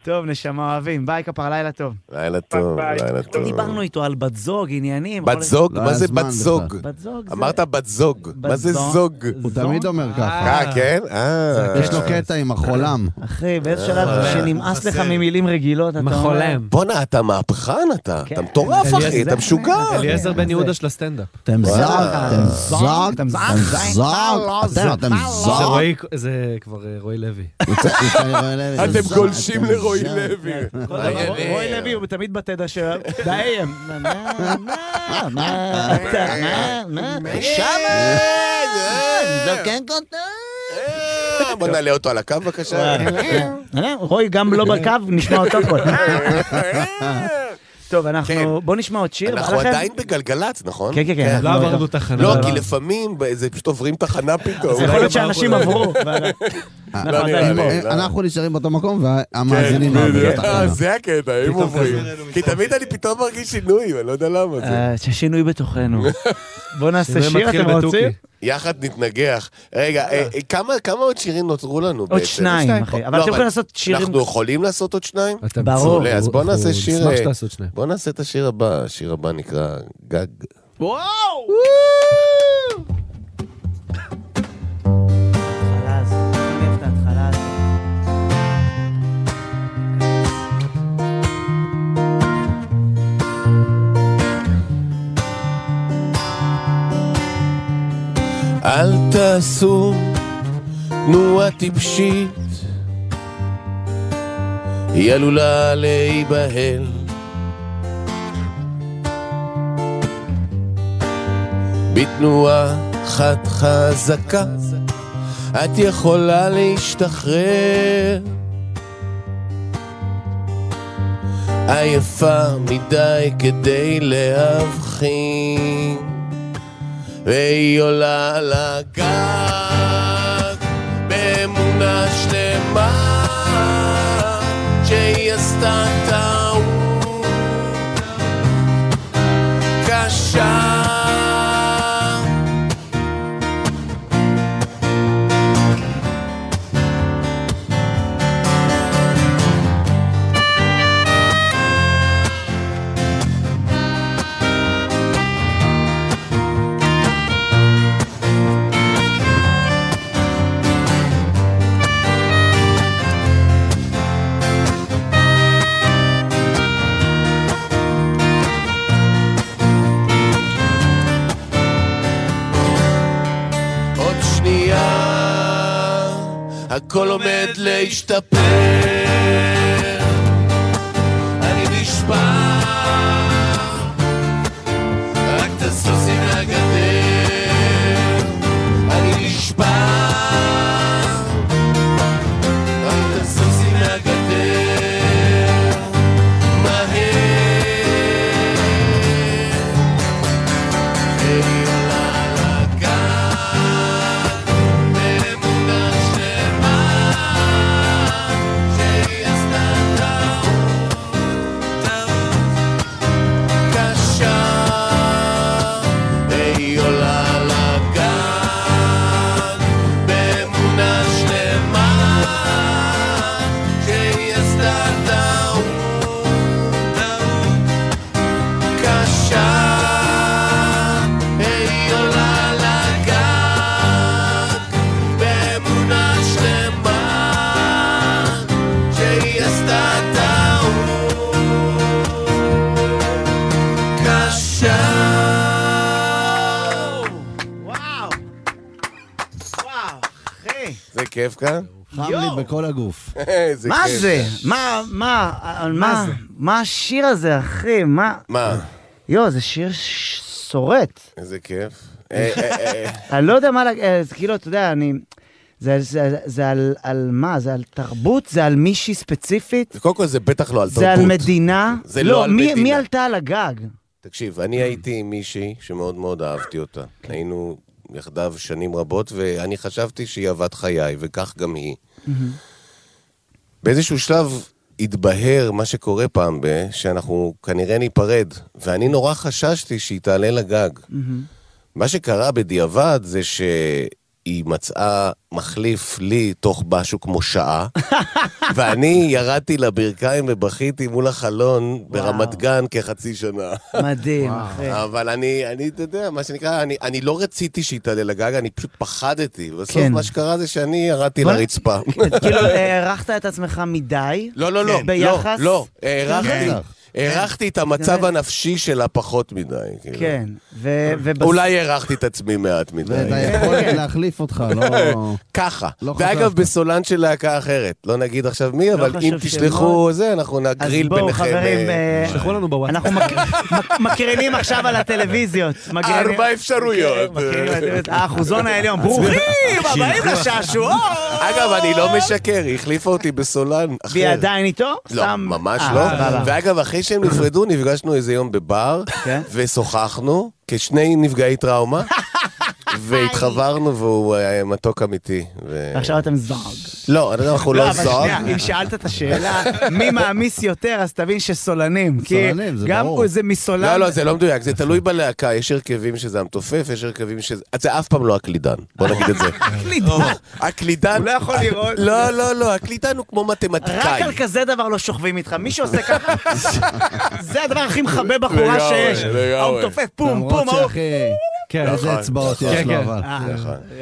טוב, נשמה, אוהבים. ביי, כפר, לילה טוב.
לילה טוב,
ביי.
לילה טוב.
דיברנו איתו על בת זוג, עניינים.
בת זוג?
לא
מה
היה
זה
זמן
בת זוג?
בכלל.
בת זוג זה...
אמרת בת זוג.
בת
מה זה
זוג.
זוג?
הוא תמיד אומר ככה.
אה, כן? אה.
יש לו קטע עם החולם.
אחי, באיזה שלב שנמאס לך
חסר.
ממילים רגילות, אתה אומר...
מחולם.
בואנה, אתה מהפכן אתה.
כן.
אתה מטורף,
אליעזר,
אחי. אתה
זה-
משוגע.
אליעזר
זה-
בן יהודה של הסטנדאפ.
אתם זאג, אתם זאג,
אתם
אתם
זאג.
זאג, אתם- אתם
זה
זאג.
רועי- זה כבר אה, רועי לוי.
לא, אתם גולשים לרועי לוי.
כל
אה,
דבר, רועי רועי לוי הוא תמיד בתדע של... דאיים. נה, נה, נה,
אה,
נה, נה, נה, נה. שמה! זה אה, כן כותב.
אה, בוא נעלה אותו על הקו בבקשה.
אה, רועי גם לא בקו, נשמע אותו פה.
אה,
טוב, אנחנו...
כן.
בואו נשמע עוד שיר.
אה. אנחנו
בא לכם?
עדיין בגלגלצ, נכון?
כן, כן, כן.
לא
אנחנו-
עברנו תחנה.
לא, כי לפעמים ב- זה פשוט עוברים תחנה פתאום. כן,
יכול להיות שאנשים עברו.
לא
אנחנו
נראה
עדיין
לי.
פה.
לא.
אה, אנחנו נשארים באותו מקום והמאזינים
כן,
מעבירים
בדיוק.
את
אה,
החלום.
זה הקטע, הם עוברים.
חוזר אלינו
כי תמיד אני פתאום מרגיש שינוי, אני לא יודע למה זה.
אה, יש שינוי
[laughs]
בתוכנו. בואו נעשה
זה
שיר,
מתחיל
אתם רוצים?
בטוקי.
יחד נתנגח. רגע, אה, אה, כמה כמה עוד שירים נותרו לנו בעצם?
עוד שניים, אחי. אבל
לא,
אתם יכולים לעשות שירים...
אנחנו יכולים לעשות עוד שניים?
אתם-
ברור.
מעולה, אוקיי, אז בוא
לא, אנחנו
נעשה שיר,
נשמח
אה,
שתעשו את שניים.
בוא נעשה את השיר הבא, השיר הבא נקרא גג.
וואו! ההתחלה הזאת, אני אוהב את ההתחלה הזאת.
אל תעשו תנועה טיפשית, היא עלולה להיבהל. בתנועה אחת חזקה, את יכולה להשתחרר. עייפה מדי כדי להבחין. והיא עולה על הגג באמונה שלמה שהיא עשתה טעות קשה עוד שנייה הכל עומד להשתפר אני נשבע
הסוסים לגדר. אני נשבע. ראית סוסים מהגדר. מהר. והיא עולה לגן. באמונה שלמה שהיא עשתה טעות. טעות. קשה, והיא עולה לגן באמונה שלמה שהיא עשתה טעות, טעות קשה. והיא עולה לגן באמונה שלמה שהיא עשתה טעות קשה.
וואו. וואו, אחי.
זה כיף כאן?
חם
יואו.
לי בכל הגוף.
איזה
מה
כיף.
זה? מה, מה, על מה,
זה?
מה השיר הזה, אחי? מה?
מה?
יואו, זה שיר ש- שורט.
איזה כיף. אה, אה, אה,
אני לא יודע מה, לג- אה, זה כאילו, אתה יודע, אני... זה, זה, זה על, על מה? זה על תרבות? זה על מישהי ספציפית?
קודם כל זה בטח לא על תרבות.
זה על מדינה?
זה לא על
מי,
מדינה.
מי עלתה על הגג?
תקשיב, אני הייתי עם מישהי שמאוד מאוד אהבתי אותה. היינו יחדיו שנים רבות, ואני חשבתי שהיא אהבת חיי, וכך גם היא. באיזשהו שלב התבהר מה שקורה פעם ב... שאנחנו כנראה ניפרד, ואני נורא חששתי שהיא תעלה לגג. מה שקרה בדיעבד זה שהיא מצאה מחליף לי תוך משהו כמו שעה, ואני ירדתי לברכיים ובכיתי מול החלון ברמת גן כחצי שנה.
מדהים, אחי.
אבל אני, אני, אתה יודע, מה שנקרא, אני, אני לא רציתי שהיא תעלה לגג, אני פשוט פחדתי. בסוף
כן.
מה שקרה זה שאני ירדתי
בוא-
לרצפה.
[laughs] כאילו, הארכת את עצמך מדי?
לא, לא, לא.
כן. ביחס?
לא, לא. הארכתי,
כן.
הארכתי את
באמת.
המצב הנפשי שלה פחות מדי. כאילו.
כן. ו- ובס-
אולי הארכתי את עצמי מעט
ואת
מדי.
היכולת להחליף אותך,
[laughs]
לא...
ככה.
לא חשבת.
ואגב, בסולן של להקה אחרת. לא נגיד עכשיו מי, אבל אם
חשוב
תשלחו זה, אנחנו
אז
נגריל
בואו,
ביניכם.
חברים,
אה,
אה,
שלחו לנו בוואטסאפ.
אנחנו מק- מק- מקרינים עכשיו על הטלוויזיות. מקרינים-
ארבע אפשרויות.
מקרינים על הטלוויזיות.
[laughs]
האחוזון העליון, ברוכים אה, הבאים לשעשועון!
אגב, אני לא משקר, היא החליפה אותי בסולן אחר.
והיא עדיין איתו?
לא,
סתם-
ממש
אה,
לא.
סבבה.
ואגב, אחרי שהם נפרדו, נפגשנו איזה יום בבר,
[laughs] כן.
ושוחחנו, כשני נפגעי
[laughs]
טראומה, והתחברנו והוא היה מתוק אמיתי. ו-
ועכשיו אתם זוג.
לא, אנחנו כן. לא
אבל שנייה,
זוג.
אם שאלת את השאלה מי מעמיס יותר, אז תבין שסולנים. כי
סולנים, זה
גם
ברור.
הוא- זה מסולן.
לא, לא, זה לא מדויק, זה תלוי בלהקה, יש הרכבים שזה המתופף, יש הרכבים שזה... אז זה אף פעם לא הקלידן, בוא נגיד
[laughs]
את זה. [laughs] הקלידן...
הוא לא יכול לראות.
לא, לא, לא, הקלידן הוא כמו
רק
מתמטיקאי.
על כזה דבר לא שוכבים איתך, מי שעושה ככה, זה הדבר הכי מכבה בחורה
לגמרי,
שיש.
לגמרי.
ההוא תופף, פום,
למרות
פום, ההוא.
שאחי,
כן.
נכון.
איזה אצבעות יש
כן,
לו,
כן.
אבל.
אה,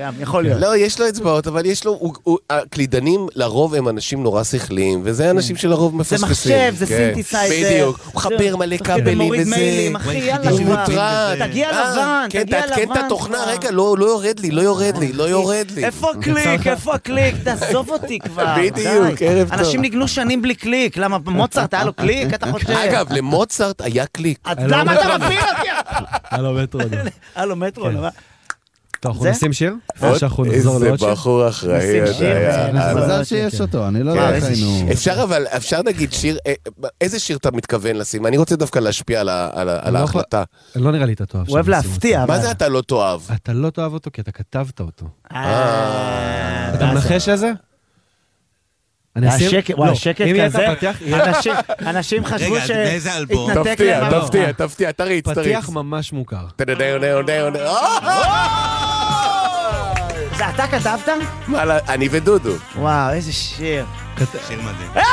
גם, יכול להיות.
לא, יש לו אצבעות, אבל יש לו... הוא- הוא- הקלידנים לרוב הם אנשים נורא שכליים, וזה אנשים שלרוב
כן. זה
מפספסים.
מחשב, זה
כן.
סינתסייזר.
בדיוק. הוא מחבר מלא כבלים
אוקיי. מוריד
וזה.
מיילים, אחי, יאללה
הוא
כבר.
מוטרד.
תגיע
אה,
לבן,
כן,
תגיע
תעדכן
לבן
את התוכנה,
כבר.
רגע, לא לא יורד לי, לא יורד לי, לא יורד לי.
איפה הקליק? איפה הקליק? תעזוב אותי כבר.
בדיוק,
די.
ערב טוב.
אנשים ניגנו שנים בלי קליק. למה, מוצרט היה לו קליק? אתה חושב?
אגב, למוצרט היה קליק.
אז למה אתה מפעיל אותי?
הלו [laughs] מטרודו.
הלו, מטרו,
כן.
למה?
טוב, אנחנו
זה?
נשים שיר? לפני אה, שאנחנו נחזור
איזה
לעוד שיר.
בחור אחראי.
נשים
אתה
שיר,
היה.
נשים שיר.
מזל שיש אותו, אני לא יודע
כן.
איך היינו...
אפשר אבל, אפשר נגיד שיר, אה, איזה שיר אתה מתכוון לשים? אני רוצה דווקא להשפיע על ה- על ה- על
לא
ההחלטה.
לא נראה לי אתה תאהב.
הוא אוהב
שאני אשים אותו.
להפתיע, אבל...
מה זה אתה לא תאהב?
אתה לא תאהב אותו כי אתה כתבת אותו.
אה,
אתה מנחש איזה? אני אשים-
השקט,
לא,
וואי, השקט
אם יהיה
כזה,
את [laughs] הפתיח, יהיה
אנשים- אנשים חשבו
רגע,
ש...
אז מאיזה אלבום?
התנתק להם
תפתיע,
ה-
תפתיע, תפתיע, תריץ, תריץ.
פתיח ממש מוכר.
טה-דה-דה-דה-דה-דה. אה!
זה אתה כתבת?
מה, לה- אני ודודו.
וואו, איזה שיר.
שיר מדהים.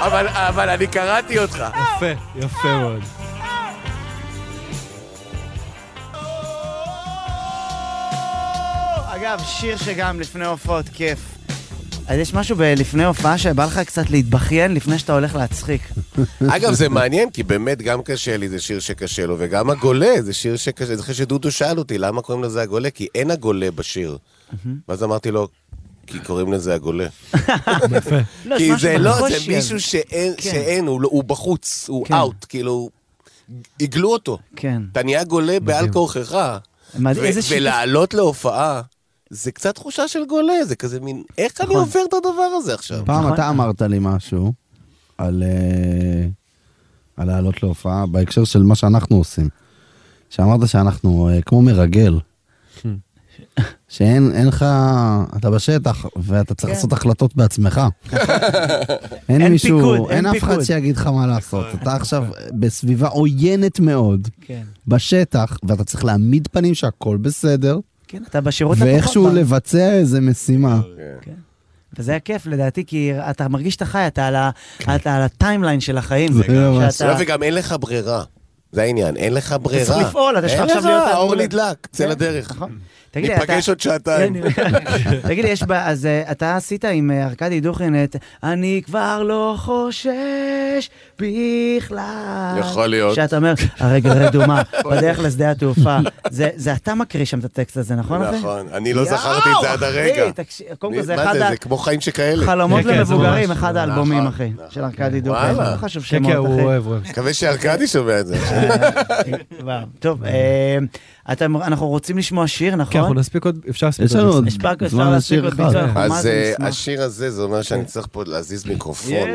אבל אבל אני קראתי אותך.
יפה, יפה מאוד.
נכון? אגב, שיר שגם לפני הופעות כיף. אז יש משהו בלפני הופעה שבא לך קצת להתבכיין לפני שאתה הולך להצחיק.
אגב, זה מעניין, כי באמת גם קשה לי, זה שיר שקשה לו, וגם הגולה, זה שיר שקשה. זוכר שדודו שאל אותי, למה קוראים לזה הגולה? כי אין הגולה בשיר. ואז אמרתי לו, כי קוראים לזה הגולה.
לא, יש
כי
משהו
זה לא,
בקושי
זה
הזה.
מישהו שאין,
כן.
שאין, הוא לא- הוא בחוץ, הוא
כן.
אאוט, כאילו... עיגלו אותו.
כן.
אתה נהיה גולה בעל כורכך.
מה-
ו-
איזה שיתוף
ולעלות להופעה, זה קצת תחושה של גולה, זה כזה מין, איך אני
נכון.
עובר את הדבר הזה עכשיו?
פעם
נכון.
אתה אמרת לי משהו על אה, על לעלות להופעה בהקשר של מה שאנחנו עושים. שאמרת שאנחנו אה, כמו מרגל. שאין אין לך, אתה בשטח ואתה צריך לעשות החלטות בעצמך.
[laughs]
אין
כן. אין
מישהו,
פיקוד,
אין
אין
אף אחד
פיקוד. נכון.
שיגיד לך מה לעשות. אתה עכשיו בסביבה עוינת מאוד,
כן.
בשטח, ואתה צריך להעמיד פנים שהכל בסדר,
כן, אתה בשירות לקוחות.
ואיכשהו
ב-
לבצע איזה משימה.
וזה הכיף לדעתי, כי אתה מרגיש שאתה חי, אתה על ה- אתה על הטיימליין של החיים.
זה ממש-
שאתה-
לא, וגם אין לך ברירה. זה העניין, אין לך ברירה.
צריך לפעול, אתה יש לך
אין
עכשיו
לך,
להיות
האור
אמור-
נדלק, צא
כן,
לדרך.
נכון. תגיד לי,
ניפגש
אתה- כן,
עוד שעתיים.
תגיד לי, יש ב... אז אה, אתה עשית עם אה, ארכדי דוכן את אני כבר לא חושש בכלל.
יכול להיות.
שאתה אומר, הרגל רדומה, בדרך לשדה התעופה. זה זה אתה מקריא שם את הטקסט הזה, נכון? אחי?
נכון, אני לא
יואו,
זכרתי את זה עד
אחי,
הרגע.
תקשיב, קודם כל, זה
מה
אחד
זה,
ה-
זה כמו חיים שכאלה.
חלומות
כן, כן, זה
למבוגרים,
ממש-
אחד האלבומים,
נכון,
אחי,
נכון.
של ארכדי דוכן.
וואלה.
לא חשוב
כן, כן,
שמות,
הוא
אחי.
אוהב, אוהב.
מקווה שארכדי שומע
[laughs]
את זה.
וואו, טוב, אה, אתה- אנחנו רוצים לשמוע שיר,
כן, אנחנו
נכון?
נספיק עוד, אפשר להספיק
יש לנו עוד
יש פאק, אפשר
זמן
להספיק
לשיר
עוד
אחד.
ביצוע, אנחנו מה
אז
זה
אה,
נשמח.
השיר הזה, זה אומר שאני צריך פה להזיז מיקרופון.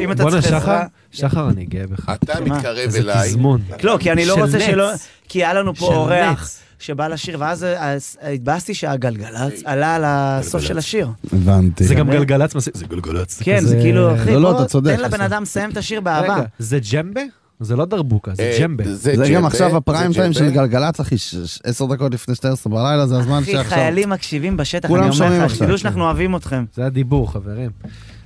אם אתה
בואנה,
צריך
שחר,
עזרה...
שחר, אני גאה בך.
אתה
שמה?
מתקרב
איזה
אליי.
תזמון.
לא, כי אני לא
של
רוצה
נץ.
שלא... כי היה לנו פה
של
אורח
נץ.
שבא לשיר, ואז אה, אז התבאסתי שהגלגלצ עלה על הסוף של השיר.
הבנתי.
זה גם גלגלצ מספיק. זה גלגלצ.
כן, זה כאילו, אחי,
לא, לא,
בוא,
אתה צודק,
תן לבן
אתה-
אדם לסיים את השיר
רגע,
באהבה.
זה ג'מבה? זה לא דרבוקה, זה
אה,
ג'מבה.
זה גם
ג'מבה,
עכשיו הפריים
זה
טיים של
ג'מבה.
גלגלצ, אחי, ש- ש- עשר דקות לפני 12 בלילה, זה הזמן
אחי,
שעכשיו.
חיילים מקשיבים בשטח, אני
כולם שומעים
אומר לך,
עכשיו.
שתדעו שאנחנו אוהבים אתכם.
זה הדיבור, חברים.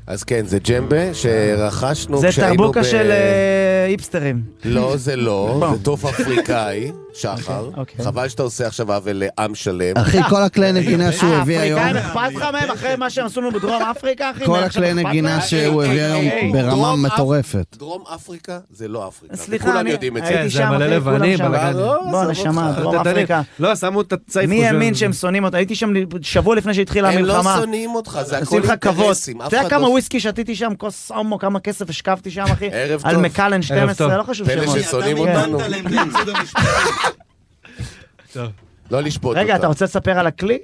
אז כן, זה ג'מבה שרכשנו
זה
לא, כשהיינו
תרבוקה
ב-
של אה, איפסטרים.
לא, זה
[laughs]
לא,
בוא.
זה טוב אפריקאי, שחר.
אוקיי.
חבל שאתה עושה עכשיו עוול לעם שלם.
אחי, כל הכלי נגינה שהוא
אה,
הביא היום,
אפריקאים אכפת לך מהם אחרי מה שהם עשו לנו בדרום אפריקה, אחי?
כל
מה, עכשיו
הכלי
אכפת
נגינה
להם?
שהוא הביא היום ברמה
דרום אפ-
מטורפת.
דרום אפריקה זה לא אפריקה.
סליחה,
וכולם
אני-
יודעים את זה. לא,
הייתי
כן, זה
שם,
מלא
אחי, כולם
לבנים, כן.
שם.
בלאגן.
בוא, נשמה, דרום
אתה- אתה-
אפריקה.
לא, שמו את הצייפוס.
מי האמין
של-
שהם שונאים אותה? הייתי שם שבוע לפני שהתחילה
הם לא
המלחמה.
שונאים אותך, זה הכל
עושים לך כבוד.
אינטרסים. אף
אתה יודע
אחד
כמה
לא-
וויסקי שתיתי שם, כוס הומו, כמה כסף השכבתי שם, אחי?
ערב
על
טוב.
מקלן
טוב.
12, לא חשוב
פלא
שמות.
ששונאים
כן.
אותנו.
נתת להם את הייצוג המשפטי.
לא לשפוט
רגע, אתה
אותם.
רוצה לספר על הכלי?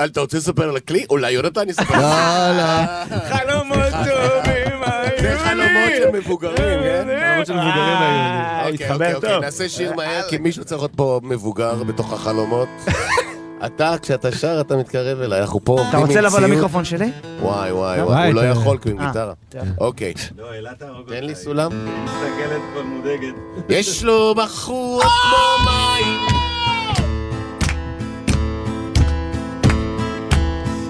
אל- אתה רוצה לספר על הכלי? אולי יונתן יספר. לך.
חלומות טובים אוקיי,
זה חלומות של מבוגרים, כן?
חלומות של מבוגרים היו.
אוקיי, אוקיי, אוקיי, נעשה שיר מהר, כי מישהו צריך להיות פה מבוגר בתוך
[laughs]
החלומות. אתה, כשאתה שר, אתה מתקרב אליי, אנחנו פה
אתה
עובדים עם
רוצה לבוא
ציוד.
למיקרופון שלי?
וואי, וואי, וואי,
וואי,
הוא לא
אתה-
יכול כי הוא עם
אה,
גיטרה.
טוב.
אוקיי,
לא, אלה תהרוג
תן
אותה.
לי סולם.
היא מסתכלת כבר מודאגת.
יש לו בחור כמו מים.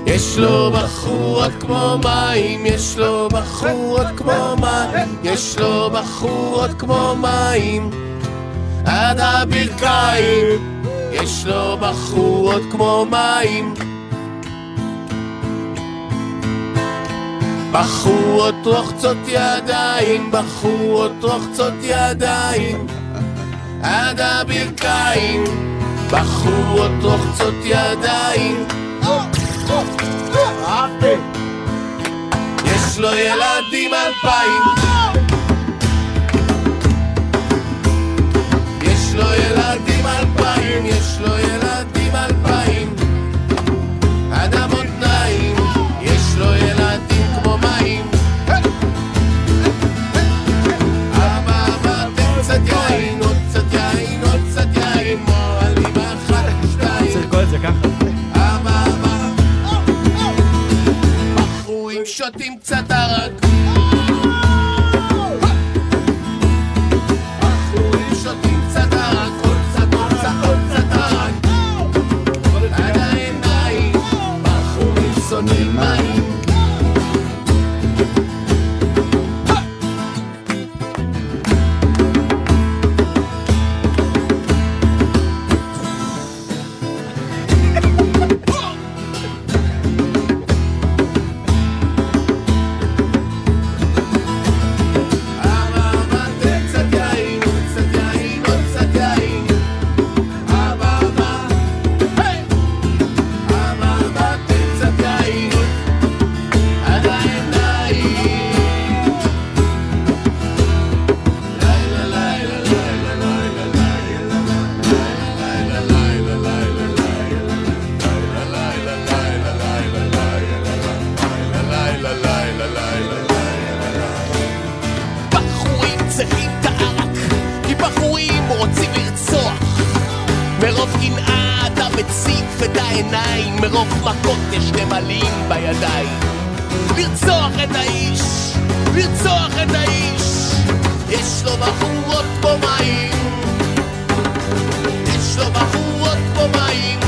יש לו בחורות כמו מים, יש לו בחורות כמו מים, יש לו בחורות כמו מים, עד הברכיים. יש לו בחורות כמו מים. בחורות רוחצות ידיים, בחורות רוחצות ידיים, עד הברכיים. בחורות רוחצות ידיים. יש לו ילדים אלפיים. יש לו ילדים אלפיים, יש לו ילדים אלפיים. עד המותניים, יש לו ילדים כמו מים. אבא אמר תן קצת יין, עוד קצת יין, עוד קצת יין, מועלים אחת, שתיים.
צריך לקרוא את זה ככה.
אבא אמר בחורים שותים קצת ערק. בחורים שותים קצת ערק, עוד קצת, עוד קצת, עוד קצת ערק. עד העיניים, בחורים שונאים מים.
מרוב קנאה אתה מציף את העיניים, מרוב מכות יש נמלים בידיים. לרצוח את האיש, לרצוח את האיש, יש לו בחורות פה מים, יש לו בחורות פה מים.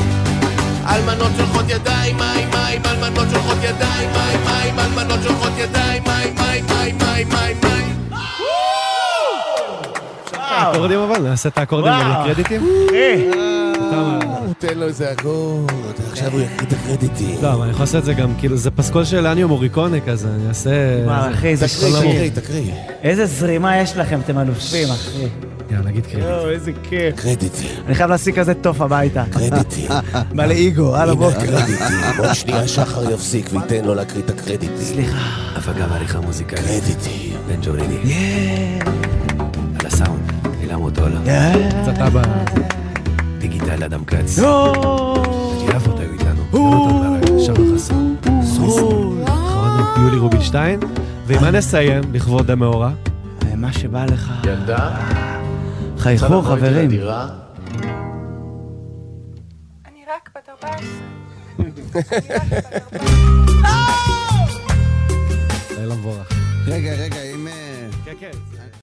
אלמנות שולחות ידיים, מים, מים, אלמנות שולחות ידיים, מים, מים, אלמנות שולחות ידיים, מים, מים, מים, מים, מים, מים.
האקורדים אבל, נעשה את האקורדים
וואו.
לקרדיטים?
תן לו איזה אקורד, עכשיו הוא יקריא את הקרדיטים.
לא, אבל אני יכול לעשות את זה גם, כאילו, זה פסקול של אניו מוריקונה כזה, אני אעשה...
וואו, אחי, זה
פסקול
קריטי.
ארוך.
תקריא.
איזה זרימה יש לכם, אתם אלופים, אחי.
יאללה, נגיד קרדיט.
יואו, איזה כיף.
קרדיטים.
אני חייב להשיג כזה טוף הביתה.
קרדיטים.
בא לאיגו, הלו בוא.
הנה הקרדיטים. עוד שנייה שחר יפסיק וייתן לו להקריא את הקרדיטים. סליחה.
הפקה ועריכה מוזיקלית.
קרדיטים.
בן ג'וריני. על הסאונד, אלה מוטולה.
קצת אבא.
דיגיטל אדם כץ. ג'ירף אותה הוא איתנו. יונתן ברק, שחר חסון.
סרול. אחרון, יולי רובינשטיין. ועם
אה.
מה נסיים לכבוד המאורע?
מה שבא לך.
ילדה?
חייכו,
רוצה לבוא איתי
חברים.
לדירה?
לילה מבורך.
רגע, רגע, אם... אה,
כן, כן.